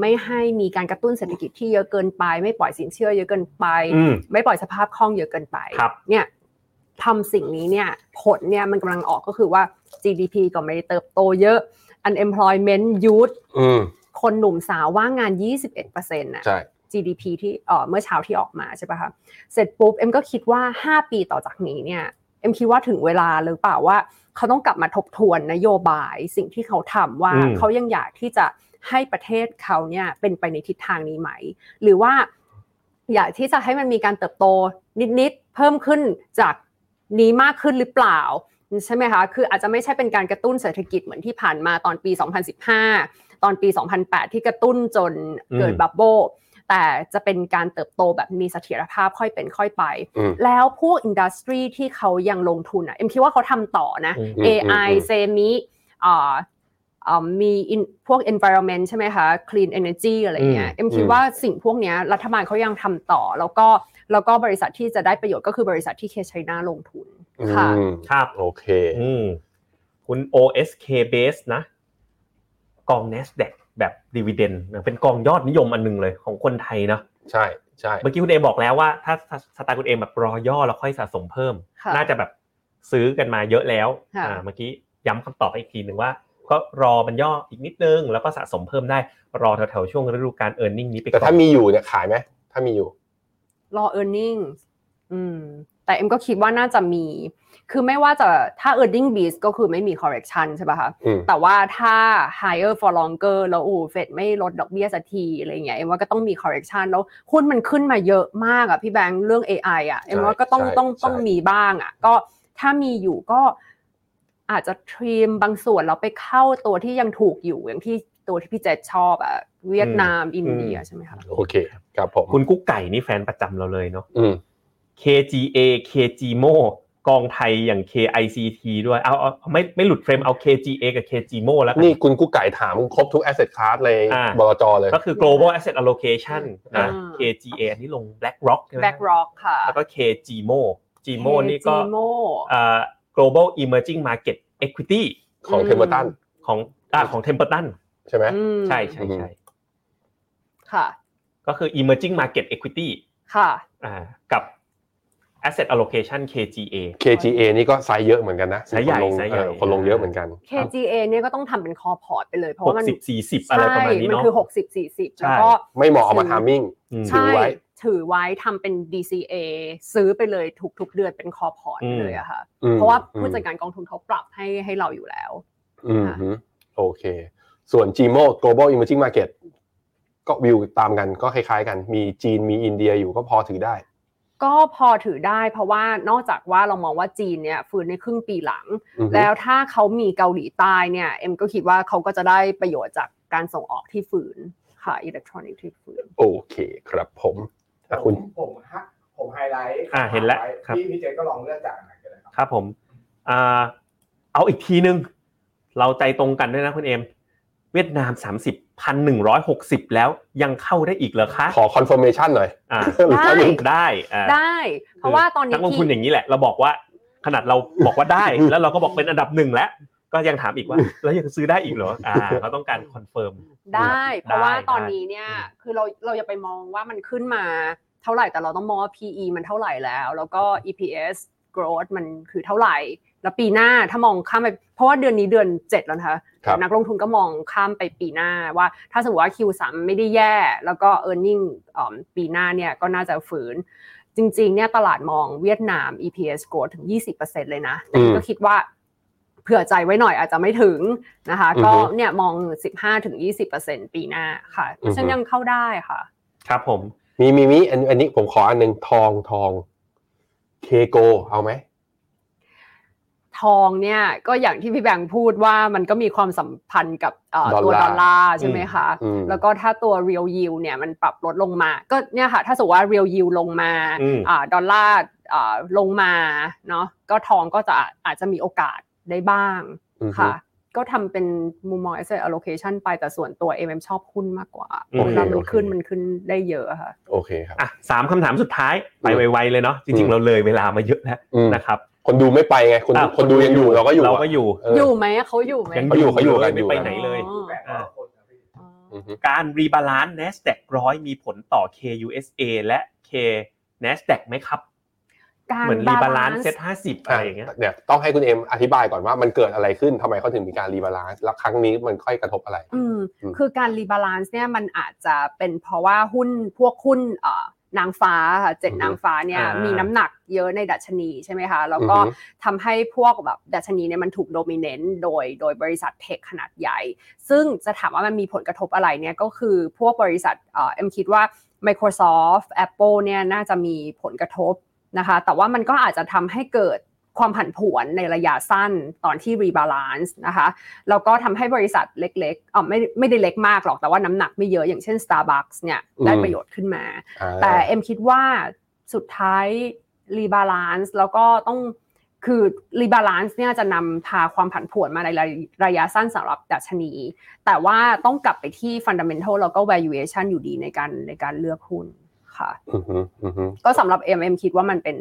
ไม่ให้มีการกระตุ้นเศรษฐกิจที่เยอะเกินไป ไม่ปล่อยสินเชื่อเยอะเกินไป อืม ไม่ปล่อยสภาพคล่องเยอะเกินไป ครับ เนี่ยทำสิ่งนี้เนี่ยผลเนี่ยมันกำลังออกก็คือว่า GDP ก็ไม่ได้เติบโตเยอะ unemployment youth อืม คนหนุ่มสาวว่างงาน 21%น่ะ ใช่ GDP ที่เอ่อเมื่อเช้าที่ออกมาใช่ปะคะ เสร็จปุ๊บเอ็มก็คิดว่า 5 ปีต่อจากนี้เนี่ย เอ็ม อ็มคิดว่าถึงเวลาหรือเปล่าว่าเขาต้องกลับมาทบทวนนโยบายสิ่งที่เขาทำว่า อืม เขายังอยากที่จะให้ประเทศเขาเนี่ยเป็นไปในทิศทางนี้ไหม หรือว่าอยากที่จะให้มันมีการเติบโตนิดๆเพิ่มขึ้นจากนี้มากขึ้นหรือเปล่า ใช่ไหมคะคืออาจจะไม่ใช่เป็นการกระตุ้นเศรษฐกิจเหมือนที่ผ่านมาตอนปี 2015 ตอนปี 2008 ที่กระตุ้นจนเกิด อืม บับเบิลแต่จะเป็นการเติบโตแบบมีเสถียรภาพค่อยเป็นค่อยไป อืม แล้วพวกอินดัสทรีที่เขายังลงทุนอ่ะเอ็มคิดว่าเขาทำต่อนะ อืม ม AI อืม เซมิอ่าอ่ามี in- พวก environment ใช่ไหมคะ clean energy อะไรเงี้ย อืม เอ็มคิด อืม ว่าสิ่งพวกเนี้ยรัฐบาลเขายังทำต่อ แล้วก็แล้วก็บริษัทที่จะได้ประโยชน์ก็คือบริษัทที่เคชัยนาลงทุนค่ะ อืม ครับ โอเค อืมคุณ OSK base นะ กอง NASDAQ แบบ dividend นะเป็นกองยอดนิยมอันหนึงเลยของคนไทยเนาะ ใช่ใช่ เมื่อกี้คุณเอบอกแล้วว่าถ้าสไตล์คุณเอแบบรอย่อแล้วค่อยสะสมเพิ่ม ค่ะ น่าจะแบบซื้อกันมาเยอะแล้ว ค่ะ อ่าเมื่อกี้ย้ำคำตอบไปอีกทีหนึ่งว่า ก็รอมันย่ออีกนิดนึง แล้วก็สะสมเพิ่มได้รอแถวๆช่วงฤดูการเอ r n i n g นี้ไปก่ แต่ อ ถ้าน มีอยู่เนี่ยขายไหมถ้ามีอยู่ รอ e a r n i n g อืม แต่เอ็มก็คิดว่าน่าจะมี คือไม่ว่าจะถ้า e a r n i n g b e a t ก็คือไม่มี correction ใช่ป่ะคะ อืม แต่ว่าถ้า higher for longer แล้วโอ้เฟดไม่ลดดอกเบี้ยสักทีอะไรเงี้ยเอ็มว่าก็ต้องมี correction แล้วหุ้นมันขึ้นมาเยอะมากอะพี่แบงค์เรื่อง AI อะเอ็มว่าก็ต้อง ใช่ ต้อง ใช่ ต้องมีบ้างอะก็ถ้ามีอยู่ก็อาจจะทรีมบางส่วนแล้วไปเข้าตัวที่ยังถูกอยู่อย่างที่ตัวที่พี่เจษชอบอะเวียดนามอินเดียใช่ไหมคะ โอเค ครับผม คุณกุ๊กไก่นี่แฟนประจำเราเลยเนาะ อืม KGA KGMO กองไทยอย่าง KICT ด้วยเอาเอาเอาไม่ไม่หลุดเฟรมเอา KGA กับ KGMO แล้วกัน นี่คุณกุ๊กไก่ถามครบทุก asset class เลย อ่า บลจเลย ก็คือ global asset allocation นะ อ่า KGA อันนี้ลง BlackRock ใช่ไหม แบ็กร็อกค่ะ แล้วก็ KGMO GMO นี่ก็ GMO เอ่อ global emerging market equity ของ อืม เทมเปอร์ตัน ของอ่าของ Templeton ใช่ไหม อืม ใช่ใช่ใช่ ค่ะ ก็คือ emerging market equity ค่ะ อ่ากับ asset allocation KGA KGA นี่ก็ไซส์เยอะเหมือนกันนะ ไซส์ใหญ่ คนลง ไซส์ใหญ่ เออคนลงเยอะเหมือนกัน KGA เนี่ยก็ต้องทำเป็นคอพอร์ตไปเลยเพราะ ห ว่าก มัน สิบสี่สิบอะไรประมาณนี้ ใช่ เนาะ คือ 60 40 ใช่ แล้วก็ ไม่เหมาะเอามาทามมิ่ง อืม ถื ใช่ อไว้ ถือไว้ทำเป็น DCA ซื้อไปเลยทุกๆเดือนเป็นคอพอร์ต อืมไปเลยอะค่ะ อืม เพราะว่า อืม ผู้จัดการกองทุนเขาปรับให้ให้เราอยู่แล้ว อืมฮึโอเค ส่วน GMO Global Emerging Market ก็วิวตามกันก็คล้ายๆกัน มีจีนมีอินเดียอยู่ก็พอถือได้ ก็พอถือได้เพราะว่านอกจากว่าเรามองว่าจีนเนี่ยฟื้นในครึ่งปีหลัง อือฮึ แล้วถ้าเขามีเกาหลีใต้เนี่ยเอ็มก็คิดว่าเขาก็จะได้ประโยชน์จากการส่งออกที่ฟื้นค่ะอิเล็กทรอนิกส์ที่ฟื้น โอเคครับผมอ่ะคุณ ผมฮะผมไฮไลท์ อ่าเห็นแล้ว ไ ครับ พี่พี่เจก็ลองเลือกจากอันไหนก็ได้ครับ ครับผมอ่าเอาอีกทีนึง เราใจตรงกันด้วยนะคุณเอม เวียดนาม 30 1,160 แล้วยังเข้าได้อีกเหรอคะ ขอ confirmation หน่อย อ่า ได้ ได้อ่า ได้ เพราะว่าตอนนี้ นักลง ที่ ทุนอย่างนี้แหละ เราบอกว่าขนาดเราบอกว่าได้ แล้วเราก็บอกเป็นอันดับหนึ่งแล้ว ก็ยังถามอีกว่า แล้วยังซื้อได้อีกเหรออ่า เขาต้องการคอนเฟิร์ม ได้เพราะว่า ได้ ตอนนี้เนี่ย ได้ คือเราเราอย่าไปมองว่ามันขึ้นมาเท่าไหร่แต่เราต้องมองว่า PE มันเท่าไหร่แล้ว แล้วก็ EPS growth มันคือเท่าไหร่ แล้วปีหน้าถ้ามองข้ามไปเพราะว่าเดือนนี้เดือน 7 แล้วนะคะ ครับ นักลงทุนก็มองข้ามไปปีหน้าว่า ถ้าสมมติว่า Q3 ไม่ได้แย่ แล้วก็ e a r n i n g ปีหน้าเนี่ยก็น่าจะฝืน จริงๆเนี่ยตลาดมองเวียดนาม EPS growth ถึง 20%เลยนะแต่ก็คิดว่าเผื่อใจไว้หน่อยอาจจะไม่ถึงนะคะ ก็ อือฮึ เนี่ยมอง 15-20%ปีหน้าค่ะ เพราะฉะ อื นั้อนฮึ ยังเข้าได้ค่ะ ครับผม มีมีมีอันอันนี้ผมขออันหนึ่งทองทองเคโกเอาไหม ทองเนี่ยก็อย่างที่พี่แบงค์พูดว่ามันก็มีความสัมพันธ์กับเอ่อ ดอลลาร์ ตัวดอลลาร์ใช่ไหมคะ อืม แล้วก็ถ้าตัว real yield เนี่ยมันปรับลดลงมา ก็เนี่ยค่ะ ถ้าสมมติว่า real yield ลงมา อืม อ่าดอลลาร์อ่าลงมาเนาะก็ทองก็จะอาจจะมีโอกาสได้บ้าง อือฮึ ค่ะ ก็ทำเป็นมุมมอง asset allocation ไปแต่ส่วนตัว MM ชอบหุ้นมากกว่า โอเค เวลามัน โอเค ขึ้นมันขึ้นได้เยอะค่ะ โอเคครับ อ่ะสามคำถามสุดท้ายไป อืม ไวๆเลยเนาะจริ อื ง ม ๆ เราเลยเวลามาเยอะแล้ว อืม นะครับ คนดูไม่ไปไง คน อ่ะ คนดูยังอยู่เราก็อยู่ เรา อะ ก็อยู่ เอออ อยู่ไหมอะเขาอยู่ไหม ยัง เขาอยู่เขาอยู่ เล กั ย นอไม่ยู่ ไป กัน ไหนเลย แปดร้อยคนนะพี่ อ๋อ อือฮึ การรีบาลานซ์ NASDAQ ร้อยมีผลต่อ KUSA และ K NASDAQ ไหมครับ การ เหมือนรีบาลานซ์ balance เซ็ตห้าสิบอะไรอย่างเงี้ย เดี๋ยวต้องให้คุณเอ็มอธิบายก่อนว่ามันเกิดอะไรขึ้นทำไมเขาถึงมีการรีบาลานซ์แล้วครั้งนี้มันค่อยกระทบอะไร อืม อืม คือการรีบาลานซ์เนี่ยมันอาจจะเป็นเพราะว่าหุ้นพวกหุ้นเอ่อ นางฟ้าค่ะเจ็ด อือฮึ นางฟ้าเนี่ย อ่ามี มีน้ำหนักเยอะในดัชนีใช่ไหมคะ แล้วก็ อือฮึ ทำให้พวกแบบดัชนีเนี่ยมันถูกโดมิเนนต์โดยโดยบริษัทเทคขนาดใหญ่ ซึ่งจะถามว่ามันมีผลกระทบอะไรเนี่ยก็คือพวกบริษัทเอ่อเอ็มคิดว่า Microsoft Apple เนี่ยน่าจะมีผลกระทบนะคะ แต่ว่ามันก็อาจจะทำให้เกิดความผันผวนในระยะสั้นตอนที่รีบาลานซ์นะคะ แล้วก็ทำให้บริษัทเล็กๆเอ่อไม่ไม่ได้เล็กมากหรอกแต่ว่าน้ำหนักไม่เยอะอย่างเช่น Starbucks เนี่ยได้ อืม ประโยชน์ขึ้นมา อ่า แต่เอ็มคิดว่าสุดท้ายรีบาลานซ์แล้วก็ต้องคือรีบาลานซ์เนี่ยจะนำพาความผันผวนมาในระระยะสั้นสำหรับดัชนี แต่ว่าต้องกลับไปที่ Fundamental แล้วก็ Valuation อยู่ดีในการในการเลือกหุ้นค่ะ อือฮึอือฮึ ก็สำหรับ m m คิดว่ามันเป็น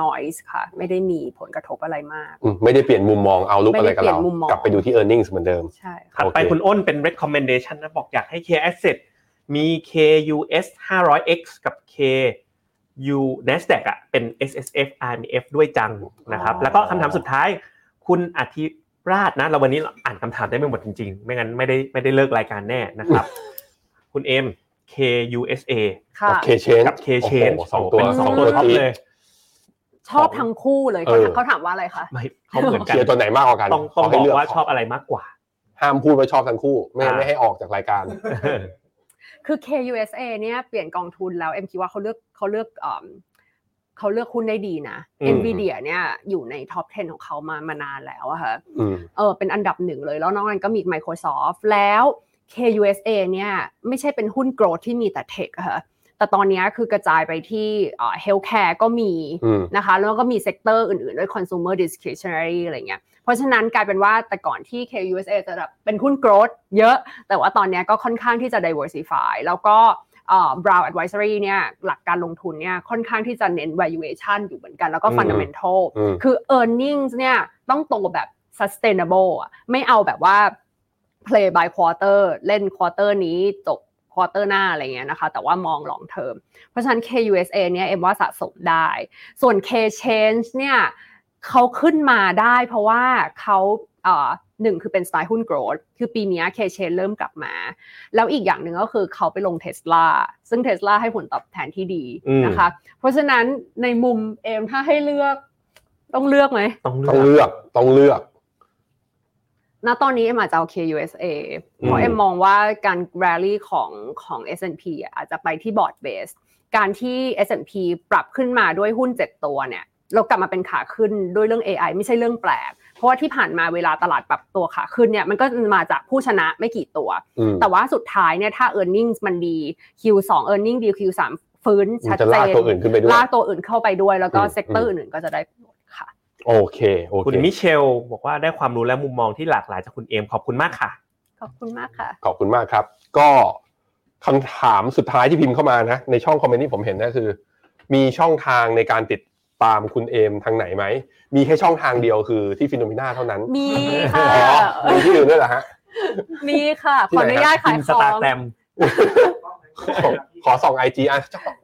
noise ค่ะ ไม่ได้มีผลกระทบอะไรมาก อืมไม่ได้เปลี่ยนมุมมองเอาลุก ไม่ อะ ได้ ไรกับเรา เปลี่ยนมุมมอง กลับไปดูที่ e a r n i n g ็เหมือนเดิม ใช่ค่ะ ถัดโอไปเค คุณอ้นเป็น recommendation นะ บอกอยากให้ K Asset มี KUS 500X กับ KU Nasdaq อ่ะเป็น SSF RMF ด้วยจังนะครับ แล้วก็คำถามสุดท้าย คุณอธิราชนะ เราวันนี้เราอ่านคำถามได้ไม่หมดจริงๆ ไม่งั้นไม่ได้ไม่ได้เลิกรายการแน่ นะครับ คุณเอ็ม KUSA ค่ะ กับ K change กับ K Change โอ้โหสองตัว เป็นสอง โอ้โห ตัวท็อป ที่ เลย ชอบทั้งคู่เลย เออ เขาถามว่าอะไรคะ ไม่เขาเหมือนกั เชี น ยร์ตัวไหนมากกว่ากัน ต้องต้อขงให้ บอก เลื ว่าชอบอะไรมากก ว่า ห้ามพูดว่าชอบทั้งคู่ ไม่งั้น อ่า ไม่ให้ออกจากราย การ คือ KUSA เนี่ยเปลี่ยนกองทุนแล้ว M คิดว่าเขาเลือกเขาเลือกเอิ่มเขาเลือกหุ้นได้ดีนะ อืม Nvidia เนี่ยอยู่ในท็อป 10 ของเขามามานานแล้วอะค่ะ อืม เออเป็นอันดับหนึ่งเลยแล้วนอกนั้นก็มี Microsoft แล้ว KUSA เนี่ยไม่ใช่เป็นหุ้นโกรดที่มีแต่เทคอะค่ะแต่ตอนเนี้ยคือกระจายไปที่เฮลท์แคร์ก็มี อืม นะคะแล้วก็มีเซกเตอร์อื่นๆ ด้วย consumer discretionary อะไรเงี้ยเพราะฉะนั้นกลายเป็นว่าแต่ก่อนที่ KUSA จะแบบเป็นหุ้นโกรดเยอะ แต่ว่าตอนเนี้ยก็ค่อนข้างที่จะ diversify แล้วก็เอ่อ Brown Advisory เนี่ยหลักการลงทุนเนี่ยค่อนข้างที่จะเน้น valuation อยู่เหมือนกันแล้วก็ อืม fundamental อืม คือ earnings เนี่ยต้องโตแบบ sustainable อะไม่เอาแบบว่า play by quarter เล่น quarter นี้จบ quarter หน้าอะไรเงี้ยนะคะ แต่ว่ามอง long term เพราะฉะนั้น KUSA เนี่ยเอ็มว่าสะสมได้ ส่วน K Change เนี่ยเขาขึ้นมาได้เพราะว่าเขาเอ่อหนึ่งคือเป็นสไตล์หุ้น growth คือปีเนี้ย K Change เริ่มกลับมา แล้วอีกอย่างหนึ่งก็คือเขาไปลงเทสลาซึ่งเทสลาให้ผลตอบแทนที่ดี อืม นะคะ เพราะฉะนั้นในมุมเอมถ้าให้เลือกต้องเลือกไหม ต้องเลื ต้อง อก เลือก ต้องเลือก ณตอนนี้เอ็มอาจจะเอา KUSA เพราะ อืม เอ็มมองว่าการ rally ของของ S&P อะอาจจะไปที่ board base การที่ S&P ปรับขึ้นมาด้วยหุ้น 7 ตัวเนี่ยเรากลับมาเป็นขาขึ้นด้วยเรื่อง AI ไม่ใช่เรื่องแปลก เพราะว่าที่ผ่านมาเวลาตลาดปรับตัวขาขึ้นเนี่ยมันก็มาจากผู้ชนะไม่กี่ตัว อืม แต่ว่าสุดท้ายเนี่ยถ้า e a r n i n g มันดี Q2 e a r n i n g ดี Q3 ฟื้น มั ชั น ด จะ เจ ลาก น ตัวอื่นขึ้นไปด้วย ลากตัวอื่นเข้าไปด้วยแล้วก็ อืม เซกเตอร์อื่นๆก็จะได้ประโยชน์ค่ะ โอเค โอ คุณ เค มิเชลบอกว่าได้ความรู้และมุมมองที่หลากหลายจากคุณเอมขอบคุณมากค่ะ ขอบคุณมากค่ะ ขอบคุณมากครับ ก็คำถามสุดท้ายที่พิมพ์เข้ามานะ ในช่องคอมเมนต์ที่ผมเห็นนะคือ มีช่องทางในการติดตามคุณเอมทางไหนไหม มีแค่ช่องทางเดียวคือที่ฟิโนมิน่าเท่านั้น มีค่ะ อ๋ อมีที่อื่นด้วยเหรอฮะ มีค่ะ ที่ ขอ ไหน อนุญาต ที ขาย ม ข ส อ ตาร์ ง แตม ขอขอส่องไอจีอ่ะ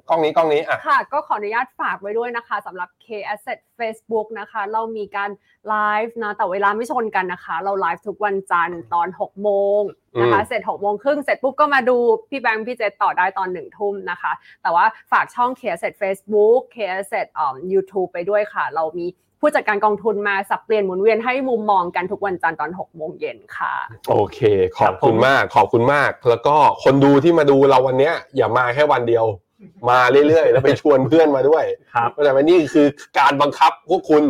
กล้องนี้กล้องนี้อ่ะ ค่ะ ก็ขออนุญาตฝากไว้ด้วยนะคะสำหรับ K Asset Facebook นะคะ เรามีการไลฟ์นะ แต่เวลาไม่ชนกันนะคะ เราไลฟ์ทุกวันจันทร์ตอน 6 โมงนะคะ อืม เสร็จ 6 โมงครึ่ง เสร็จปุ๊บก็มาดูพี่แบงค์พี่เจตต่อได้ตอน 1 ทุ่มนะคะ แต่ว่าฝากช่อง K Asset Facebook K Asset อ่อ YouTube ไปด้วยค่ะ เรามีผู้จัดการกองทุนมาสับเปลี่ยนหมุนเวียนให้มุมมองกันทุกวันจันทร์ตอน 6 โมงเย็นค่ะ โอเค ขอบ ครับผ คุณ ม มาก ขอบคุณมาก แล้วก็คนดูที่มาดูเราวันเนี้ย อย่ามาแค่วันเดียว มาเรื่อยๆ แล้วไปชวนเพื่อนมาด้วย ครับ เพราะฉะนั้นนี่คือการบังคับพวกคุณ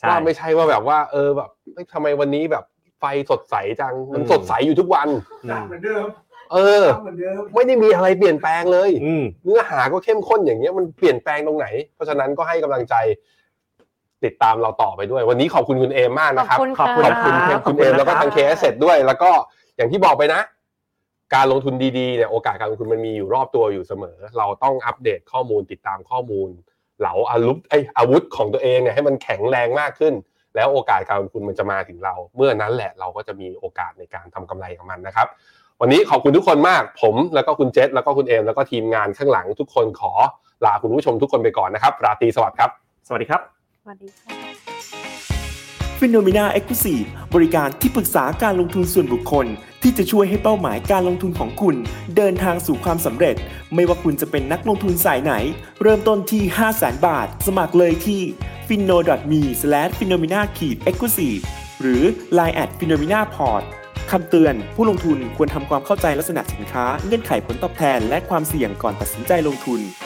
ใช่ ว่าไม่ใช่ว่าแบบว่า เออแบบเอ้ยทำไมวันนี้แบบไฟสดใสจังมันสดใสอยู่ทุกวัน อืม เหมือนเดิม เออ เหมือนเดิม ไม่ได้มีอะไรเปลี่ยนแปลงเลย อืม เนื้อหาก็เข้มข้นอย่างเงี้ยมันเปลี่ยนแปลงตรงไหน เพราะฉะนั้นก็ให้กำลังใจ ติดตามเราต่อไปด้วย วันนี้ขอบคุณคุณเอมมากนะครับ ขอบคุณ ข รั อบคุณ ะ เคน ข คุณอบคุ เอ ณ ม นะครับ แล้วก็ทางเคสเสร็จด้วย แล้วก็อย่างที่บอกไปนะ การลงทุนดีๆเนี่ยโอกาสการลงทุนมันมีอยู่รอบตัวอยู่เสมอ เราต้องอัปเดตข้อมูลติดตามข้อมูล เหลาอาวุธไอยอาวุธของตัวเองเนี่ยให้มันแข็งแรงมากขึ้น แล้วโอกาสการลงทุนมันจะมาถึงเรา เมื่อนั้นแหละเราก็จะมีโอกาสในการทำกำไรกับมันนะครับ วันนี้ขอบคุณทุกคนมาก ผมแล้วก็คุณเจษแล้วก็คุณเอมแล้วก็ทีมงานข้างหลังทุกคนขอลาคุณผู้ชมทุกคนไปก่อนนะครับราตรีสวัสดิ์ครับ สวัสดีครับ สวัสดีค่ะ h e n o m e n a e x c l u s i v e บริการที่ปรึกษาการลงทุนส่วนบุคคล ที่จะช่วยให้เป้าหมายการลงทุนของคุณ เดินทางสู่ความสำเร็จ ไม่ว่าคุณจะเป็นนักลงทุนสายไหน เริ่มต้นที่ 5 0 0 0 0 0 บาท สมัครเลยที่ f i n o m e p h e n o m e n a e x c l u s i v e หรือ line at p h e n o m e n a p o r t คำเตือน ผู้ลงทุนควรทำความเข้าใจลักษณะสินค้า เงื่อนไขผลตอบแทน และความเสี่ยงก่อนตัดสินใจลงทุน